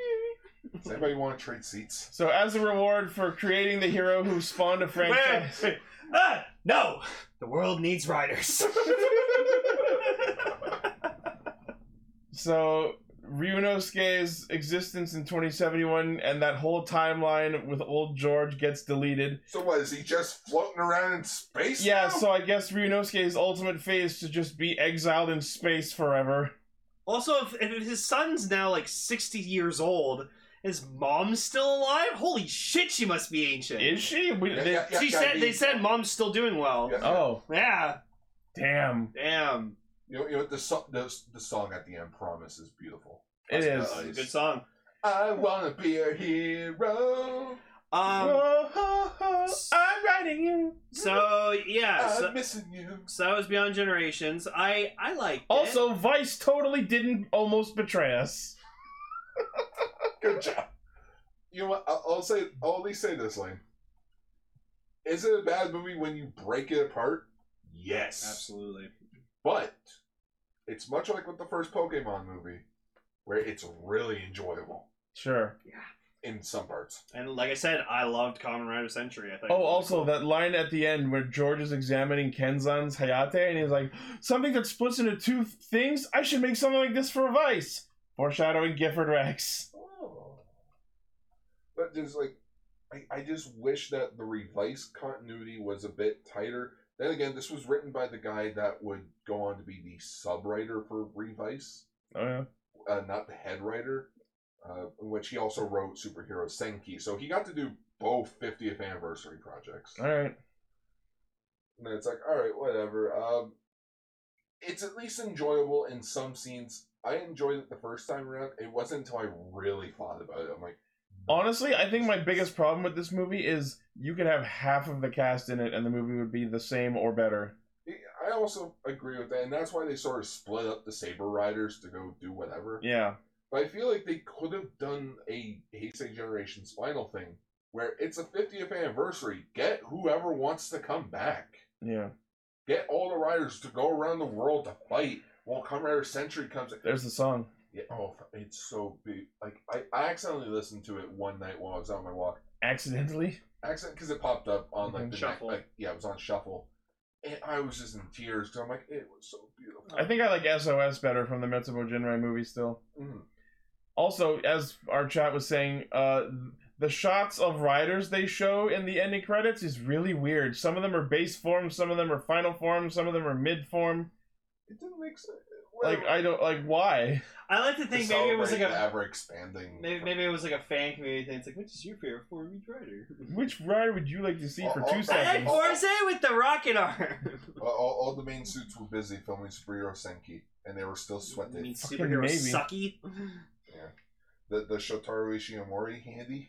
Does anybody want to trade seats?
So, as a reward for creating the hero who spawned a franchise,
Wait, wait. Ah, no! The world needs riders.
so Ryunosuke's existence in 2071 and that whole timeline with old George gets deleted.
So what is he just floating around in space?
Yeah,
now?
so I guess Ryunosuke's ultimate fate is to just be exiled in space forever.
also, if, if his son's now like 60 years old, his mom's still alive? Holy shit, she must be ancient.
Is she? We,
Yeah,
they-
yeah, yeah,
she
yeah,
said
he-
they said mom's still doing well.
Yeah.
Oh,
Yeah.
damn.
Damn.
You know, you know what, the, so- the the song at the end, "Promise," is beautiful.
It is.
This is a good song.
I wanna be a hero.
Um
Whoa, ho, ho, I'm riding you.
so yeah,
I'm
so,
missing you.
so that was Beyond Generations. I I like
Also, Vice totally didn't almost betray us.
Good job. You know what? I'll, I'll say. I'll at least say this, Lane. Is it a bad movie when you break it apart? Yes,
Absolutely.
But it's much like with the first Pokemon movie, where it's really enjoyable
Sure.
in some parts.
And like I said, I loved Common Rider Century, I think.
Oh, also that line at the end where George is examining Kenzan's Hayate, and he's like, "Something that splits into two things. I should make something like this for Vice." Foreshadowing Gifford Rex.
Oh. But just like, I, I just wish that the revised continuity was a bit tighter. Then again, this was written by the guy that would go on to be the sub writer for Revice,
Oh yeah.
uh, not the head writer, uh, in which he also wrote Superhero Senki. So he got to do both 50th anniversary projects.
All right.
And it's like, all right, whatever. Um, it's at least enjoyable in some scenes. I enjoyed it the first time around. It wasn't until I really thought about it. I'm like,
Honestly, I think my biggest problem with this movie is you could have half of the cast in it, and the movie would be the same or better.
I also agree with that, and that's why they sort of split up the Saber Riders to go do whatever.
Yeah.
But I feel like they could have done a Heisei Generations final thing where it's a 50th anniversary. Get whoever wants to come back.
Yeah.
Get all the riders to go around the world to fight while Kamen Rider Century comes.
There's the song.
Yeah, oh, it's so big. Like I, I accidentally listened to it one night while I was on my walk.
Accidentally.
Accident because it popped up on like
Mhm.
the
Shuffle.
Like, yeah, it was on shuffle, and I was just in tears because I'm like, it was so beautiful.
I think I like SOS better from the Metsubo Jinrai movie still.
Mm.
also as our chat was saying uh the shots of riders they show in the ending credits is really weird some of them are base form some of them are final form some of them are mid form
It didn't make sense.
like i don't like why
I like to think maybe it was like a
ever expanding.
Maybe, maybe it was like a fan community thing. It's like, which is your favorite Four Meat Rider?
which rider would you like to see for two
I had
seconds
Forze with the rocket arm.
all, all, all the main suits were busy
Mm,
filming superhero Senki, and they were still
I mean,
sweating.
Fucking
superhero
maybe.
sucky.
Yeah. the the Shotaro Ishinomori handy.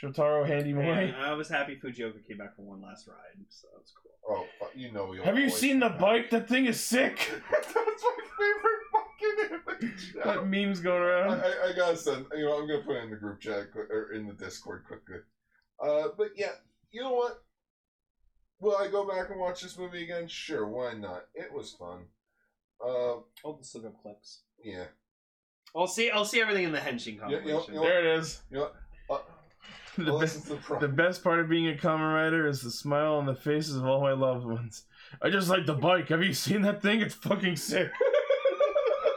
Shotaro Handy
Man,
Mori.
I was happy Fujioka came back for one last ride, so that was cool.
Oh, fu- you know he'll
Have you
always
seen the
come
bike? That thing is sick.
back. That's my favorite fucking image. Yeah.
That meme's going
I,
around.
I, I gotta send. You know, I'm gonna put it in the group chat qu- or in the Discord quickly. Uh, but yeah, you know what? Will I go back and watch this movie again? Sure, why not? It was fun. Uh,
Oh, the Suga clips.
yeah.
I'll see. I'll see everything in the Henshin
yeah,
compilation.
yeah.
There it is.
You know, what? uh,
The
I'll
best,
listen to the pro-
the best part of being a common writer is the smile on the faces of all my loved ones. I just like the bike. Have you seen that thing? It's fucking sick.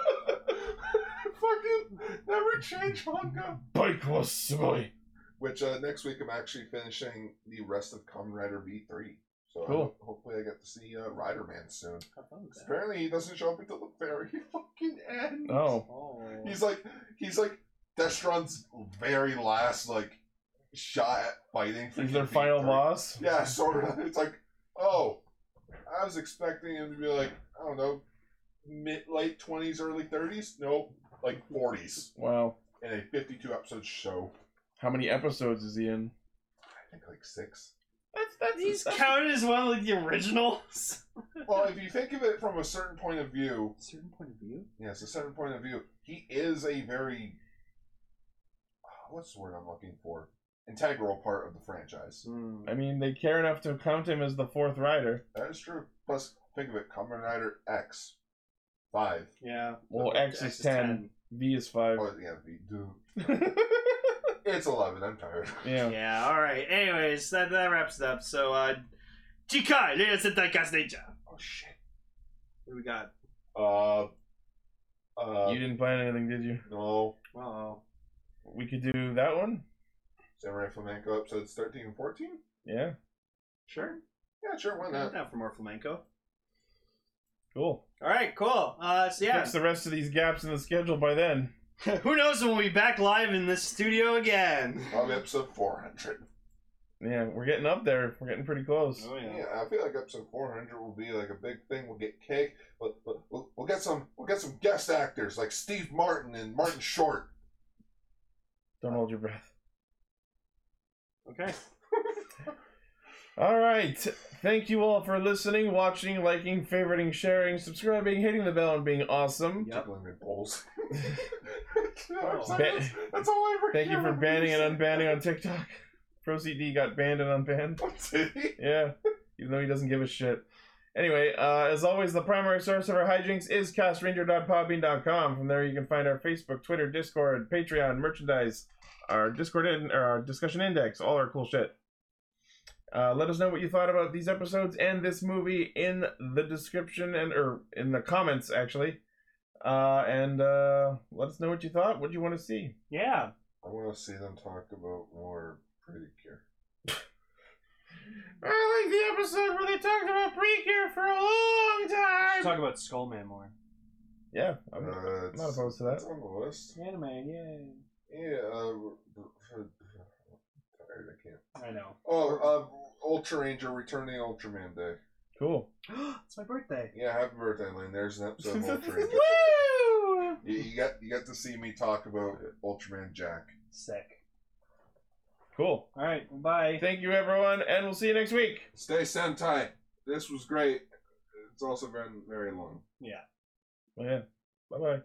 Fucking never change manga.
Bike was soy.
Which uh, next week I'm actually finishing the rest of Kamen Rider V3. So I
Cool.
hope- hopefully I get to see uh, Rider Man soon.
Have fun with that.
Apparently he doesn't show up until the very fucking end.
Oh.
Oh.
He's like he's like Destron's very last like shot at fighting for
Is their
V3.
final boss?
Yeah, sort of. It's like, oh, I was expecting him to be like, I don't know, mid late twenties, early thirties. Nope, like forties
Wow.
in a fifty-two episode show.
How many episodes is he in?
I think like six.
That's that's
He's counted as one of like, the originals.
Well, if you think of it from a certain point of view,
Certain point of view.
yes, a certain point of view, he is a very ah, what's the word I'm looking for? Integral part of the franchise.
Hmm.
I mean, they care enough to count him as the fourth rider.
That is true. Plus, think of it, Kamen Rider X five.
Yeah.
Well,
The-
X, is 10, V is 5.
Oh yeah, the- dude. It's eleven. I'm tired.
yeah.
Yeah. All right. Anyways, that, that wraps it up. So, uh, Jikai, Lena Sentai Cast Ninja.
Oh shit.
What do we got?
Uh. Uh.
You didn't plan anything, did you?
no.
Oh,
We could do that one?
Samurai Flamenco episodes thirteen and fourteen.
Yeah.
sure.
Yeah, sure. Why
I'm
not?
down for more flamenco.
Cool.
All right. Cool. Uh, so yeah.
Fix the rest of these gaps in the schedule by then.
Who knows when we'll be back live in this studio again?
Probably episode four hundred.
Yeah, we're getting up there. We're getting pretty close.
Oh yeah.
Yeah, I feel like episode four hundred will be like a big thing. We'll get cake. We'll, we'll- we'll, we'll get some. We'll get some guest actors like Steve Martin and Martin Short.
Don't hold your breath.
Okay.
All right. Thank you all for listening, watching, liking, favoriting, sharing, subscribing, hitting the bell, and being awesome.
Yep.
Tickling my balls.
Oh.
that's, that's all I ever
Thank you
hear
for
when
banning
you
and
say
unbanning on TikTok. Pro CD got banned and unbanned.
that. Did he?
Yeah, even though he doesn't give a shit. Anyway, uh, as always, the primary source of our hijinks is castranger.podbean.com. From there, you can find our Facebook, Twitter, Discord, Patreon, merchandise, our Discord, in, or our discussion index, all our cool shit. Uh, let us know what you thought about these episodes and this movie in the description and or in the comments actually, uh, and uh, let us know what you thought. What do you want to see?
Yeah.
I want to see them talk about more pretty care.
I like the episode where they talked about Precure for a long time.
Talk about Skullman more.
Yeah, I'm,
Uh,
I'm not
it's-
opposed to
That's
that.
on the list.
Anime, yay.
Yeah. Uh, tired. I can't.
I know.
Oh, uh, Ultra Ranger returning Ultraman Day.
Cool.
it's my birthday.
Yeah, happy birthday, Lane. There's an episode of Ultra Ranger.
Woo!
You, you got you got to see me talk about Ultraman Jack.
Sick.
Cool.
All right, bye.
Thank you, everyone, and we'll see you next week.
Stay Sentai. This was great. It's also been very long.
Oh, yeah. Bye bye.